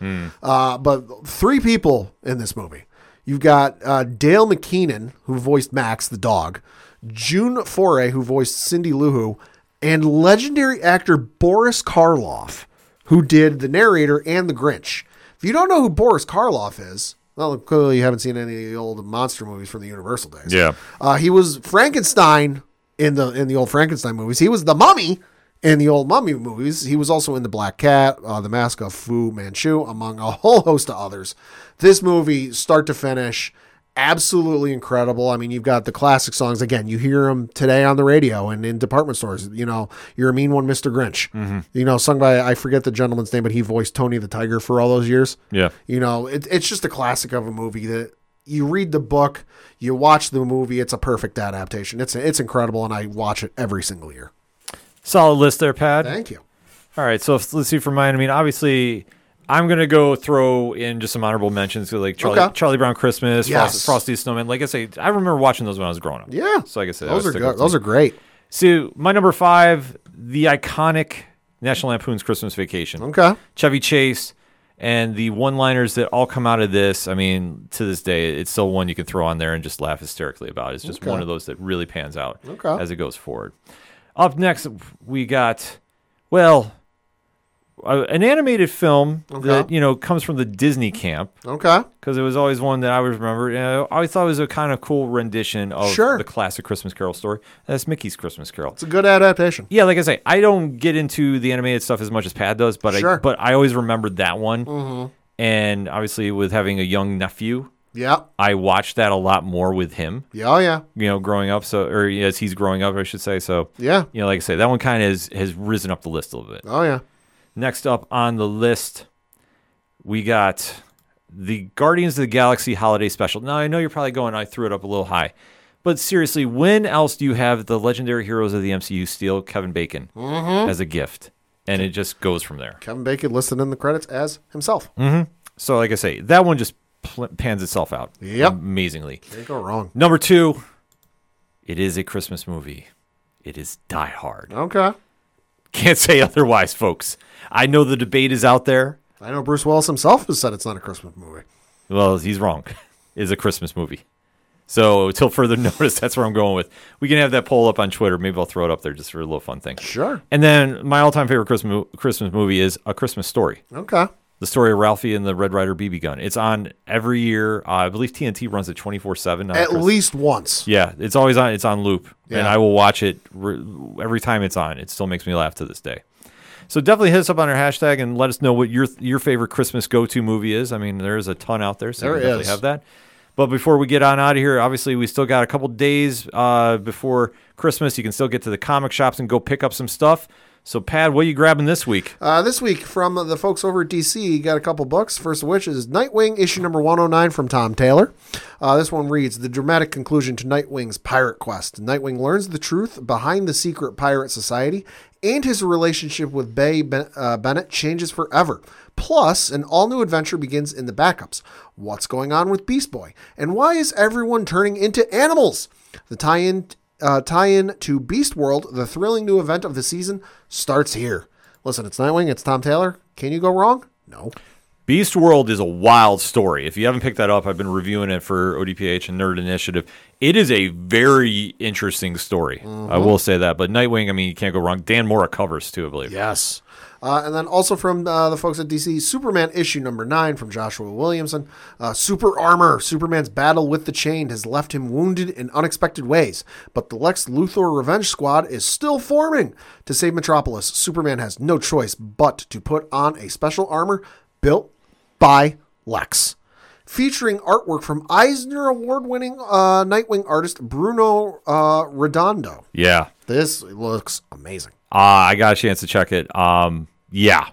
Speaker 3: Uh, but three people in this movie. You've got uh, Dale McKeenan, who voiced Max the dog, June Foray, who voiced Cindy Lou Who, and legendary actor Boris Karloff, who did the narrator and the Grinch. If you don't know who Boris Karloff is, well, clearly you haven't seen any of the old monster movies from the Universal days.
Speaker 1: Yeah.
Speaker 3: Uh, he was Frankenstein in the in the old Frankenstein movies. He was the Mummy in the old Mummy movies. He was also in the Black Cat, uh, the Mask of Fu Manchu, among a whole host of others. This movie, start to finish, absolutely incredible. I mean, you've got the classic songs again. You hear them today on the radio and in department stores. You know, you're a mean one, Mister Grinch. You know, sung by I forget the gentleman's name, but he voiced Tony the Tiger for all those years.
Speaker 1: Yeah.
Speaker 3: You know, it, it's just a classic of a movie that you read the book, you watch the movie. It's a perfect adaptation. It's it's incredible, and I watch it every single year.
Speaker 1: Solid list there, Pad.
Speaker 3: Thank you.
Speaker 1: All right, so if, let's see for mine. I mean, obviously, I'm gonna go throw in just some honorable mentions so like Charlie
Speaker 3: Okay.
Speaker 1: Charlie Brown Christmas,
Speaker 3: Yes.
Speaker 1: Frost, Frosty the Snowman. Like I say, I remember watching those when I was growing up.
Speaker 3: Yeah.
Speaker 1: So like I said, I
Speaker 3: those
Speaker 1: would
Speaker 3: are
Speaker 1: stick with
Speaker 3: good. Those
Speaker 1: them.
Speaker 3: are great.
Speaker 1: So my number five, the iconic National Lampoon's Christmas Vacation.
Speaker 3: Okay.
Speaker 1: Chevy Chase and the one-liners that all come out of this. I mean, to this day, it's still one you can throw on there and just laugh hysterically about. It's just
Speaker 3: Okay.
Speaker 1: one of those that really pans out
Speaker 3: Okay.
Speaker 1: as it goes forward. Up next, we got well, uh, an animated film that
Speaker 3: Okay.
Speaker 1: you know comes from the Disney camp
Speaker 3: Okay.
Speaker 1: because it was always one that I always remember. You know, I always thought it was a kind of cool rendition of
Speaker 3: Sure.
Speaker 1: the classic Christmas Carol story. That's Mickey's Christmas Carol.
Speaker 3: It's a good adaptation.
Speaker 1: Yeah, like I say, I don't get into the animated stuff as much as Pad does, but I
Speaker 3: Sure.
Speaker 1: but I always remembered that one. And obviously, with having a young nephew,
Speaker 3: Yeah.
Speaker 1: I watched that a lot more with him,
Speaker 3: Yeah. Oh, yeah.
Speaker 1: you know, growing up. So, or as he's growing up, I should say. So,
Speaker 3: Yeah.
Speaker 1: you know, like I say, that one kind of has, has risen up the list a little bit.
Speaker 3: Oh, yeah.
Speaker 1: Next up on the list, we got the Guardians of the Galaxy Holiday Special. Now, I know you're probably going, I threw it up a little high. But seriously, when else do you have the legendary heroes of the MCU steal Kevin Bacon as a gift? And it just goes from there.
Speaker 3: Kevin Bacon listed in the credits as himself.
Speaker 1: So, like I say, that one just pl- pans itself out
Speaker 3: Yep.
Speaker 1: amazingly.
Speaker 3: Can't go wrong.
Speaker 1: Number two, it is a Christmas movie. It is Die Hard.
Speaker 3: Okay.
Speaker 1: Can't say otherwise, folks. I know the debate is out there.
Speaker 3: I know Bruce Willis himself has said it's not a Christmas movie.
Speaker 1: Well, he's wrong. It's a Christmas movie. So, till further notice, that's where I'm going with. We can have that poll up on Twitter. Maybe I'll throw it up there just for a little fun thing.
Speaker 3: Sure.
Speaker 1: And then my all-time favorite Christmas Christmas movie is A Christmas Story.
Speaker 3: Okay.
Speaker 1: The story of Ralphie and the Red Rider BB gun. It's on every year. Uh, I believe TNT runs it 24/7. on
Speaker 3: At
Speaker 1: Christmas.
Speaker 3: least once.
Speaker 1: Yeah, it's always on. It's on loop, and
Speaker 3: Yeah.
Speaker 1: I will watch it re- every time it's on. It still makes me laugh to this day. So definitely hit us up on our hashtag and let us know what your your favorite Christmas go to movie is. I mean, there is a ton out there, so you
Speaker 3: There
Speaker 1: can definitely
Speaker 3: is.
Speaker 1: have that. But before we get on out of here, obviously we still got a couple days uh, before Christmas. You can still get to the comic shops and go pick up some stuff. So, Pad, what are you grabbing this week?
Speaker 3: Uh, this week from the folks over at DC, got a couple books. First of which is Nightwing issue number 109 from Tom Taylor. Uh, this one reads The dramatic conclusion to Nightwing's pirate quest. Nightwing learns the truth behind the secret pirate society, and his relationship with Bay ben- uh, Bennett changes forever. Plus, an all new adventure begins in the backups. What's going on with Beast Boy? And why is everyone turning into animals? The tie in. Uh, tie in to Beast World, the thrilling new event of the season starts here. Listen, it's Nightwing. It's Tom Taylor. Can you go wrong? No.
Speaker 1: Beast World is a wild story. If you haven't picked that up, I've been reviewing it for ODPH and Nerd Initiative. It is a very interesting story. I will say that. But Nightwing, I mean, you can't go wrong. Dan Mora covers too, I believe.
Speaker 3: Yes. Uh, and then also from uh, the folks at DC, Superman issue number nine from Joshua Williamson. Uh, super armor. Superman's battle with the chain has left him wounded in unexpected ways, but the Lex Luthor Revenge Squad is still forming. To save Metropolis, Superman has no choice but to put on a special armor built by Lex. featuring artwork from Eisner Award winning uh, Nightwing artist Bruno uh, Redondo.
Speaker 1: Yeah.
Speaker 3: This looks amazing.
Speaker 1: Uh, I got a chance to check it. Um, yeah.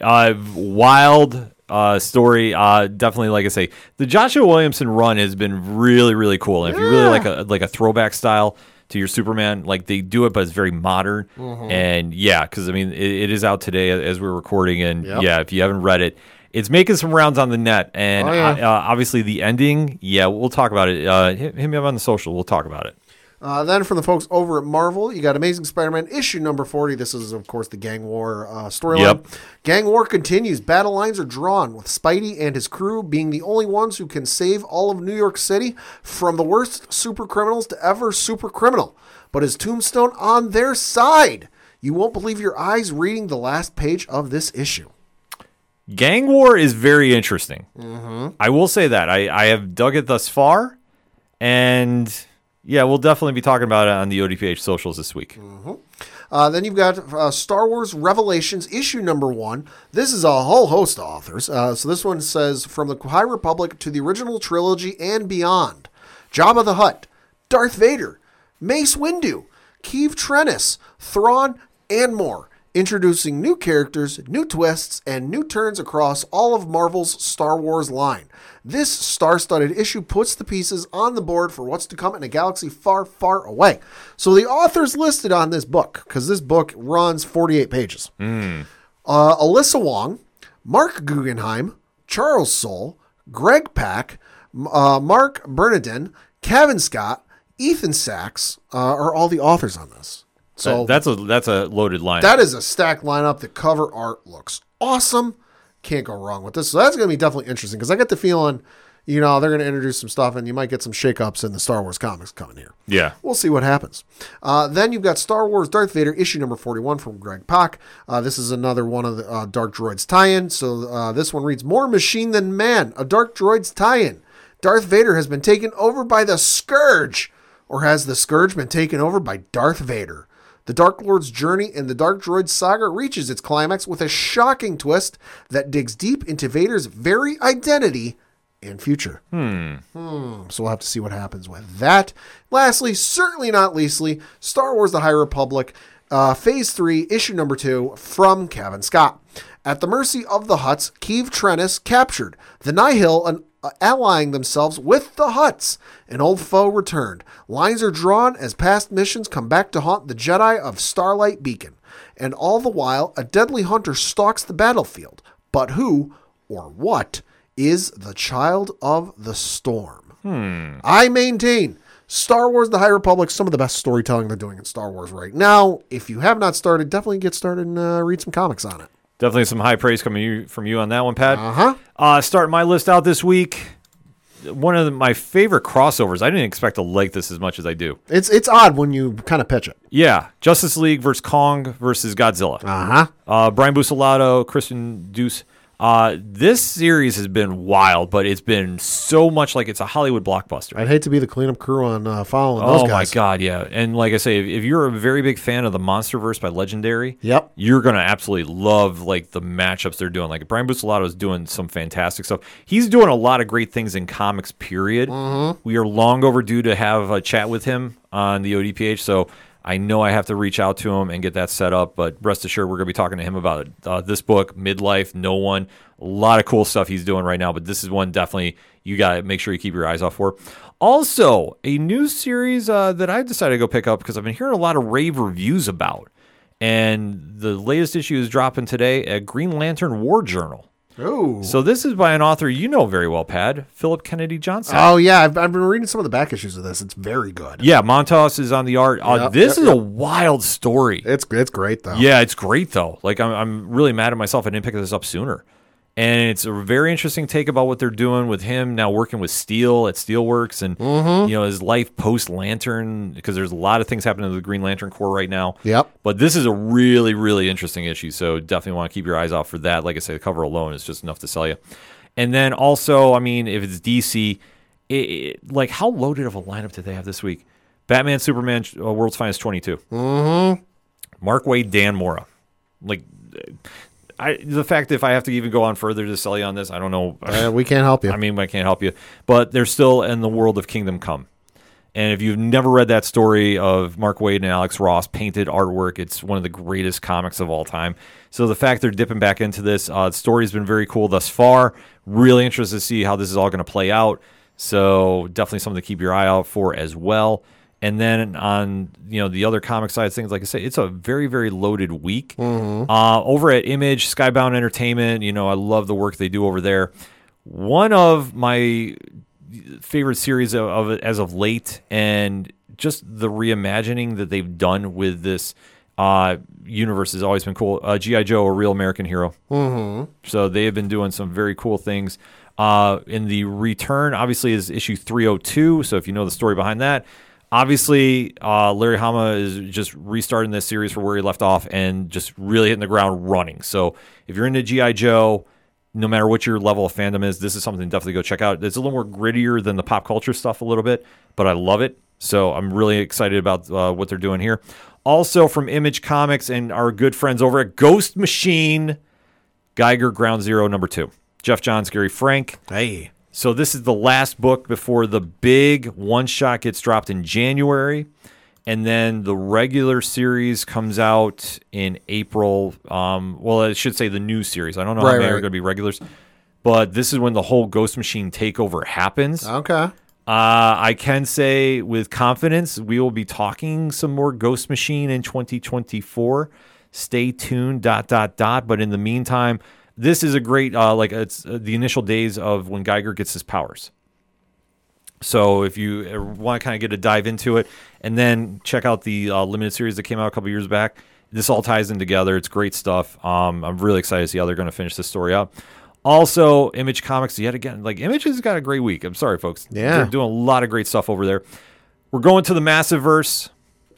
Speaker 1: Uh, wild uh, story. Uh, definitely, like I say, the Joshua Williamson run has been really, really cool. And if you really like a like a throwback style to your Superman, like they do it, but it's very modern.
Speaker 3: Mm-hmm.
Speaker 1: And yeah, because I mean, it, it is out today as we're recording. And yeah, if you haven't read it, it's making some rounds on the net. And
Speaker 3: Oh, yeah.
Speaker 1: uh, uh, obviously, the ending. Yeah, we'll talk about it. Uh, hit, hit me up on the social. We'll talk about it.
Speaker 3: Uh, then from the folks over at Marvel, you got Amazing Spider-Man issue number 40. This is, of course, the Gang War uh, storyline.
Speaker 1: Yep.
Speaker 3: Gang War continues. Battle lines are drawn, with Spidey and his crew being the only ones who can save all of New York City from the worst super criminals to ever super criminal. But his tombstone on their side. You won't believe your eyes reading the last page of this issue.
Speaker 1: Gang War is very interesting.
Speaker 3: Mm-hmm.
Speaker 1: I will say that I, I have dug it thus far, and yeah, we'll definitely be talking about it on the ODPH socials this week.
Speaker 3: Mm-hmm. Uh, then you've got uh, Star Wars Revelations issue number one. This is a whole host of authors. Uh, so this one says from the High Republic to the original trilogy and beyond. Jabba the Hutt, Darth Vader, Mace Windu, Keeve Trennis, Thrawn, and more. Introducing new characters, new twists, and new turns across all of Marvel's Star Wars line. This star studded issue puts the pieces on the board for what's to come in a galaxy far, far away. So the author's listed on this book because this book runs 48 pages. Uh, Alyssa Wong, Mark Guggenheim, Charles Soule, Greg Pack, m- uh, Mark Bernardin, Kevin Scott, Ethan Sachs uh, are all the authors on this. So
Speaker 1: That- that's a that's a loaded line.
Speaker 3: that is a stacked lineup. The cover art looks awesome. Can't go wrong with this. So that's going to be definitely interesting because I get the feeling, you know, they're going to introduce some stuff and you might get some shakeups in the Star Wars comics coming here.
Speaker 1: yeah,
Speaker 3: We'll see what happens. Uh, then you've got Star Wars Darth Vader issue number 41 from Greg Pak. Uh, this is another one of the uh, Dark Droids tie in. So uh, this one reads More Machine Than Man, a Dark Droids tie in. Darth Vader has been taken over by the Scourge. Or has the Scourge been taken over by Darth Vader? The Dark Lord's journey in the Dark Droid saga reaches its climax with a shocking twist that digs deep into Vader's very identity and future. Hmm. So we'll have to see what happens with that. Lastly, certainly not leastly, Star Wars The High Republic, uh, Phase 3, Issue Number 2, from Kevin Scott. At the mercy of the Huts, Keeve Trennis captured. The Nihil, an uh, allying themselves with the Huts. An old foe returned. Lines are drawn as past missions come back to haunt the Jedi of Starlight Beacon. And all the while, a deadly hunter stalks the battlefield. But who, or what, is the child of the storm? I maintain Star Wars The High Republic, some of the best storytelling they're doing in Star Wars right now. If you have not started, definitely get started and uh, read some comics on it.
Speaker 1: Definitely some high praise coming you, from you on that one, Pat.
Speaker 3: Uh-huh.
Speaker 1: Uh, starting my list out this week. One of the, my favorite crossovers. I didn't expect to like this as much as I do.
Speaker 3: It's it's odd when you kind of pitch it.
Speaker 1: Yeah, Justice League versus Kong versus Godzilla.
Speaker 3: Uh-huh.
Speaker 1: Uh, Brian Busolato, Kristen Deuce. Uh, this series has been wild, but it's been so much like it's a Hollywood blockbuster.
Speaker 3: I'd hate to be the cleanup crew on uh, following
Speaker 1: Oh
Speaker 3: those
Speaker 1: my
Speaker 3: guys.
Speaker 1: god, yeah. And like I say, if, if you're a very big fan of the MonsterVerse by Legendary,
Speaker 3: Yep.
Speaker 1: you're gonna absolutely love like the matchups they're doing. Like Brian Busolato is doing some fantastic stuff. He's doing a lot of great things in comics. Period. We are long overdue to have a chat with him on the ODPH. So. I know I have to reach out to him and get that set up, but rest assured, we're going to be talking to him about it. Uh, this book, Midlife, No One, a lot of cool stuff he's doing right now, but this is one definitely you got to make sure you keep your eyes off for. Also, a new series uh, that I decided to go pick up because I've been hearing a lot of rave reviews about. And the latest issue is dropping today at Green Lantern War Journal.
Speaker 3: Ooh.
Speaker 1: So this is by an author you know very well, Pad, Philip Kennedy Johnson.
Speaker 3: Oh yeah, I've, I've been reading some of the back issues of this. It's very good.
Speaker 1: yeah, Montas is on the art. Uh,
Speaker 3: Yep,
Speaker 1: this
Speaker 3: yep,
Speaker 1: is
Speaker 3: yep.
Speaker 1: a wild story.
Speaker 3: It's it's great though.
Speaker 1: Yeah, it's great though. Like I'm, I'm really mad at myself I didn't pick this up sooner. And it's a very interesting take about what they're doing with him now working with Steel at Steelworks and you know his life post Lantern because there's a lot of things happening to the Green Lantern Corps right now.
Speaker 3: Yep.
Speaker 1: But this is a really really interesting issue, so definitely want to keep your eyes out for that. Like I say, the cover alone is just enough to sell you. And then also, I mean, if it's DC, it, it, like how loaded of a lineup did they have this week? Batman, Superman, uh, World's Finest 22. Mark Wade, Dan Mora. Like, I the fact that if I have to even go on further to sell you on this, I don't know.
Speaker 3: Uh, we can't help you.
Speaker 1: I mean, I can't help you, but they're still in the world of Kingdom Come. And if you've never read that story of Mark Wade and Alex Ross painted artwork, it's one of the greatest comics of all time. So the fact they're dipping back into this uh, the story's been very cool thus far. Really interested to see how this is all going to play out. So definitely something to keep your eye out for as well. And then on you know the other comic side of things, like I say, it's a very very loaded week. Uh, over at Image, Skybound Entertainment, you know I love the work they do over there. One of my favorite series of, of as of late, and just the reimagining that they've done with this uh, universe has always been cool. Uh, GI Joe, a real American hero. So they have been doing some very cool things. Uh, in the return, obviously, is issue 302. So if you know the story behind that, obviously, uh, Larry Hama is just restarting this series for where he left off and just really hitting the ground running. So if you're into G.I. Joe, no matter what your level of fandom is, this is something to definitely go check out. It's a little more grittier than the pop culture stuff a little bit, but I love it. So I'm really excited about uh, what they're doing here. Also from Image Comics and our good friends over at Ghost Machine. Geiger Ground Zero number two. Jeff Johns, Gary Frank.
Speaker 3: Hey.
Speaker 1: So this is the last book before the big one shot gets dropped in January. And then the regular series comes out in April. Um, well, I should say the new series. I don't know how
Speaker 3: Right,
Speaker 1: many
Speaker 3: right,
Speaker 1: are
Speaker 3: right.
Speaker 1: going to be regulars, but this is when the whole Ghost Machine takeover happens.
Speaker 3: Okay.
Speaker 1: Uh, I can say with confidence we will be talking some more Ghost Machine in 2024. Stay tuned. Dot dot dot. But in the meantime, this is a great uh, like it's uh, the initial days of when Geiger gets his powers. So if you want to kind of get a dive into it, and then check out the uh, limited series that came out a couple years back. This all ties in together. It's great stuff. Um, I'm really excited to see how they're going to finish this story up. Also, Image Comics yet again. Like Image has got a great week. I'm sorry, folks.
Speaker 3: Yeah.
Speaker 1: they're doing a lot of great stuff over there. We're going to the Massive Verse,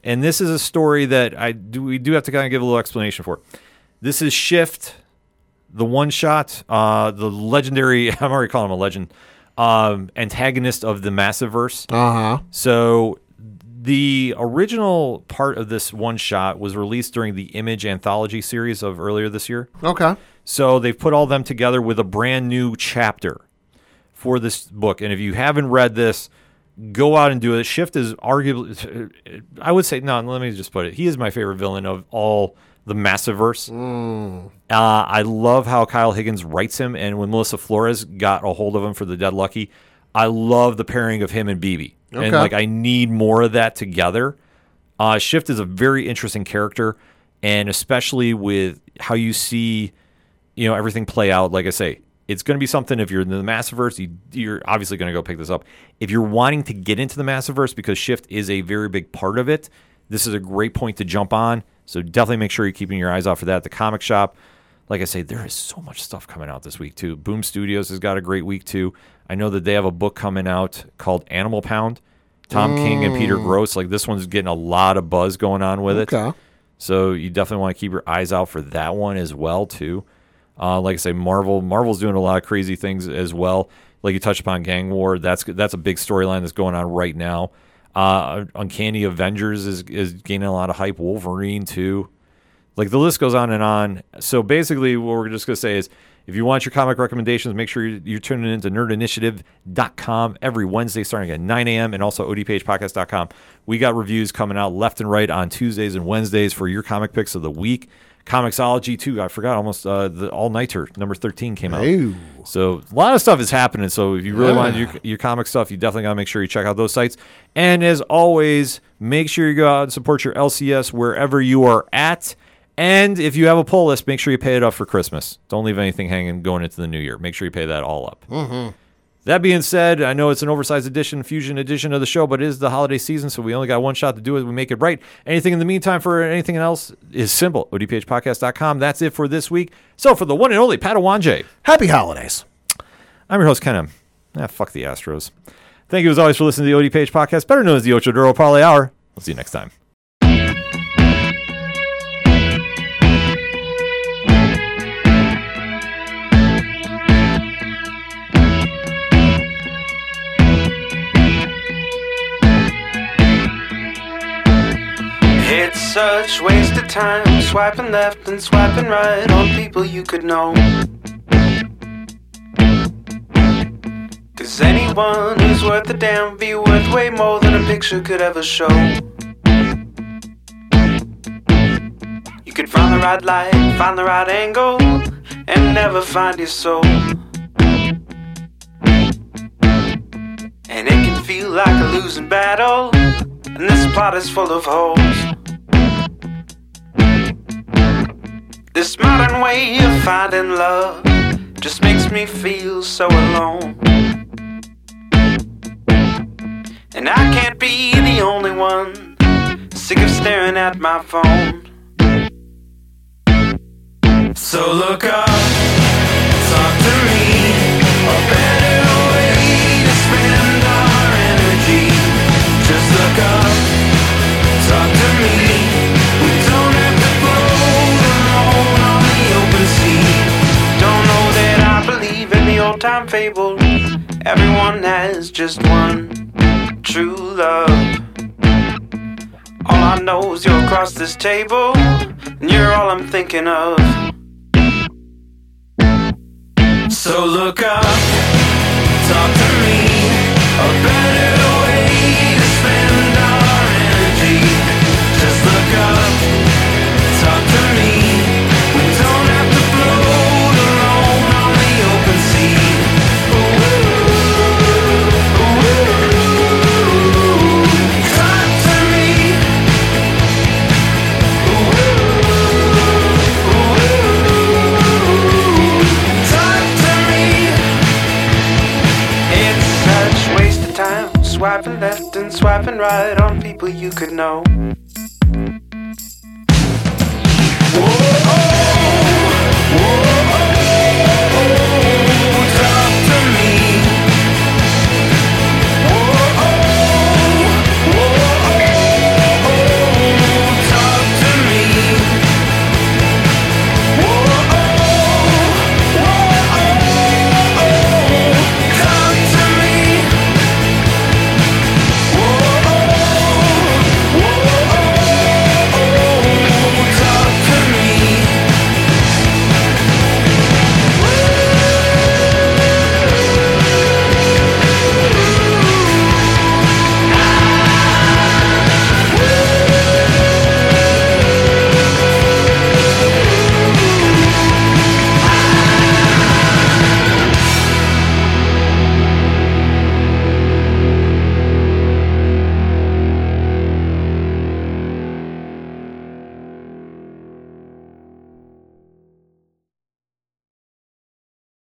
Speaker 1: and this is a story that I do. We do have to kind of give a little explanation for. This is Shift, the one shot, uh, the legendary. I'm already calling him a legend. Um, antagonist of the Massive Verse.
Speaker 3: Uh huh.
Speaker 1: So the original part of this one shot was released during the Image anthology series of earlier this year.
Speaker 3: Okay.
Speaker 1: So they've put all them together with a brand new chapter for this book. And if you haven't read this, go out and do it. Shift is arguably, I would say, no, let me just put it. He is my favorite villain of all the Massiverse. Uh, I love how Kyle Higgins writes him. And when Melissa Flores got a hold of him for the Dead Lucky, I love the pairing of him and BB. And
Speaker 3: Okay.
Speaker 1: like, I need more of that together. Uh, Shift is a very interesting character, and especially with how you see, you know, everything play out. Like I say, it's going to be something. If you're in the Massiverse, you, you're obviously going to go pick this up. If you're wanting to get into the Massiverse because Shift is a very big part of it, this is a great point to jump on. So definitely make sure you're keeping your eyes out for that at the comic shop. Like I say, there is so much stuff coming out this week too. Boom Studios has got a great week too. I know that they have a book coming out called Animal Pound. Tom King and Peter Gross. Like this one's getting a lot of buzz going on with it.
Speaker 3: Okay.
Speaker 1: So you definitely want to keep your eyes out for that one as well too. Uh, like I say, Marvel. Marvel's doing a lot of crazy things as well. Like you touched upon Gang War. That's that's a big storyline that's going on right now. Uh, Uncanny Avengers is is gaining a lot of hype. Wolverine too. Like the list goes on and on. So basically, what we're just going to say is if you want your comic recommendations, make sure you're, you're tuning into nerdinitiative.com every Wednesday starting at 9 a.m. and also odpagepodcast.com. We got reviews coming out left and right on Tuesdays and Wednesdays for your comic picks of the week. Comixology, too. I forgot almost uh, the All Nighter number 13 came out.
Speaker 3: Ooh.
Speaker 1: So a lot of stuff is happening. So if you really want your, your comic stuff, you definitely got to make sure you check out those sites. And as always, make sure you go out and support your LCS wherever you are at. And if you have a pull list, make sure you pay it up for Christmas. Don't leave anything hanging going into the new year. Make sure you pay that all up. That being said, I know it's an oversized edition, fusion edition of the show, but it is the holiday season, so we only got one shot to do it. We make it right. Anything in the meantime for anything else is simple. odphpodcast.com. That's it for this week. So for the one and only Padawan J.
Speaker 3: Happy holidays.
Speaker 1: I'm your host, Ken M. Ah, fuck the Astros. Thank you as always for listening to the OD Page podcast, better known as the Ocho Duro Parlay Hour. We'll see you next time.
Speaker 2: It's such waste of time swiping left and swiping right on people you could know. Cause anyone who's worth a damn be worth way more than a picture could ever show. You could find the right light, find the right angle, and never find your soul. And it can feel like a losing battle, and this plot is full of holes. This modern way of finding love just makes me feel so alone. And I can't be the only one sick of staring at my phone. So look up, talk to me. A better way to spend our energy. Just look up, talk to me. We don't have to float alone on the open sea. Don't know that I believe in the old time fable. Everyone has just one true love. All I know is you're across this table, and you're all I'm thinking of. So look up, talk to me. A better way to spend our energy. Just look up, talk to me. We don't have to float alone on the open sea. Ooh, ooh, talk to me. Talk to me. It's such waste of time swiping left and swiping right on people you could know.